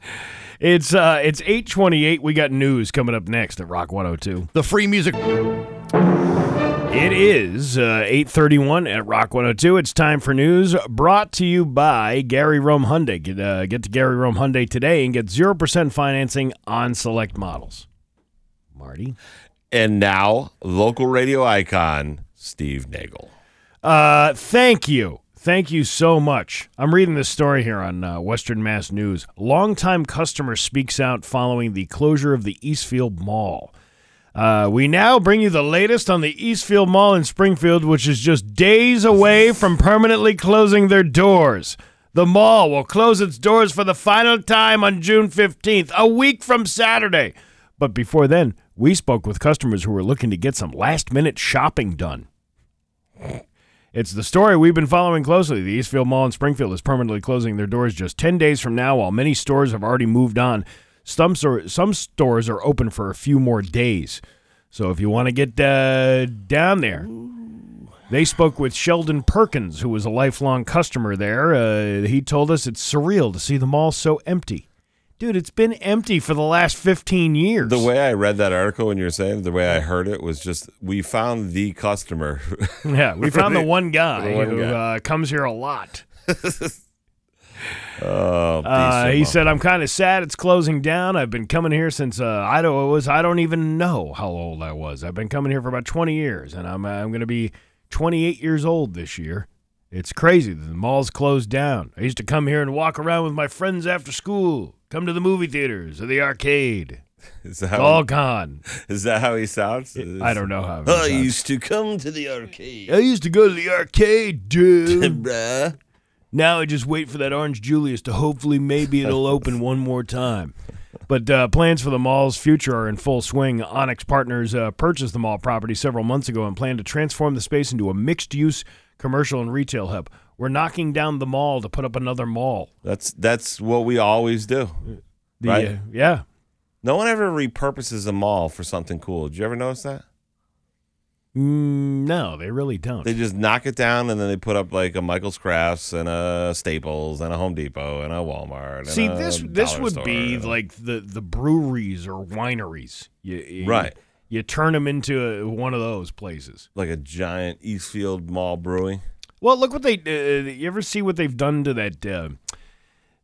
S1: It's uh, it's eight twenty eight. We got news coming up next at Rock one hundred two.
S5: The free music.
S1: It is uh, eight thirty one at Rock one hundred two. It's time for news brought to you by Gary Rome Hyundai. Get, uh, get to Gary Rome Hyundai today and get zero percent financing on select models. Marty.
S2: And now, local radio icon Steve Nagel.
S1: Uh, thank you. Thank you so much. I'm reading this story here on uh, Western Mass News. Longtime customer speaks out following the closure of the Eastfield Mall. Uh, we now bring you the latest on the Eastfield Mall in Springfield, which is just days away from permanently closing their doors. The mall will close its doors for the final time on June 15th, a week from Saturday. But before then, we spoke with customers who were looking to get some last minute shopping done. It's the story we've been following closely. The Eastfield Mall in Springfield is permanently closing their doors just 10 days from now, while many stores have already moved on. Some, stor- some stores are open for a few more days. So if you want to get uh, down there, they spoke with Sheldon Perkins, who was a lifelong customer there. Uh, he told us it's surreal to see the mall so empty. Dude, it's been empty for the last 15 years.
S2: The way I read that article when you were saying, it, the way I heard it was just, we found the customer.
S1: yeah, we found the one guy
S2: The one
S1: who
S2: guy.
S1: Uh, comes here a lot.
S2: oh,
S1: Uh,
S2: piece of
S1: he
S2: mu-
S1: said, "I'm kind of sad it's closing down. I've been coming here since uh, I don't was I don't even know how old I was. I've been coming here for about 20 years, and I'm I'm going to be 28 years old this year. It's crazy that the mall's closed down. I used to come here and walk around with my friends after school, come to the movie theaters or the arcade.
S2: Is that
S1: All gone.
S2: Is that how he sounds?
S1: I don't know how.
S2: I used to come to the arcade.
S1: I used to go to the arcade, dude. Now I just wait for that Orange Julius to hopefully maybe it'll open one more time. But uh, plans for the mall's future are in full swing. Onyx Partners uh, purchased the mall property several months ago and plan to transform the space into a mixed use commercial and retail hub. We're knocking down the mall to put up another mall.
S2: That's that's what we always do.
S1: The,
S2: right?
S1: uh, yeah.
S2: No one ever repurposes a mall for something cool. Did you ever notice that?
S1: Mm, no, they really don't.
S2: They just knock it down and then they put up like a Michael's Crafts and a Staples and a Home Depot and a Walmart. And
S1: See,
S2: a
S1: this this
S2: dollar
S1: would
S2: store
S1: be
S2: and a-
S1: like the the breweries or wineries. You, you-
S2: Right.
S1: You turn them into uh one of those places.
S2: like a giant Eastfield Mall Brewing.
S1: Well, look what they. Uh, you ever see what they've done to that? Uh,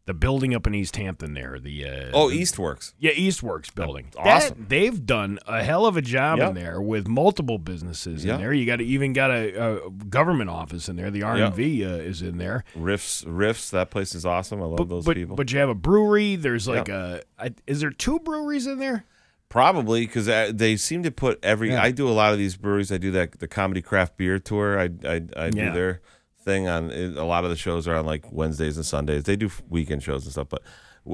S1: the building up in East Hampton there. The uh,
S2: Oh,
S1: the-
S2: Eastworks.
S1: Yeah, Eastworks building.
S2: awesome.
S1: That- they've done a hell of a job
S2: Yep.
S1: in there with multiple businesses
S2: Yep.
S1: in there. You got even got a, a government office in there. The R and V uh, is in there.
S2: Riffs, riffs. That place is awesome. I love those
S1: but,
S2: people.
S1: but you have a brewery. There's
S2: Yeah.
S1: like a, I, is there two breweries in there?
S2: Probably because they seem to put every.
S1: Yeah.
S2: I do a lot of these breweries. I do that the comedy craft beer tour. I I, I do
S1: Yeah.
S2: their thing on. A lot of the shows are on like Wednesdays and Sundays. They do weekend shows and stuff. But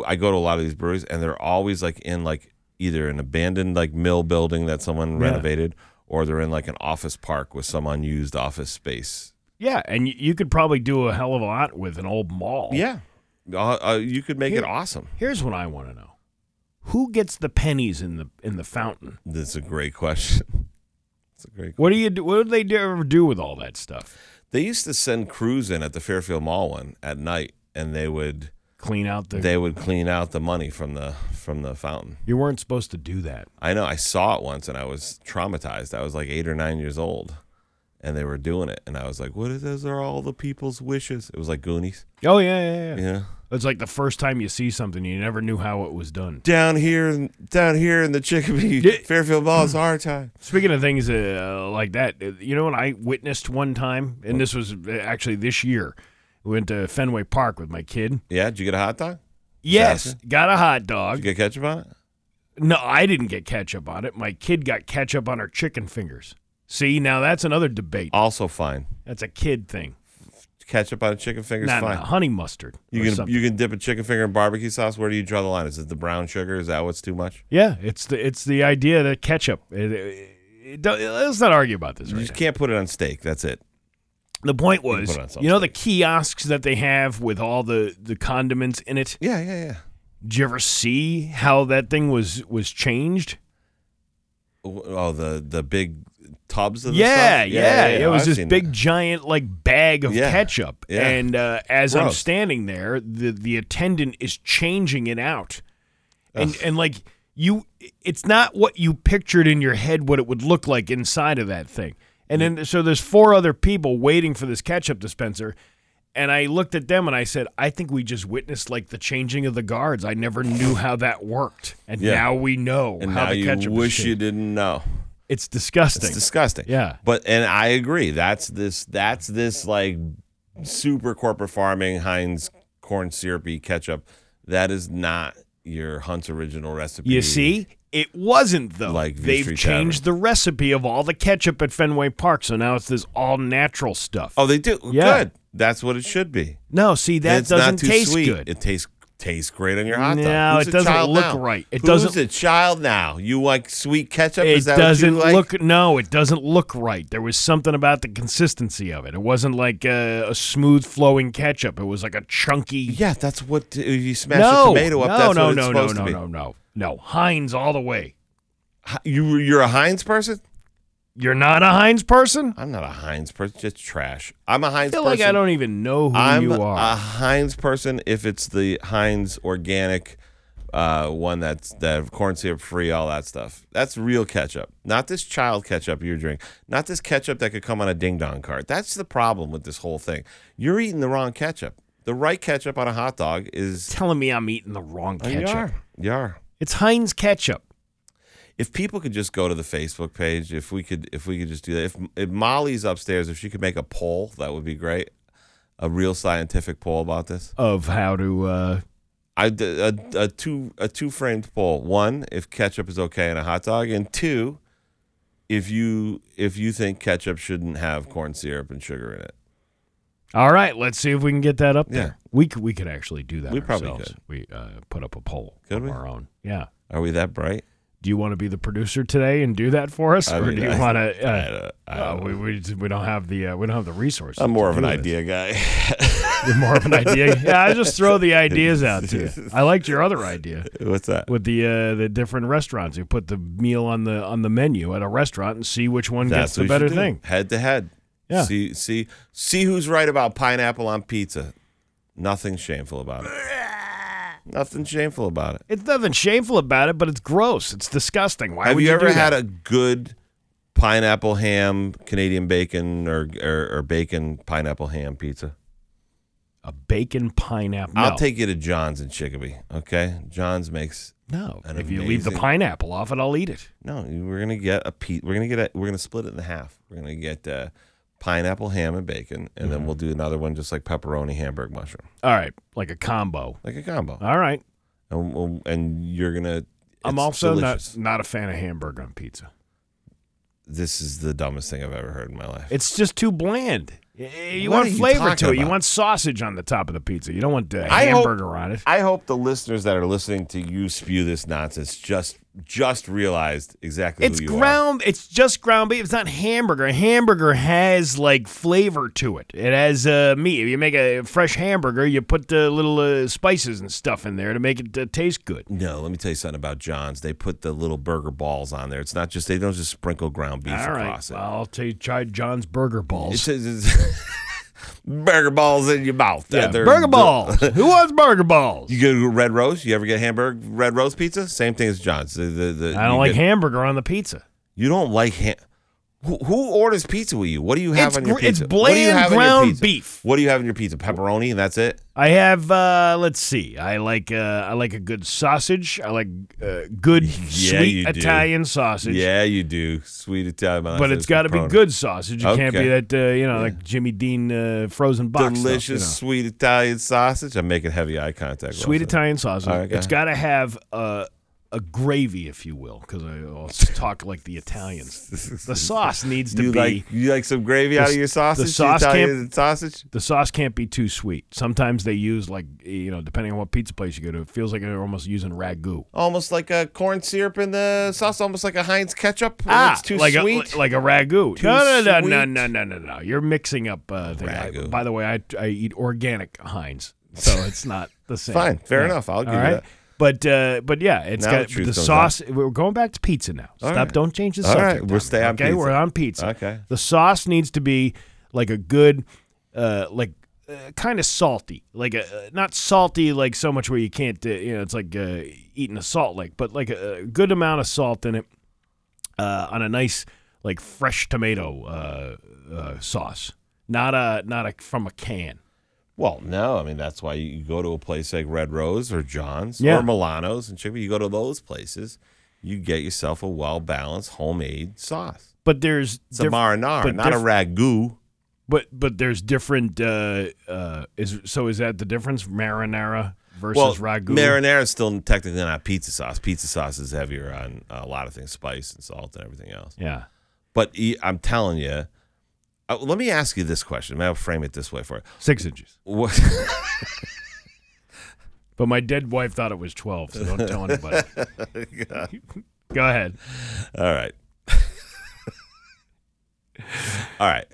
S2: I go to a lot of these breweries and they're always like in like either an abandoned like mill building that someone
S1: Yeah.
S2: renovated, or they're in like an office park with some unused office space.
S1: Yeah, and you, you could probably do a hell of a lot with an old mall.
S2: Yeah, uh, uh, you could make it
S1: Here-
S2: awesome.
S1: Here's what I want to know: Who gets the pennies in the in the fountain?
S2: That's a great question. That's a great.
S1: What do you do, what do they do- ever do with all that stuff?
S2: They used to send crews in at the Fairfield Mall one at night, and they would
S1: Clean out the.
S2: they would clean out the money from the from the fountain.
S1: you weren't supposed to do that.
S2: I know. I saw it once, and I was traumatized. I was like eight or nine years old, and they were doing it, and I was like, "What is those? Are all the people's wishes?" It was like Goonies.
S1: Oh yeah, yeah, yeah.
S2: Yeah.
S1: It's like the first time you see something, you never knew how it was done.
S2: Down here, down here in the Chicopee Fairfield Mall is our time.
S1: Speaking of things uh, like that, uh, you know what I witnessed one time, and this was uh, actually this year. We went to Fenway Park with my kid.
S2: Yeah. Did you get a hot dog?
S1: Yes,
S2: Disaster?
S1: got a hot dog.
S2: Did you get ketchup on it?
S1: No, I didn't get ketchup on it. My kid got ketchup on her chicken fingers. See, now that's another debate.
S2: Also fine.
S1: That's a kid thing.
S2: Ketchup on a chicken finger's
S1: Not
S2: fine.
S1: honey mustard. or
S2: You can
S1: something.
S2: you can dip a chicken finger in barbecue sauce. Where do you draw the line? Is it the brown sugar? Is that what's too much?
S1: yeah, it's the it's the idea that ketchup. It, it, it, don't- let's not argue about this.
S2: You
S1: Right
S2: just
S1: now.
S2: can't put it on steak. That's it.
S1: The point
S2: You can
S1: was,
S2: put it on
S1: you know, the kiosks that they have with all the the condiments in it.
S2: Yeah, yeah, yeah.
S1: Did you ever see how that thing was was changed?
S2: Oh, the the big tubs of the
S1: Yeah,
S2: stuff?
S1: yeah, It was
S2: I've
S1: this
S2: seen
S1: big
S2: that.
S1: giant like bag of
S2: Yeah,
S1: ketchup,
S2: yeah.
S1: and uh, as I'm
S2: Gross.
S1: standing there, the the attendant is changing it out, and and like you, it's not what you pictured in your head what it would look like inside of that thing, and then so there's four other people waiting for this ketchup dispenser. And I looked at them and I said, I think we just witnessed like the changing of the guards. I never knew how that worked. And
S2: Yeah.
S1: now we know
S2: And
S1: how
S2: now
S1: the
S2: you
S1: ketchup is
S2: wish you
S1: changed.
S2: didn't know.
S1: It's disgusting.
S2: It's disgusting.
S1: Yeah.
S2: But and I agree. That's this. That's this like super corporate farming Heinz corn syrupy ketchup. That is not your Hunt's original recipe.
S1: You see, it wasn't though.
S2: Like V
S1: they've
S2: Street
S1: changed the recipe of all the ketchup at Fenway Park, so now it's this all natural stuff.
S2: Oh, they do.
S1: Yeah.
S2: Good. That's what it should be.
S1: No, see that
S2: it's
S1: doesn't
S2: not too
S1: taste
S2: sweet.
S1: good.
S2: It tastes tastes great on your hot dog.
S1: No,
S2: Who's
S1: it
S2: a
S1: doesn't
S2: child
S1: look
S2: now?
S1: right. It
S2: Who's
S1: doesn't-
S2: a child now. You like sweet ketchup?
S1: It
S2: Is that
S1: doesn't
S2: what you like?
S1: look no, it doesn't look right. There was something about the consistency of it. It wasn't like uh, a, a smooth flowing ketchup. It was like a chunky.
S2: Yeah, that's what if you smash
S1: no,
S2: a tomato up.
S1: no,
S2: that's
S1: no,
S2: what it's
S1: no, no,
S2: supposed
S1: no,
S2: to be.
S1: no, no, no. Heinz all the way.
S2: Hi- You you're a Heinz person?
S1: You're not a Heinz person.
S2: I'm not a Heinz person. Just trash. I'm a
S1: I
S2: Heinz
S1: feel
S2: person.
S1: like I don't even know who
S2: I'm
S1: you are.
S2: a Heinz person if it's the Heinz organic uh, one that's that corn syrup free, all that stuff. That's real ketchup, not this child ketchup you're drinking, not this ketchup that could come on a ding dong cart. That's the problem with this whole thing. You're eating the wrong ketchup. The right ketchup on a hot dog is
S1: telling me I'm eating the wrong
S2: Oh, you
S1: ketchup.
S2: are. You are.
S1: It's Heinz ketchup.
S2: If people could just go to the Facebook page, if we could, if we could just do that. If, if Molly's upstairs, if she could make a poll, that would be great. A real scientific poll about this.
S1: of how to uh,
S2: I d- a, a two a two framed poll. One, if ketchup is okay in a hot dog, and two, if you if you think ketchup shouldn't have corn syrup and sugar in it.
S1: All right, let's see if we can get that up there.
S2: Yeah.
S1: We could, we could actually do that.
S2: We probably
S1: ourselves.
S2: could.
S1: We uh, put up a poll
S2: Could
S1: of
S2: we?
S1: our own. Yeah.
S2: Are we that bright?
S1: Do you want to be the producer today and do that for us,
S2: I
S1: or
S2: mean,
S1: do you
S2: I-
S1: want to?
S2: I
S1: Uh,
S2: don't- I
S1: uh, we, we we don't have the uh, we don't have the resources.
S2: I'm more
S1: to
S2: of an
S1: do this.
S2: idea guy.
S1: You're more of an idea. Yeah, I just throw the ideas out to you. I liked your other idea
S2: What's that?
S1: with the uh, the different restaurants. You put the meal on the on the menu at a restaurant and see which one gets
S2: That's
S1: the
S2: what you
S1: better
S2: should do.
S1: thing.
S2: Head to head.
S1: Yeah.
S2: See see see who's right about pineapple on pizza. Nothing shameful about it. Nothing shameful about it.
S1: It's nothing shameful about it, but it's gross. It's disgusting. Why
S2: Have
S1: would
S2: you,
S1: you,
S2: ever
S1: do
S2: had
S1: that?
S2: a good pineapple ham, Canadian bacon, or or, or bacon pineapple ham pizza?
S1: a bacon pineapple?
S2: I'll
S1: No.
S2: take you to John's in Chicopee. Okay, John's makes
S1: no.
S2: an
S1: If you leave the
S2: amazing-
S1: pineapple off it, I'll eat it.
S2: No, you- we're gonna get a pe- We're gonna get a, We're gonna split it in half. We're gonna get uh, pineapple ham and bacon, and
S1: Mm-hmm.
S2: then we'll do another one just like pepperoni, hamburg, mushroom,
S1: All right, like a combo.
S2: like a combo.
S1: All right.
S2: And, we'll- and you're gonna.
S1: Uh, I'm
S2: it's
S1: also
S2: delicious.
S1: not not a fan of hamburger on pizza.
S2: This is the dumbest thing I've ever heard in my life.
S1: It's just too bland. Y- You
S2: What are
S1: want
S2: you
S1: flavor to
S2: talking
S1: it. You
S2: about?
S1: want sausage on the top of the pizza. You don't want uh,
S2: I hope-
S1: hamburger on it.
S2: I hope the listeners that are listening to you spew this nonsense just just realized exactly
S1: It's
S2: who you
S1: ground. It's just ground beef. It's not hamburger. A hamburger has like flavor to it. It has uh, meat. If you make a fresh hamburger, you put the little uh, spices and stuff in there to make it uh, taste good.
S2: are. No, let me tell you something about John's. They put the little burger balls on there. It's not just they don't just sprinkle ground beef
S1: All right.
S2: across
S1: Well,
S2: it.
S1: I'll take try John's burger
S2: It
S1: balls.
S2: says it's- burger balls in your mouth.
S1: Yeah,
S2: They're-
S1: burger balls. Who wants burger balls?
S2: You go to red roast. You ever get hamburg red roast pizza? Same thing as John's. The- the- the-
S1: I don't
S2: you
S1: like
S2: get-
S1: hamburger on the pizza.
S2: You don't like ham. Who, who orders pizza with you? What do you have
S1: It's
S2: on your
S1: gr- it's
S2: pizza? What do you
S1: bland
S2: have on your
S1: ground
S2: pizza?
S1: beef.
S2: What do you have in your pizza? Pepperoni. and That's it.
S1: I have. Uh, let's see. I like. Uh, I like a good sausage. I like uh, good sweet
S2: you do.
S1: Italian sausage.
S2: Yeah, you do. Sweet Italian
S1: But it's got to be good sausage. It can't be
S2: Okay.
S1: that uh, you know, like Jimmy Dean uh, frozen box. stuff, you
S2: Delicious
S1: know.
S2: sweet Italian sausage. I'm making heavy eye contact.
S1: sweet Italian sausage.
S2: All right, go
S1: It's
S2: ahead.
S1: got to have a, a gravy, if you will, because I I'll talk like the Italians. The sauce needs to
S2: You
S1: be.
S2: like you like some gravy out
S1: the-
S2: of your sausage?
S1: The sauce
S2: Italian
S1: can't,
S2: sausage.
S1: The sauce can't be too sweet. Sometimes they use like you know, depending on what pizza place you go to, it feels like they're almost using ragu.
S2: Almost like a corn syrup in the sauce. Almost like a Heinz ketchup. it's too
S1: Ah, like
S2: sweet.
S1: a like a ragu.
S2: Too
S1: no, no, no, no,
S2: sweet.
S1: no, no, no, no. You're mixing up uh, things. I-
S2: Ragu.
S1: by the way, I I eat organic Heinz, so it's not the same.
S2: Fine, fair
S1: Yeah.
S2: enough. I'll give
S1: All
S2: you
S1: right?
S2: that.
S1: But uh, but yeah, it's
S2: Now
S1: got
S2: the truth
S1: the
S2: comes
S1: sauce. We're going back to pizza now.
S2: All
S1: Stop!
S2: right.
S1: Don't change the
S2: All
S1: subject.
S2: right, we're
S1: on
S2: stay
S1: me,
S2: on
S1: okay?
S2: pizza.
S1: We're on pizza.
S2: Okay.
S1: The sauce needs to be like a good, uh, like uh, kind of salty, like a not salty like so much where you can't, uh, you know, it's like uh, eating a salt lick, but like a, a good amount of salt in it, uh, on a nice like fresh tomato uh, uh, sauce, not a not a from a can.
S2: Well, no, I mean that's why you go to a place like Red Rose or John's
S1: Yeah.
S2: or Milano's and Chickpea. You go to those places, you get yourself a well balanced homemade sauce.
S1: But there's
S2: It's a
S1: diff-
S2: marinara,
S1: but
S2: not a
S1: diff-
S2: ragu.
S1: But but there's different. Uh, uh, is so is that the difference marinara versus
S2: well,
S1: ragu?
S2: marinara is still technically not pizza sauce. Pizza sauce is heavier on uh, a lot of things, spice and salt and everything else.
S1: yeah.
S2: But e- I'm telling you, uh, let me ask you this question. Maybe I'll frame it this way for you.
S1: Six inches.
S2: What,
S1: But my dead wife thought it was twelve, so don't tell anybody. Go ahead.
S2: All right. All right.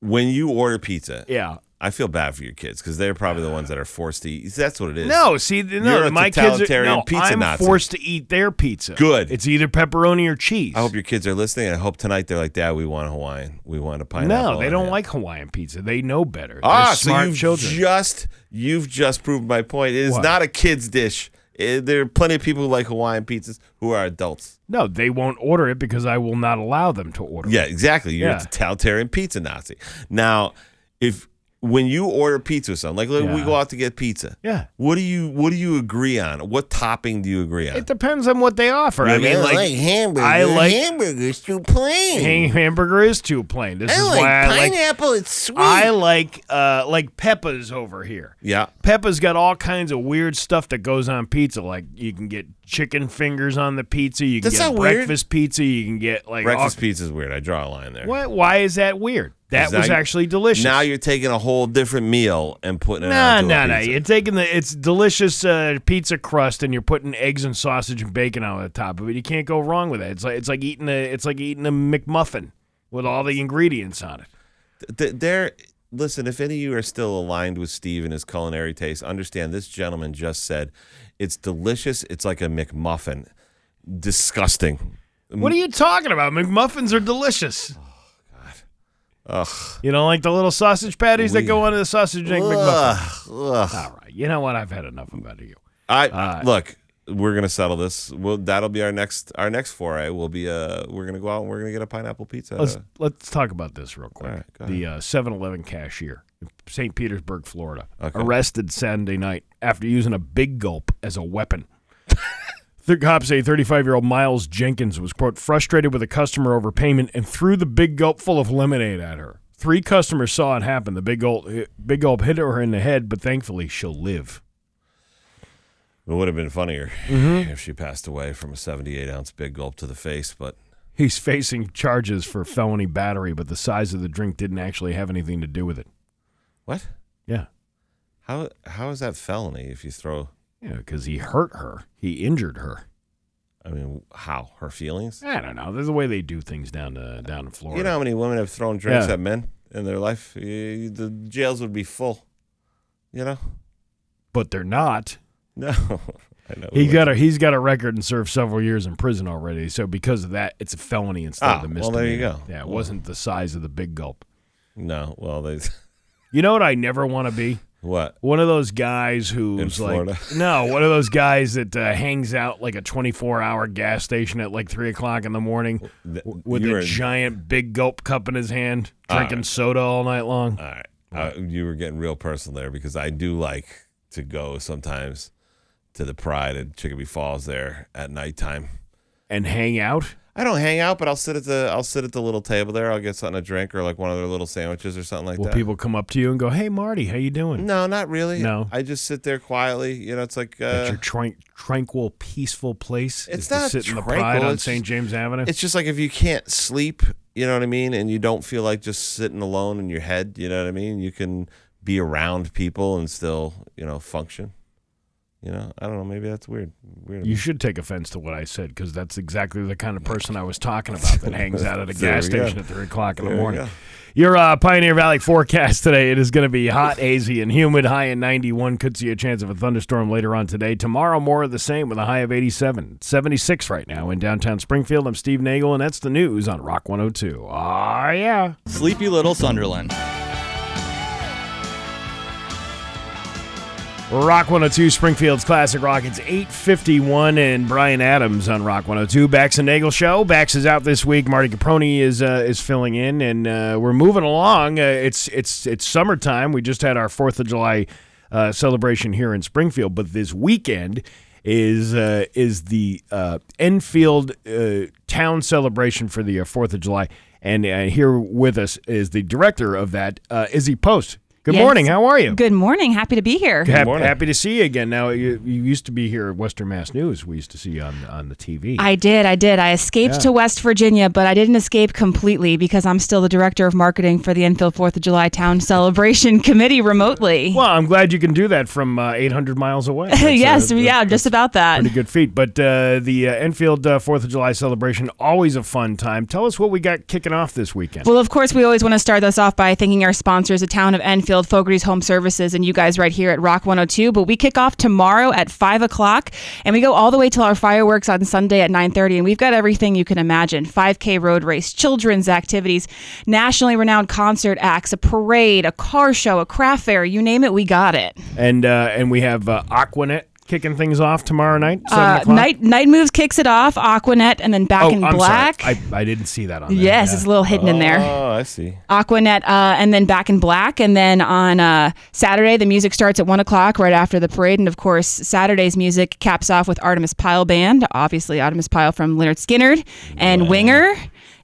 S2: When you order pizza,
S1: Yeah.
S2: I feel bad for your kids because they're probably the ones that are forced to eat. That's what it is.
S1: No, see, th- no,
S2: You're a
S1: my kids are
S2: totalitarian
S1: no,
S2: pizza
S1: I'm
S2: Nazi.
S1: forced to eat their pizza.
S2: Good.
S1: It's either pepperoni or cheese.
S2: I hope your kids are listening. and I hope tonight they're like, Dad, we want Hawaiian. We want a pineapple.
S1: no, they
S2: on
S1: don't
S2: it."
S1: like Hawaiian pizza. They know better. They're
S2: Ah, so
S1: smart
S2: you've
S1: children.
S2: just you've just proved my point. It is
S1: What?
S2: not a kids dish. It- there are plenty of people who like Hawaiian pizzas who are adults.
S1: no, they won't order it because I will not allow them to order. it.
S2: Yeah, exactly. You're
S1: Yeah.
S2: a totalitarian pizza Nazi. Now, if when you order pizza or something, like like, we
S1: Yeah.
S2: go out to get pizza.
S1: Yeah.
S2: What do you What do you agree on? What topping do you agree on?
S1: It depends on what they offer. I mean, like, I like
S2: hamburgers too plain.
S1: Ham- hamburger is too plain. This
S2: I
S1: is
S2: like
S1: why I like
S2: pineapple, it's sweet.
S1: I like uh, like Peppa's over here.
S2: yeah.
S1: Peppa's got all kinds of weird stuff that goes on pizza. Like you can get chicken fingers on the pizza. You can
S2: That's
S1: get
S2: not weird.
S1: breakfast pizza. You can get like
S2: Breakfast pizza is weird. I draw a line there.
S1: All, what? Why is that weird? That
S2: 'Cause now
S1: was
S2: you-
S1: actually delicious.
S2: Now you're taking a whole different meal and putting it
S1: No,
S2: onto
S1: no,
S2: a
S1: no.
S2: pizza.
S1: You're taking the it's delicious uh, pizza crust and you're putting eggs and sausage and bacon on the top of it. You can't go wrong with that. It's like it's like eating a it's like eating a McMuffin with all the ingredients on it.
S2: Th- there listen if any of you are still aligned with steve and his culinary taste understand this gentleman just said it's delicious it's like a mcmuffin disgusting
S1: What are you talking about? McMuffins are delicious.
S2: Oh, Ugh.
S1: You don't like the little sausage patties that
S2: We-
S1: go onto the sausage egg McMuffin.
S2: Ugh.
S1: All right. You know what? I've had enough about you.
S2: i look we're gonna settle this we'll, that'll be our next our next foray will be uh we're gonna go out and we're gonna get a pineapple pizza at
S1: Let's
S2: a-
S1: let's talk about this real quick. the uh, 7-Eleven cashier, in St. Petersburg, Florida, arrested Saturday night after using a big gulp as a weapon. The cops say 35-year-old Miles Jenkins was quote frustrated with a customer over payment and threw the big gulp full of lemonade at her. Three customers saw it happen. The big gulp, eh, big gulp hit her in the head, but thankfully she'll live.
S2: it would have been funnier
S1: Mhm.
S2: if she passed away from a 78 ounce big gulp to the face but
S1: He's facing charges for felony battery, but the size of the drink didn't actually have anything to do with it.
S2: What?
S1: Yeah.
S2: how how is that felony if you throw
S1: Yeah, because he hurt her. He injured her.
S2: i mean how her feelings
S1: I don't know. There's the way they do things down to, down in Florida.
S2: You know how many women have thrown drinks
S1: Yeah.
S2: at men in their life? You- The jails would be full. You know?
S1: but they're not.
S2: No, I know.
S1: He got a he's got a record and served several years in prison already. So because of that, it's a felony instead of
S2: Ah,
S1: the
S2: well,
S1: misdemeanor.
S2: there you go.
S1: Yeah, it
S2: Well.
S1: wasn't the size of the big gulp.
S2: No, well, they.
S1: You know what I never want to be?
S2: What?
S1: One of those guys who's like
S2: Florida.
S1: no, one of those guys that uh, hangs out like a twenty-four hour gas station at like three o'clock in the morning w- with
S2: you
S1: a
S2: were- Ah.
S1: giant big gulp cup in his hand,
S2: All
S1: drinking soda all night long.
S2: All right. Uh, you were getting real personal there because I do like to go sometimes to the Pride at Chicopee Falls there at nighttime
S1: and hang out.
S2: I don't hang out, but I'll sit at the I'll sit at the little table there. I'll get something to drink or like one of their little sandwiches or something like
S1: Will
S2: that.
S1: people come up to you and go, "Hey, Marty, how you doing?"
S2: No, not really.
S1: No.
S2: I just sit there quietly. You know, it's like uh,
S1: At your tran- tranquil, peaceful place.
S2: It's
S1: is to
S2: not
S1: sit in the
S2: tranquil,
S1: pride on
S2: it's-
S1: St. James Avenue.
S2: It's just like if you can't sleep, you know what I mean, and you don't feel like just sitting alone in your head, you know what I mean. You can be around people and still, you know, function. You know, I don't know. Maybe that's weird. Weird.
S1: you should take offense to what I said because that's exactly the kind of person I was talking about that hangs out at a
S2: There
S1: gas
S2: we go.
S1: station at three o'clock in the
S2: There we
S1: morning.
S2: go.
S1: Your uh, Pioneer Valley forecast today: it is going to be hot, hazy, and humid. High in 91. Could see a chance of a thunderstorm later on today. Tomorrow, more of the same with a high of 87. 76 right now in downtown Springfield. I'm Steve Nagel, and that's the news on Rock 102. Ah, yeah.
S12: Sleepy Little Sunderland.
S1: Rock 102, Springfield's Classic Rock. It's 851 and Brian Adams on Rock 102. Bax and Nagel show. Bax is out this week. Marty Caproni is uh, is filling in, and uh, we're moving along. Uh, it's it's it's summertime. We just had our 4th of July uh, celebration here in Springfield, but this weekend is uh, is the uh, Enfield uh, Town Celebration for the uh, 4th of July. And uh, here with us is the director of that, uh, Izzy Post. Good
S15: Yes.
S1: morning. How are you?
S15: Good morning. Happy to be here.
S1: Hap- Happy to see you again. Now you, you used to be here at Western Mass News. We used to see you on on the TV.
S15: I did. I did. I escaped
S1: Yeah.
S15: to West Virginia, but I didn't escape completely because I'm still the director of marketing for the Enfield 4th of July Town Celebration Committee remotely.
S1: well, I'm glad you can do that from uh, 800 miles away. That's, uh,
S15: yes,
S1: that's
S15: yeah, just about that.
S1: Pretty good feat. But uh, the uh, Enfield uh, Fourth of July celebration always a fun time. Tell us what we got kicking off this weekend.
S15: Well, of course, we always want to start this off by thanking our sponsors, the town of Enfield, Fogarty's Home Services, and you guys right here at Rock 102. But we kick off tomorrow at 5 o'clock, and we go all the way till our fireworks on Sunday at 9.30. And we've got everything you can imagine. 5K road race, children's activities, nationally renowned concert acts, a parade, a car show, a craft fair, you name it, we got it.
S1: and uh, and we have uh, Aquanet kicking things off tomorrow night? seven
S15: Uh,
S1: o'clock?
S15: night Night Moves kicks it off, Aquanet, and then Back
S1: oh,
S15: in
S1: I'm
S15: Black.
S1: Sorry. I, I didn't see that on there.
S15: Yes, it's a little hidden in there.
S2: Oh, I see.
S15: Aquanet, uh, and then Back in Black, and then on uh, Saturday the music starts at one o'clock, right after the parade, and of course Saturday's music caps off with Artemis Pyle Band, obviously Artemis Pyle from Leonard Skinnard and Winger,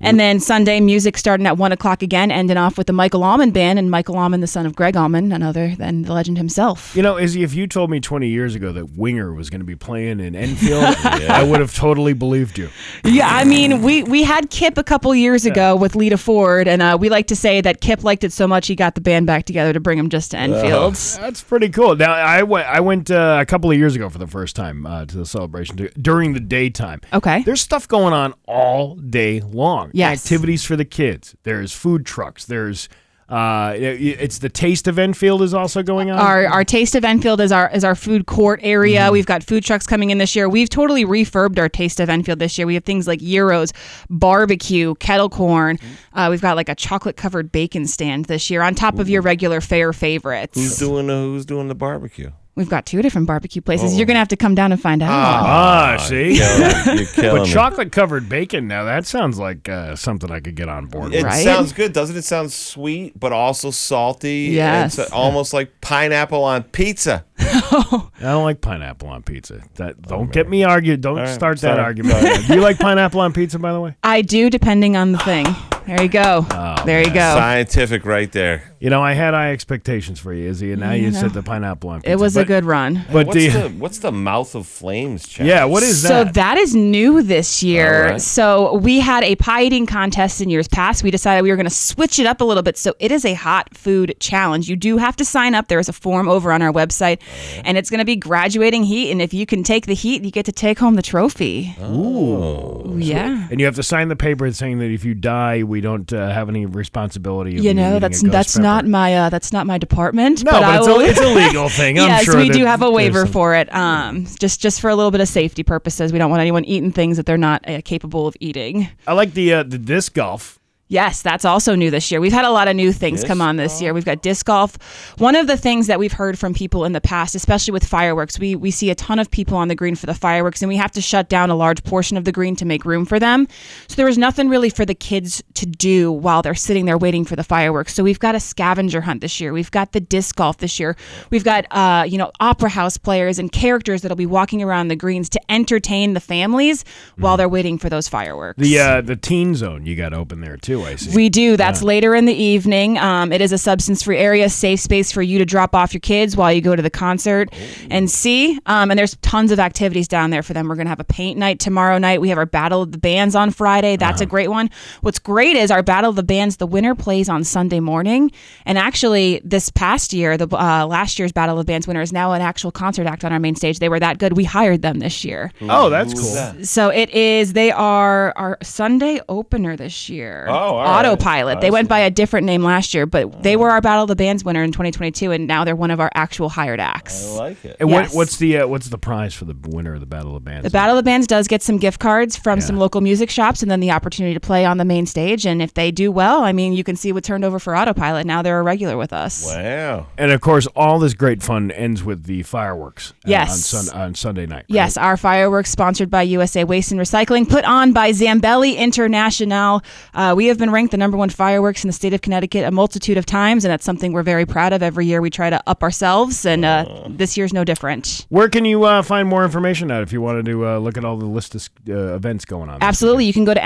S15: and then Sunday music starting at one o'clock again, ending off with the Michael Allman Band and Michael Allman, the son of Greg Allman, none other than the legend himself.
S1: You know, Izzy, if you told me 20 years ago that Winger was going to be playing in Enfield, I would have totally believed you.
S15: Yeah, I mean, we we had Kip a couple years ago with Lita Ford, and uh, we like to say that Kip liked it so much he got the band back together to bring him just to Enfield.
S1: Uh, that's pretty cool. Now, I went, I went uh, a couple of years ago for the first time uh, to the celebration du- during the daytime.
S15: Okay.
S1: There's stuff going on all day long.
S15: Yes.
S1: Activities for the kids. There's food trucks. There's. Uh, it- it's the taste of Enfield is also going on.
S15: Our our taste of Enfield is our is our food court area. We've got food trucks coming in this year. We've totally refurbed our taste of Enfield this year. We have things like gyros, barbecue, kettle corn. Uh, we've got like a chocolate covered bacon stand this year on top of your regular fair favorites.
S2: Who's doing the Who's doing the barbecue?
S15: We've got two different barbecue places. You're gonna have to come down and find out.
S1: Ah, see,
S2: killing- you're killing
S1: but
S2: me.
S1: chocolate covered bacon. Now that sounds like uh, something I could get on board.
S2: It
S1: with.
S2: sounds good, doesn't it? Sounds sweet, but also salty. and
S1: Yes.
S2: It's almost like pineapple on pizza.
S1: I don't like pineapple on pizza. That don't get me argued. Don't
S2: Oh, right,
S1: start that
S2: sorry,
S1: argument.
S2: sorry.
S1: Do you like pineapple on pizza, by the way?
S15: I do, depending on the thing. There you go. there you go.
S2: Scientific, right there.
S1: You know, I had high expectations for you, Izzy, and now you,
S15: You
S1: said
S15: know.
S1: the pineapple on pizza.
S15: It was a
S1: But-
S15: good run.
S1: But
S2: what's
S1: the,
S2: the, what's the mouth of flames? Challenge?
S1: Yeah, what is
S15: So that is new this year.
S2: All right.
S15: So we had a pie eating contest in years past. We decided we were going to switch it up a little bit. So it is a hot food challenge. You do have to sign up. There is a form over on our website, and it's going to be graduating heat. And if you can take the heat, you get to take home the trophy.
S1: Ooh.
S15: yeah.
S1: And you have to sign the paper saying that if you die, we don't uh, have any responsibility. of
S15: You
S1: eating
S15: know
S1: a
S15: that's
S1: ghost
S15: that's
S1: pepper.
S15: not my uh, that's not my department.
S1: No, but
S15: I
S1: it's a-
S15: will-
S1: it's a legal thing. I'm
S15: yes,
S1: sure
S15: we
S1: that
S15: do have a
S1: there's
S15: waiver
S1: some-
S15: for it. Um, just just for a little bit of safety purposes. We don't want anyone eating things that they're not uh, capable of eating.
S1: I like the uh, the disc golf.
S15: Yes, that's also new this year. We've had a lot of new things come on this year. We've got disc golf. One of the things that we've heard from people in the past, especially with fireworks, we we see a ton of people on the green for the fireworks and we have to shut down a large portion of the green to make room for them. So there was nothing really for the kids to do while they're sitting there waiting for the fireworks. So we've got a scavenger hunt this year. We've got the disc golf this year. We've got uh, you know, opera house players and characters that'll be walking around the greens to entertain the families while they're waiting for those fireworks.
S1: The uh, the teen zone you got open there too. I see.
S15: We do. That's
S1: Yeah.
S15: later in the evening. Um, it is a substance free area, safe space for you to drop off your kids while you go to the concert and see. Um, and there's tons of activities down there for them. We're going to have a paint night tomorrow night. We have our Battle of the Bands on Friday. That's a great one. What's great is our Battle of the Bands, the winner plays on Sunday morning. And actually, this past year, the uh, last year's Battle of the Bands winner is now an actual concert act on our main stage. They were that good. We hired them this year.
S1: Oh, that's
S2: Who's
S1: cool.
S2: that?
S15: So it is. They are our Sunday opener this year.
S2: Oh, all right.
S15: Autopilot. They went by a different name last year, but they were our Battle of the Bands winner in 2022, and now they're one of our actual hired acts.
S2: like it.
S1: And
S15: Yes.
S1: what, what's the uh, what's the prize for the winner of the Battle of Bands?
S15: The Battle of the Bands does get some gift cards from some local music shops, and then the opportunity to play on the main stage. And if they do well, I mean, you can see what turned over for Autopilot. Now they're a regular with us.
S2: Wow.
S1: And of course, all this great fun ends with the fireworks. uh,
S15: Yes.
S1: on, sun- on Sunday night.
S15: Yes, our fireworks sponsored by USA Waste and Recycling, put on by Zambelli International. Uh, we have been ranked the number one fireworks in the state of Connecticut a multitude of times, and that's something we're very proud of. Every year we try to up ourselves, and uh, this year's no different.
S1: Where can you uh, find more information at if you wanted to uh, look at all the list of uh, events going on?
S15: Absolutely. You can go to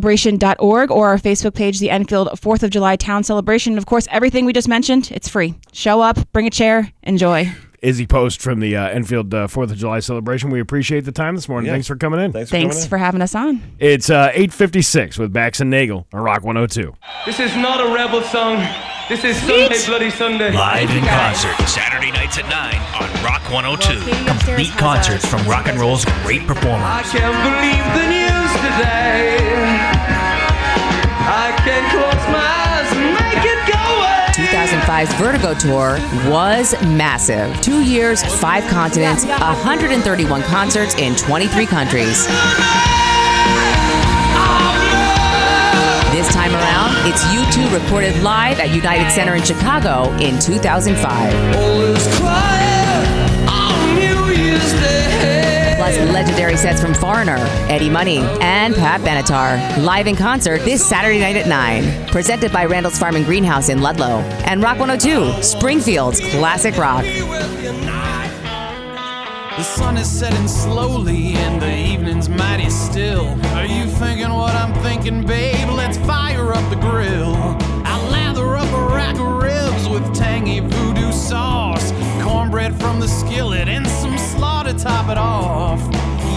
S15: EnfieldCelebration.org or our Facebook page, the Enfield 4th of July Town Celebration. And of course, everything we just mentioned, it's free. Show up, bring a chair, enjoy.
S1: Izzy Post from the uh, Enfield uh, Fourth of July celebration. We appreciate the time this morning. Thanks for coming in.
S15: Thanks for having us on.
S1: It's uh, eight fifty six with Bax and Nagel on Rock one hundred two.
S12: This is not a rebel song. This is Sunday Bloody Sunday.
S16: Live in concert, Saturday nights at 9 on Rock 102. Complete concerts from rock and roll's great performers.
S12: I can't believe the news today. I can close my eyes and make it go away.
S17: 2005's Vertigo Tour was massive. Two years, five continents, 131 concerts in 23 countries. This time around, it's U2 recorded live at United Center in Chicago in 2005.
S12: All is quiet on New Year's
S17: plus legendary sets from Foreigner, Eddie Money, and Pat Benatar. Live in concert this Saturday night at 9. Presented by Randall's Farm and Greenhouse in Ludlow and Rock 102, Springfield's classic rock.
S18: The sun is setting slowly and the evening's mighty still. Are you thinking what I'm thinking, babe? Let's fire up the grill. I lather up a rack of ribs with tangy voodoo sauce, cornbread from the skillet, and some slaw to top it off.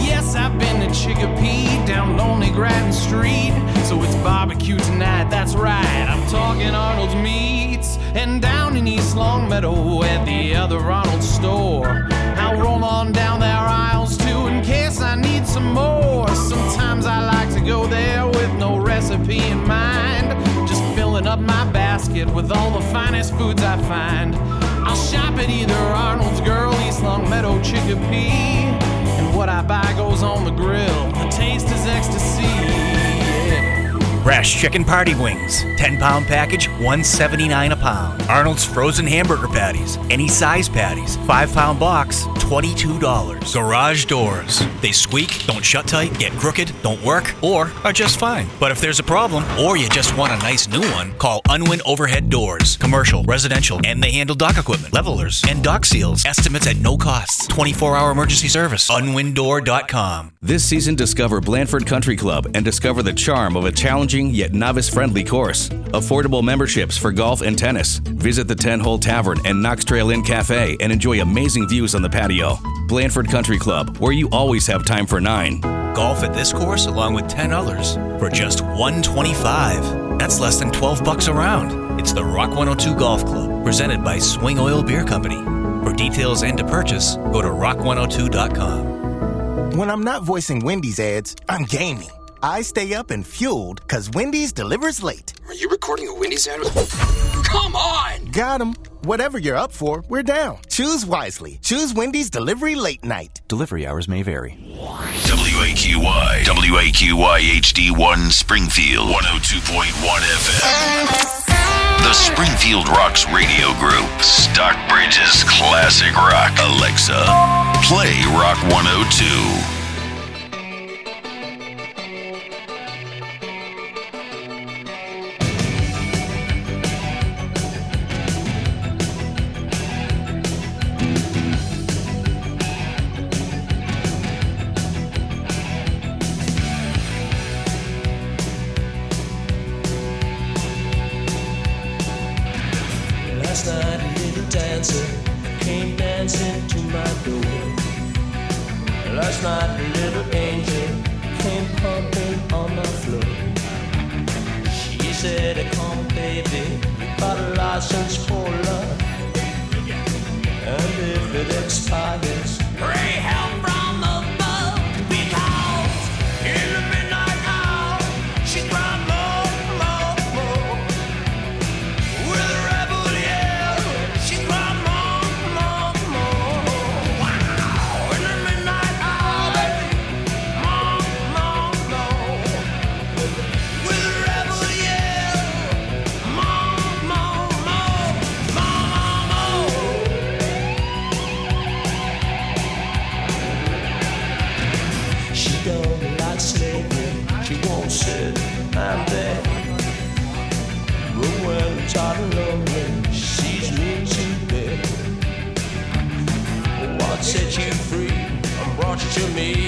S18: Yes, I've been to Chicopee down Lonely Grattan Street, so it's barbecue tonight. That's right, I'm talking Arnold's Meats, and down in East Longmeadow at the other Arnold store. I'll roll on down their aisles too in case I need some more. Sometimes I like to go there with no recipe in mind, just filling up my basket with all the finest foods I find. I'll shop at either Arnold's Girl, East Longmeadow, Chicopee, and what I buy goes on the grill. The taste is ecstasy. yeah.
S16: Brash Chicken Party Wings, 10 pound package, 179 a pound. Arnold's Frozen Hamburger Patties, any size patties, 5 pound box, $22. Garage doors, they squeak, don't shut tight, get crooked, don't work, or are just fine. But if there's a problem, or you just want a nice new one, call Unwin Overhead Doors. Commercial, residential, and they handle dock equipment, levelers, and dock seals. Estimates at no cost. 24 hour emergency service. Unwindoor.com.
S19: This season, discover Blandford Country Club and discover the charm of a challenging yet novice friendly course. Affordable memberships for golf and tennis. Visit the 10 Hole Tavern and Knox Trail Inn Cafe and enjoy amazing views on the patio. Blandford Country Club, where you always have time for nine.
S16: Golf at this course, along with 10 others, for just 125 That's less than 12 bucks a round. It's the Rock 102 Golf Club, presented by Swing Oil Beer Company. For details and to purchase, go to rock102.com.
S20: When I'm not voicing Wendy's ads, I'm gaming. I stay up and fueled because Wendy's delivers late.
S21: Are you recording a Wendy's ad? Come on!
S20: Got 'em. Whatever you're up for, we're down. Choose wisely. Choose Wendy's delivery late night.
S22: Delivery hours may vary.
S6: WAQY, WAQY HD1 Springfield, 102.1 FM. The Springfield Rocks Radio Group, Stockbridge's Classic Rock. Alexa, play Rock 102.
S23: Last night a little dancer came dancing to my door. Last night a little angel came pumping on the floor. She said, "Come, baby, you got a license for love, and if it expires, pray help from above, because in the midnight hour she cried more, more, more." With a rebel yell, she cried more, more, more. Wow! In the midnight hour, baby, more, more, more. With a rebel yell, more, more, more, more, more, more. She don't like slavery. She wants it. I'm there. The world's out of lonely. She sees me too big. What set you free and brought you to me?